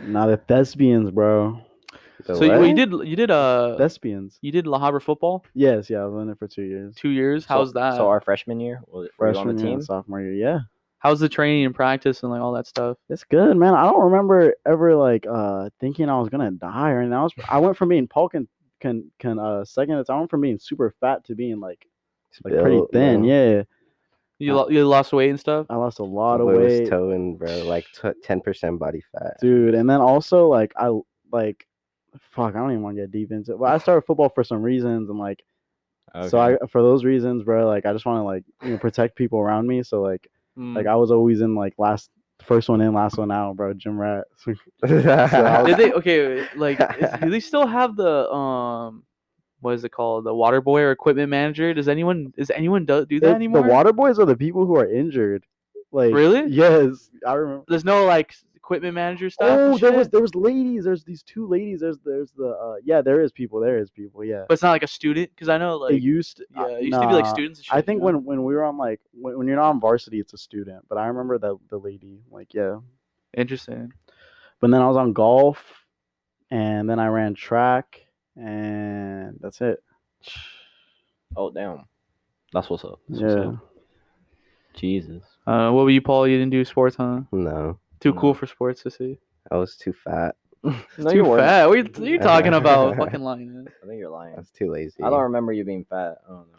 Speaker 3: now the thespians, bro.
Speaker 4: The
Speaker 1: So you, well, you
Speaker 4: what?
Speaker 1: did you did uh
Speaker 3: Thespians.
Speaker 1: you did La Habra football
Speaker 3: Yes, yeah, I was in it for two years.
Speaker 1: two years. How's
Speaker 2: so,
Speaker 1: that?
Speaker 2: So our freshman year, was were you on
Speaker 3: Freshman
Speaker 2: the
Speaker 3: year
Speaker 2: team?
Speaker 3: and sophomore year. Yeah,
Speaker 1: How's the training and practice and like all that stuff?
Speaker 3: it's good, man. I don't remember ever like uh thinking I was gonna die or anything. I was I went from being Paul can can can uh second. I went from being super fat to being like like pretty
Speaker 4: Built,
Speaker 3: thin.
Speaker 4: bro.
Speaker 3: Yeah,
Speaker 1: You
Speaker 3: Uh,
Speaker 1: lo- you lost weight and stuff.
Speaker 3: I lost a lot of
Speaker 4: Louis
Speaker 3: weight.
Speaker 4: Towing, bro, like ten percent body fat.
Speaker 3: dude. And then also like I like, fuck, I don't even want to get deep into. it. Well, I started football for some reasons, and like so I for those reasons, bro. Like I just want to like you know protect people around me. So like
Speaker 1: Mm.
Speaker 3: like I was always in like last first one in, last one out, bro. Gym rat.
Speaker 1: Did they okay? Like, is- do they still have the um, what is it called? The water boy or equipment manager? Does anyone is anyone do, do that
Speaker 3: The, the
Speaker 1: anymore?
Speaker 3: water boys are the people who are injured. Like
Speaker 1: Really?
Speaker 3: Yes, I remember.
Speaker 1: There's no like s- equipment manager stuff. and
Speaker 3: Oh, there was
Speaker 1: shit?
Speaker 3: there was ladies. There's these two ladies. There's there's the uh, yeah. There is people. There is people. Yeah.
Speaker 1: but it's not like a student because I know
Speaker 3: They
Speaker 1: like
Speaker 3: used to-
Speaker 1: yeah,
Speaker 3: uh,
Speaker 1: it used to be like
Speaker 3: nah.
Speaker 1: students. And shit,
Speaker 3: I
Speaker 1: you
Speaker 3: think
Speaker 1: know?
Speaker 3: when, when we were on like when, when you're not on varsity, it's a student. But I remember the the lady like yeah.
Speaker 1: interesting.
Speaker 3: But then I was on golf, and then I ran track, and that's it.
Speaker 2: oh damn, that's what's up. That's what's
Speaker 3: Yeah,
Speaker 2: up. Jesus.
Speaker 1: Uh, what were you, Paul? You didn't do sports, huh?
Speaker 4: no,
Speaker 1: Too
Speaker 2: No.
Speaker 1: cool for sports to see.
Speaker 4: I was too fat.
Speaker 2: No,
Speaker 1: Too
Speaker 2: weren't.
Speaker 1: fat. What are you, what are you talking about? Fucking lying. man.
Speaker 2: I think you're lying.
Speaker 4: I was too lazy.
Speaker 2: I don't remember you being fat. I don't know.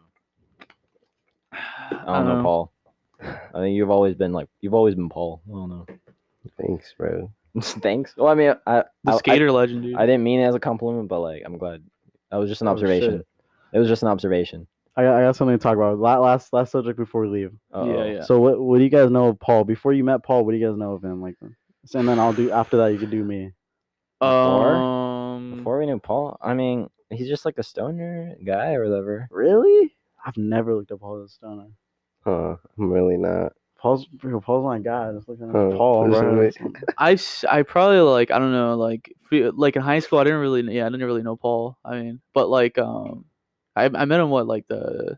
Speaker 2: I don't know, Paul. I think you've always been like you've always been Paul. I don't know.
Speaker 4: Thanks, bro.
Speaker 2: Thanks. Well, I mean, I
Speaker 1: The
Speaker 2: I- I-
Speaker 1: skater legend, dude.
Speaker 2: I didn't mean it as a compliment, but like I'm glad. That was just an
Speaker 3: Oh,
Speaker 2: observation.
Speaker 3: shit.
Speaker 2: it was just an observation.
Speaker 3: I got, I got something to talk about. La- Last last subject before we leave.
Speaker 2: Uh-oh.
Speaker 1: yeah.
Speaker 3: So what what do you guys know of Paul? Before you met Paul, what do you guys know of him? Like, and then I'll do after that. You can do me.
Speaker 2: Before?
Speaker 1: Um,
Speaker 2: Before we knew Paul, I mean, He's just like a stoner guy or whatever.
Speaker 3: Really? I've never looked up Paul the Stoner.
Speaker 4: Huh, I'm really not.
Speaker 3: Paul's bro, Paul's my guy. Just looking at
Speaker 4: Huh,
Speaker 3: Paul,
Speaker 4: this Oh, is
Speaker 3: bro.
Speaker 4: amazing.
Speaker 1: I, s- I probably like I don't know like fe- like in high school I didn't really yeah I didn't really know Paul I mean but like um I I met him what like the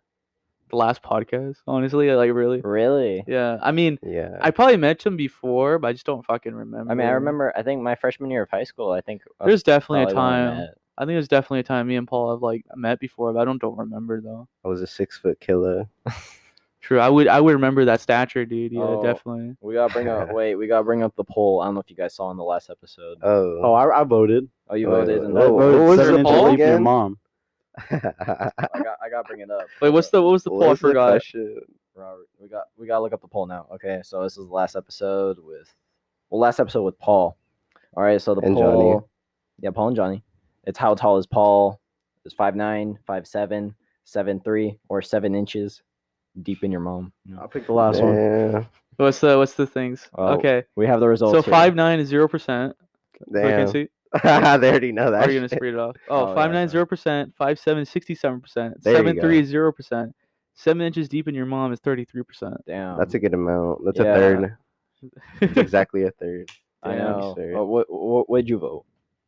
Speaker 1: the last podcast honestly like really
Speaker 2: Really?
Speaker 1: yeah I mean
Speaker 4: Yeah.
Speaker 1: I probably met him before but I just don't fucking remember
Speaker 2: I mean, I remember. I think my freshman year of high school. I think uh,
Speaker 1: Mm. there's definitely a
Speaker 2: probably when I
Speaker 1: time
Speaker 2: met.
Speaker 1: I think there's definitely a time me and Paul have like met before but I don't don't remember though
Speaker 4: I was a six foot killer.
Speaker 1: true I would I would remember that stature dude yeah
Speaker 2: Oh.
Speaker 1: definitely
Speaker 2: We gotta bring up. wait, we gotta bring up the poll. I don't know if you guys saw in the last episode.
Speaker 3: Oh,
Speaker 4: Oh.
Speaker 3: I, I voted.
Speaker 2: Oh, you
Speaker 4: wait,
Speaker 2: voted.
Speaker 4: wait,
Speaker 2: in
Speaker 4: wait,
Speaker 2: the-
Speaker 4: wait,
Speaker 3: voted
Speaker 4: what was
Speaker 3: seven
Speaker 4: the
Speaker 3: inch
Speaker 4: poll
Speaker 3: leap to your
Speaker 4: again?
Speaker 3: mom.
Speaker 2: I got. I gotta bring it up.
Speaker 1: wait what's the what was the poll I
Speaker 4: What's the
Speaker 1: forgot
Speaker 4: question?
Speaker 2: Robert, we got we gotta look up the poll now. Okay, so this is the last episode with, well, last episode with Paul. All right, so the
Speaker 4: And Johnny.
Speaker 2: poll, yeah, Paul and Johnny. It's how tall is Paul? Is five nine, five seven, seven three, or seven inches deep in your mom?
Speaker 3: I picked the last one.
Speaker 4: Damn.
Speaker 1: what's the what's the things
Speaker 2: Oh,
Speaker 1: okay
Speaker 2: We have the results.
Speaker 1: so
Speaker 2: here.
Speaker 1: five nine is zero percent
Speaker 4: Damn.
Speaker 1: vacancy.
Speaker 4: they already know that.
Speaker 1: Are you gonna
Speaker 4: shit.
Speaker 1: read it off?
Speaker 2: Oh,
Speaker 1: Oh,
Speaker 2: yeah,
Speaker 1: five nine
Speaker 2: sorry.
Speaker 1: zero percent, five seven sixty seven percent,
Speaker 4: There you
Speaker 1: seven three
Speaker 4: go.
Speaker 1: is zero percent, seven inches deep in your mom is thirty three percent.
Speaker 2: Damn,
Speaker 4: That's a good amount. That's
Speaker 2: Yeah.
Speaker 4: a third. It's exactly a third.
Speaker 2: I
Speaker 4: damn,
Speaker 2: know.
Speaker 4: sir.
Speaker 2: Uh, what what would you vote?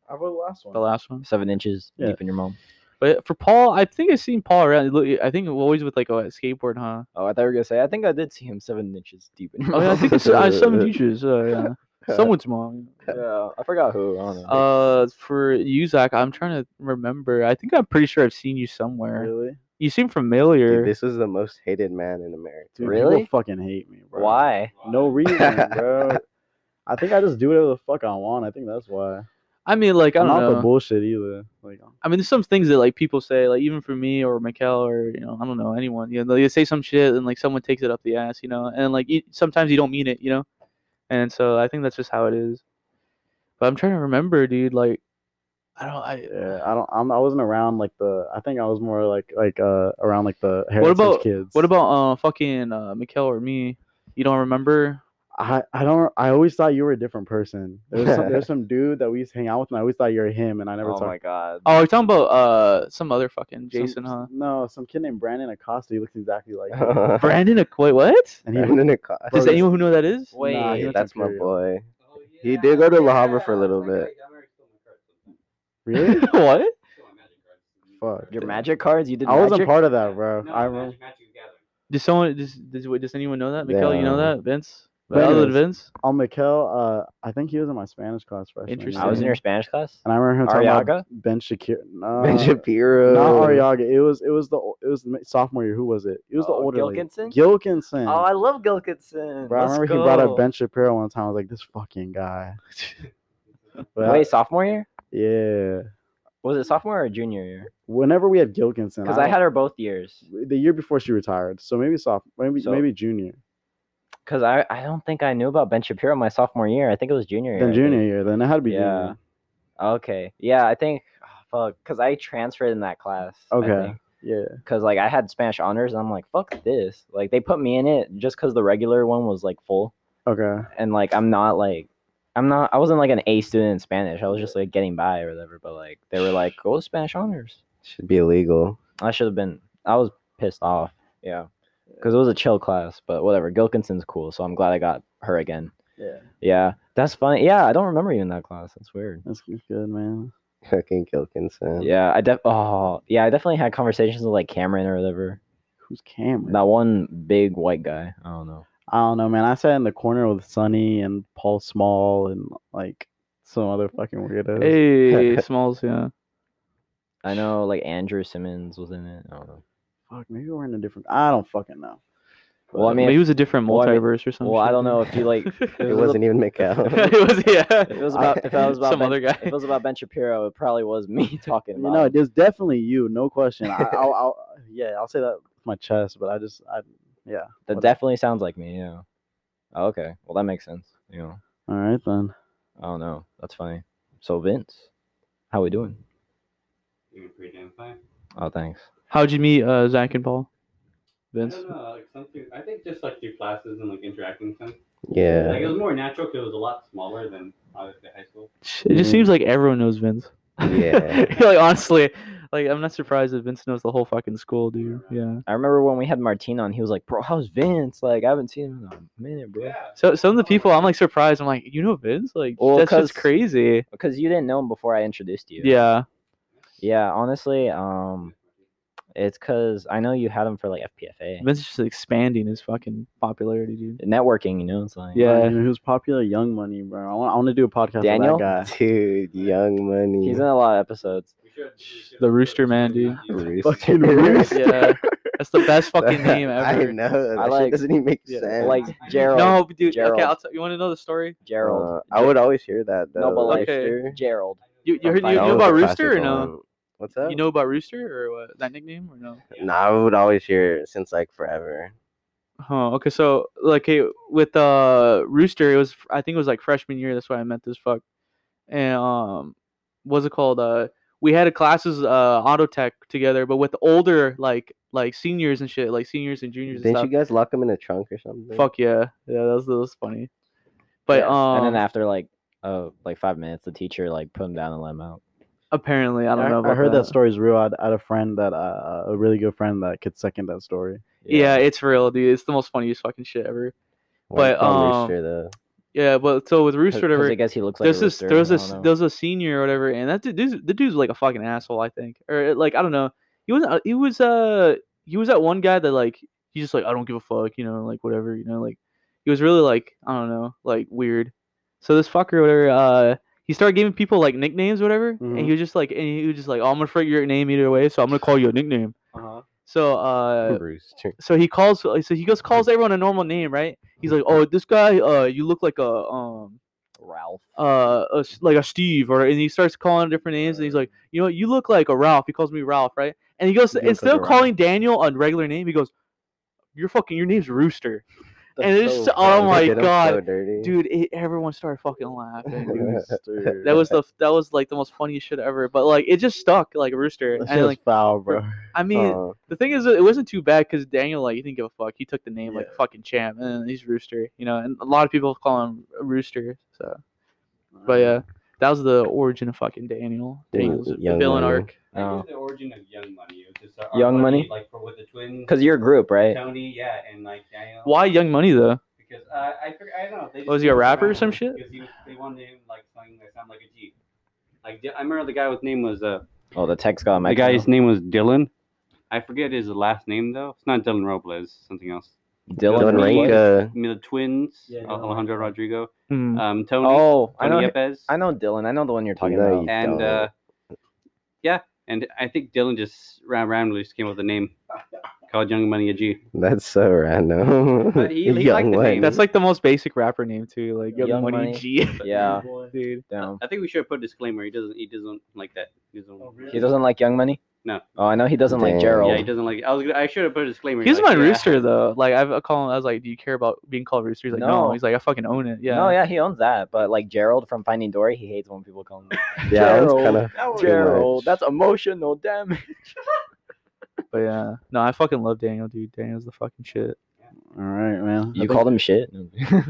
Speaker 3: I voted the last
Speaker 1: The last one,
Speaker 2: Seven inches
Speaker 3: Yeah.
Speaker 2: deep in your mom.
Speaker 1: but for Paul, I think I've seen Paul around. look, I think always with like a skateboard, huh?
Speaker 2: Oh, I thought you were gonna say. I think I did see him seven inches deep in your
Speaker 1: Oh
Speaker 2: mom.
Speaker 1: yeah, I think it's uh, some teachers. Uh, yeah. Someone's mom.
Speaker 2: yeah, I forgot who. I don't know.
Speaker 1: Uh, for you, Zach, I'm trying to remember. I think I'm pretty sure I've seen you somewhere.
Speaker 3: Really?
Speaker 1: You seem familiar.
Speaker 4: Dude, this is the most hated man in America.
Speaker 3: Dude,
Speaker 2: Really?
Speaker 3: People fucking hate me, bro.
Speaker 2: Why?
Speaker 3: No reason, bro. I think I just do whatever the fuck I want. I think that's why.
Speaker 1: I mean, like I
Speaker 3: I'm
Speaker 1: don't
Speaker 3: not
Speaker 1: know.
Speaker 3: the bullshit either. Like,
Speaker 1: I mean, there's some things that like people say, like even for me or Mikel or you know, I don't know anyone. You know, they say some shit and like someone takes it up the ass, you know, and like you, sometimes you don't mean it, you know, and so I think that's just how it is. But I'm trying to remember, dude. Like, I don't. I
Speaker 3: yeah, I don't. I'm, I wasn't around like the. I think I was more like like uh around like the
Speaker 1: What
Speaker 3: heritage
Speaker 1: about-
Speaker 3: kids.
Speaker 1: what about uh fucking uh Mikel or me? You don't remember?
Speaker 3: I, I don't I always thought you were a different person. There's some, there's some dude that we used to hang out with, and I always thought you were him, and I never
Speaker 2: oh
Speaker 3: talked.
Speaker 2: my god.
Speaker 1: Oh, you're talking about uh some other fucking
Speaker 3: some-
Speaker 1: Jason, huh?
Speaker 3: No, some kid named Brandon Acosta. He looks exactly like. him.
Speaker 4: Brandon
Speaker 1: Brandon Ac- wait, what?
Speaker 3: And he,
Speaker 4: in
Speaker 3: Bro,
Speaker 1: Does
Speaker 3: this-
Speaker 1: anyone who know who that is?
Speaker 2: Wait,
Speaker 3: Nah, he went to
Speaker 4: that's my
Speaker 3: Imperial.
Speaker 4: boy.
Speaker 5: Oh,
Speaker 4: He did go to La Habra for a little bit.
Speaker 3: Really?
Speaker 1: what?
Speaker 3: Fuck.
Speaker 2: Your magic cards? You did
Speaker 3: I wasn't
Speaker 2: magic?
Speaker 3: part of that, bro. I remember.
Speaker 1: Does someone does does, wait, does anyone know that? Mikel, you know
Speaker 4: Yeah.
Speaker 1: that? Vince?
Speaker 3: But
Speaker 1: Other than
Speaker 3: anyways,
Speaker 1: Vince?
Speaker 3: On Mikel, uh, I think he was in my Spanish class freshman. year.
Speaker 1: Interesting.
Speaker 2: I was in your Spanish class.
Speaker 3: And I remember him talking
Speaker 2: Arriaga? Oh.
Speaker 3: about Ben Shakir. No,
Speaker 4: Ben Shapiro.
Speaker 3: Uh, not Ariaga. It was it was the o- it was the mi- sophomore year. Who was it? It was the
Speaker 2: Oh,
Speaker 3: older lady.
Speaker 2: Gilkinson?
Speaker 3: Gilkinson.
Speaker 2: Oh, I love Gilkinson.
Speaker 3: bro, I
Speaker 2: Let's
Speaker 3: remember he brought
Speaker 2: go.
Speaker 3: up Ben Shapiro one time. I was like, this fucking guy. But I-
Speaker 2: Wait, sophomore year?
Speaker 3: yeah.
Speaker 2: Was it sophomore or junior year?
Speaker 3: Whenever we had Gilkinson,
Speaker 2: Because I had her both years.
Speaker 3: the year before she retired, so maybe soft, maybe
Speaker 2: So-
Speaker 3: maybe junior,
Speaker 2: Because I, I don't think I knew about Ben Shapiro my sophomore year. I think it was junior year. I
Speaker 3: then
Speaker 2: think.
Speaker 3: junior year, then it had to be
Speaker 2: Yeah. Okay. Yeah, I think. Oh, fuck. Because I transferred in that class.
Speaker 3: Okay. junior. Yeah,
Speaker 2: Because like I had Spanish honors, and I'm like, fuck this. Like they put me in it just because the regular one was like full.
Speaker 3: okay.
Speaker 2: and like I'm not like I'm not I wasn't like an A student in Spanish. I was just like getting by or whatever. But like they were like, go to Spanish honors.
Speaker 4: Should be illegal.
Speaker 2: I should have been. I was pissed off. Yeah, because it was a chill class. But whatever. Gilkinson's cool, so I'm glad I got her again.
Speaker 3: Yeah,
Speaker 2: Yeah, that's funny. Yeah, I don't remember you in that class. That's weird.
Speaker 3: that's good, good, man.
Speaker 4: Fucking Gilkinson.
Speaker 2: Yeah, I def. Oh, yeah, I definitely had conversations with like Cameron or whatever.
Speaker 3: Who's Cameron?
Speaker 2: That one big white guy. I don't know.
Speaker 3: I don't know, man. I sat in the corner with Sonny and Paul Small and like some other fucking weirdos.
Speaker 1: Hey, Smalls, yeah.
Speaker 2: I know like Andrew Simmons was in it. I don't know.
Speaker 3: Fuck, maybe we're in a different. I don't fucking know.
Speaker 2: Well, I
Speaker 1: But
Speaker 2: mean,
Speaker 1: maybe it was a different
Speaker 2: well, I mean-
Speaker 1: multiverse or something.
Speaker 2: Well, I don't know if you like.
Speaker 1: it
Speaker 4: It wasn't even Mikel.
Speaker 1: was, yeah.
Speaker 2: If it was about if that was about
Speaker 1: some
Speaker 2: Ben-
Speaker 1: other guy.
Speaker 2: If it was about Ben Shapiro, it probably was me talking
Speaker 3: You
Speaker 2: about.
Speaker 3: know,
Speaker 2: him.
Speaker 3: there's definitely you, no question. I, I'll, I'll, yeah, I'll say that with my chest, but I just, I, yeah.
Speaker 2: that
Speaker 3: what-
Speaker 2: definitely sounds like me. Yeah. Oh, okay. Well, that makes sense. You know.
Speaker 3: All right then.
Speaker 2: I don't know. That's funny. So Vince, how we doing? Oh, thanks.
Speaker 1: How'd you meet uh, Zach and Paul?
Speaker 5: I
Speaker 1: Vince?
Speaker 5: don't know, like something. I think just like through classes and like interacting with them. Like it
Speaker 4: Yeah.
Speaker 5: was more natural because it was a lot smaller than obviously high school.
Speaker 2: Hmm.
Speaker 1: It just seems like everyone knows Vince.
Speaker 4: Yeah.
Speaker 1: like honestly, Like, I'm not surprised that Vince knows the whole fucking school, dude. Yeah.
Speaker 2: I remember when we had Martine on, he was like, "Bro, how's Vince? Like, I haven't seen him in a minute, bro."
Speaker 1: So some of the people, I'm like surprised. I'm like, you know Vince? Like,
Speaker 2: Well,
Speaker 1: that's just
Speaker 2: 'cause-
Speaker 1: crazy.
Speaker 2: Because you didn't know him before I introduced you.
Speaker 1: Yeah.
Speaker 2: Yeah, honestly, um, it's because I know you had him for like FPFA
Speaker 1: Vince is just expanding his fucking popularity, dude.
Speaker 2: networking. You know, it's like
Speaker 1: Yeah.
Speaker 3: Bro, He was popular young money, bro. I want, I want to do a podcast
Speaker 2: Daniel?
Speaker 3: with that
Speaker 4: Dude, Young Money.
Speaker 2: he's in a lot of episodes.
Speaker 5: We should- we should-
Speaker 1: The Rooster Man, dude.
Speaker 4: Rooster.
Speaker 3: Fucking Rooster.
Speaker 1: Yeah. That's the best fucking name
Speaker 4: I
Speaker 1: ever.
Speaker 4: know. That
Speaker 2: I
Speaker 4: shit
Speaker 2: like-
Speaker 4: doesn't even make
Speaker 1: yeah,
Speaker 4: sense.
Speaker 2: Like
Speaker 5: I-
Speaker 2: Gerald,
Speaker 1: No, but dude.
Speaker 2: Gerald.
Speaker 1: Okay, I'll tell you. Want to know the story?
Speaker 2: Gerald,
Speaker 4: Uh, I would always hear that though.
Speaker 2: No, but like-
Speaker 1: Okay.
Speaker 4: Rooster.
Speaker 2: Gerald.
Speaker 1: You you, heard,
Speaker 4: Like,
Speaker 1: you
Speaker 4: that
Speaker 1: knew
Speaker 4: was
Speaker 1: about
Speaker 4: a
Speaker 1: Rooster or
Speaker 4: classic
Speaker 1: no?
Speaker 4: one. What's up?
Speaker 1: You know about Rooster or what? That nickname or no?
Speaker 4: Nah, I would always hear it since like forever.
Speaker 1: Oh, okay. So, like, hey, with uh, Rooster, it was I think it was like freshman year. That's why I met this fuck. And um, what's it called? Uh, we had a classes uh auto tech together, but with older like like seniors and shit, like seniors and juniors
Speaker 4: Didn't you
Speaker 1: and stuff.
Speaker 4: guys lock him in a trunk or something?
Speaker 1: Fuck yeah, yeah, that was, that was funny. But
Speaker 2: Yes,
Speaker 1: um,
Speaker 2: and then after like uh like five minutes, the teacher like put him down and let him out.
Speaker 1: apparently, I don't know.
Speaker 3: I,
Speaker 1: about
Speaker 3: heard that story's real. I had, I had a friend that uh, a really good friend that could second that story.
Speaker 1: Yeah. it's real, dude. It's the most funniest fucking shit ever.
Speaker 4: Why you
Speaker 1: but,
Speaker 4: call him
Speaker 1: um,
Speaker 4: Rooster though.
Speaker 1: Yeah, but so with Rooster, whatever,
Speaker 2: I guess he looks like
Speaker 1: there's
Speaker 2: a
Speaker 1: this
Speaker 2: rooster,
Speaker 1: there's
Speaker 2: I
Speaker 1: this
Speaker 2: don't know.
Speaker 1: there's a senior or whatever, and that dude dude's- the dude's like a fucking asshole, I think, or uh, like I don't know. He was uh, he was uh he was that one guy that like he's just like I don't give a fuck, you know, like whatever, you know, like he was really like I don't know, like weird. So this fucker, whatever, uh, he started giving people like nicknames, whatever, and
Speaker 3: Mhm.
Speaker 2: Mm-hmm.
Speaker 1: he was just like, and he was just like, oh, I'm gonna forget your name either way, so I'm gonna call you a nickname.
Speaker 3: Uh-huh.
Speaker 1: So uh,
Speaker 4: Rooster.
Speaker 1: so he calls so he goes calls everyone a normal name, right? He's like, oh, this guy, uh, you look like a um
Speaker 2: Ralph.
Speaker 1: uh, a s like a Steve, or and he starts calling different names, and he's like, you know, what, you look like a Ralph. He calls me Ralph, right? And he goes
Speaker 3: You look
Speaker 1: instead
Speaker 3: like
Speaker 1: of
Speaker 3: a Ralph.
Speaker 1: calling Daniel a regular name, he goes, "Your fucking your name's Rooster, And it's just- oh
Speaker 4: funny.
Speaker 1: my
Speaker 4: They get 'em
Speaker 1: God,
Speaker 4: so dirty.
Speaker 1: dude." It, everyone started fucking laughing. dude.
Speaker 3: Rooster.
Speaker 1: That was the that was like the most funniest shit ever. But like it just stuck like Rooster,
Speaker 3: That shit
Speaker 1: and
Speaker 3: was
Speaker 1: like
Speaker 3: foul, bro.
Speaker 1: I mean,
Speaker 4: Uh,
Speaker 1: the thing is, it wasn't too bad because Daniel like he didn't give a fuck. He took the name like
Speaker 3: Yeah.
Speaker 1: fucking champ, and he's Rooster, you know. And a lot of people call him Rooster, so. But yeah, that was the origin of fucking Daniel.
Speaker 4: Daniel-
Speaker 1: Daniel's
Speaker 4: Young
Speaker 1: villain
Speaker 4: Money.
Speaker 1: arc.
Speaker 5: I think
Speaker 2: Oh.
Speaker 5: it's the origin of Young Money. It was just our
Speaker 2: Young Money?
Speaker 5: like for with the twins.
Speaker 2: Because you're a group, right?
Speaker 5: Tony, yeah, and like Daniel.
Speaker 1: Why Young Money though?
Speaker 5: Because uh, I fig- I don't know. They just
Speaker 1: Was he a
Speaker 5: messed
Speaker 1: rapper or
Speaker 5: around
Speaker 1: some shit?
Speaker 5: Because he was, they wanted him like something that sounded like a G. Like I remember the guy whose name was uh
Speaker 2: Oh, the text got on my.
Speaker 5: the
Speaker 2: phone.
Speaker 5: guy's name was Dylan. I forget his last name though. It's not Dylan Robles. Something else.
Speaker 2: Dylan
Speaker 4: Don
Speaker 2: Reed.
Speaker 4: Rica.
Speaker 5: I mean, the twins.
Speaker 3: Yeah,
Speaker 5: Al-
Speaker 3: Dylan
Speaker 5: Alejandro Rodrigo.
Speaker 1: Hmm.
Speaker 5: Um, Tony.
Speaker 2: Oh, I
Speaker 5: Tony
Speaker 2: know.
Speaker 5: Yepes.
Speaker 2: I know Dylan. I know the one you're talking
Speaker 4: No,
Speaker 2: about.
Speaker 4: you-
Speaker 5: and
Speaker 4: don't.
Speaker 5: uh, yeah, and I think Dylan just ran randomly just came up with a name called Young Money a G.
Speaker 4: That's so random.
Speaker 5: But he- he liked the name.
Speaker 1: That's like the most basic rapper name too. Like Young,
Speaker 2: Young
Speaker 1: Money,
Speaker 2: Money.
Speaker 1: G.
Speaker 2: Yeah.
Speaker 1: Dude.
Speaker 2: Damn.
Speaker 5: I think we should put a disclaimer. He doesn't. He doesn't like that. He doesn't.
Speaker 2: He doesn't like Young Money.
Speaker 5: No.
Speaker 2: Oh, I know he doesn't like
Speaker 4: Damn.
Speaker 2: Gerald.
Speaker 5: Yeah, he doesn't like. It. I was. Gonna, I should have put a disclaimer.
Speaker 1: He was
Speaker 5: like,
Speaker 1: my
Speaker 5: yeah.
Speaker 1: rooster though. Like I've called him. I was like, "Do you care about being called rooster?" He's like, "No."
Speaker 2: No.
Speaker 1: He's like, "I fucking own it." Yeah.
Speaker 2: No, yeah, he owns that. But like Gerald from Finding Dory, he hates when people call him
Speaker 4: yeah, that's
Speaker 2: Gerald.
Speaker 4: kind of
Speaker 2: Gerald. That's emotional damage.
Speaker 1: But yeah, no, I fucking love Daniel, dude. Daniel's the fucking shit.
Speaker 3: All right, man. I
Speaker 2: You
Speaker 3: think-
Speaker 2: called him shit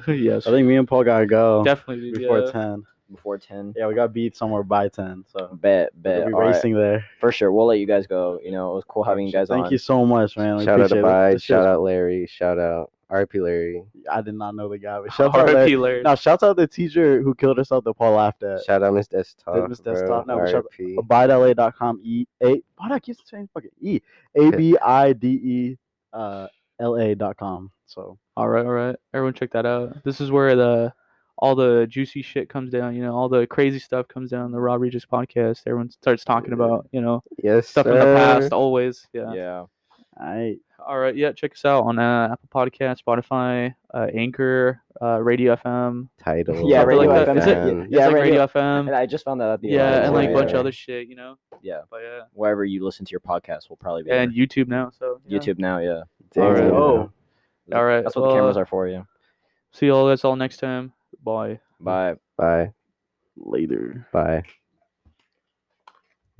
Speaker 1: yes.
Speaker 3: I think me and Paul gotta go
Speaker 1: Definitely, dude.
Speaker 3: before
Speaker 1: yeah.
Speaker 3: ten.
Speaker 2: before ten.
Speaker 3: Yeah, we got beat somewhere by ten, so
Speaker 2: Bet,
Speaker 3: we'll
Speaker 2: bet.
Speaker 3: be
Speaker 2: All right,
Speaker 3: racing there.
Speaker 2: for sure. We'll let you guys go. You know, it was cool having you guys
Speaker 3: Thank
Speaker 2: on.
Speaker 3: you so much, man. We
Speaker 4: Shout out
Speaker 3: appreciate
Speaker 4: to
Speaker 3: it.
Speaker 4: Bide.
Speaker 3: This shit
Speaker 4: Shout out Larry. Shout out RP Larry.
Speaker 3: was- I did not know the guy, but shout out
Speaker 1: R.I.P.
Speaker 3: Larry.
Speaker 1: Larry.
Speaker 3: Now, shout out the teacher who killed herself that Paul laughed at.
Speaker 4: Shout out Miss Desktop.
Speaker 3: Miss
Speaker 4: bro.
Speaker 3: Desktop. No, shout out-
Speaker 4: RIP.
Speaker 3: abidela.com e a why do I keep saying fucking e a b i d e uh l a dot com. So
Speaker 1: All right, all right. Everyone check that out. This is where the all the juicy shit comes down, you know, all the crazy stuff comes down the Rob Regis podcast. Everyone starts talking
Speaker 4: Yeah.
Speaker 1: about, you know,
Speaker 4: Yes,
Speaker 1: stuff
Speaker 4: sir.
Speaker 1: in the past always. Uh, Yeah.
Speaker 2: Yeah.
Speaker 3: I
Speaker 1: All right, yeah, check us out on uh, Apple Podcast, Spotify, uh, Anchor, uh, Radio FM.
Speaker 4: Title.
Speaker 2: Yeah,
Speaker 1: something
Speaker 2: Radio
Speaker 1: like that.
Speaker 2: FM.
Speaker 1: Is it-
Speaker 4: man.
Speaker 1: It's
Speaker 2: Yeah,
Speaker 1: like
Speaker 2: Radio
Speaker 1: Radio,
Speaker 2: And
Speaker 1: FM.
Speaker 2: I just found that at the
Speaker 1: Um, Yeah, and like a
Speaker 4: yeah,
Speaker 1: bunch
Speaker 4: yeah.
Speaker 1: of other shit, you know.
Speaker 2: Yeah.
Speaker 1: But yeah.
Speaker 2: Wherever you listen to your podcast will probably be
Speaker 1: And YouTube now, so
Speaker 2: there.
Speaker 1: yeah.
Speaker 2: YouTube now, yeah.
Speaker 4: Damn.
Speaker 1: All right.
Speaker 3: Oh.
Speaker 1: All right.
Speaker 2: That's what the
Speaker 1: well,
Speaker 2: cameras are for, yeah.
Speaker 1: See y'all guys all next time. Bye.
Speaker 2: Bye.
Speaker 4: Bye.
Speaker 3: later.
Speaker 4: Bye.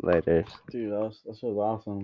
Speaker 4: Later.
Speaker 3: Dude, that was, that was awesome.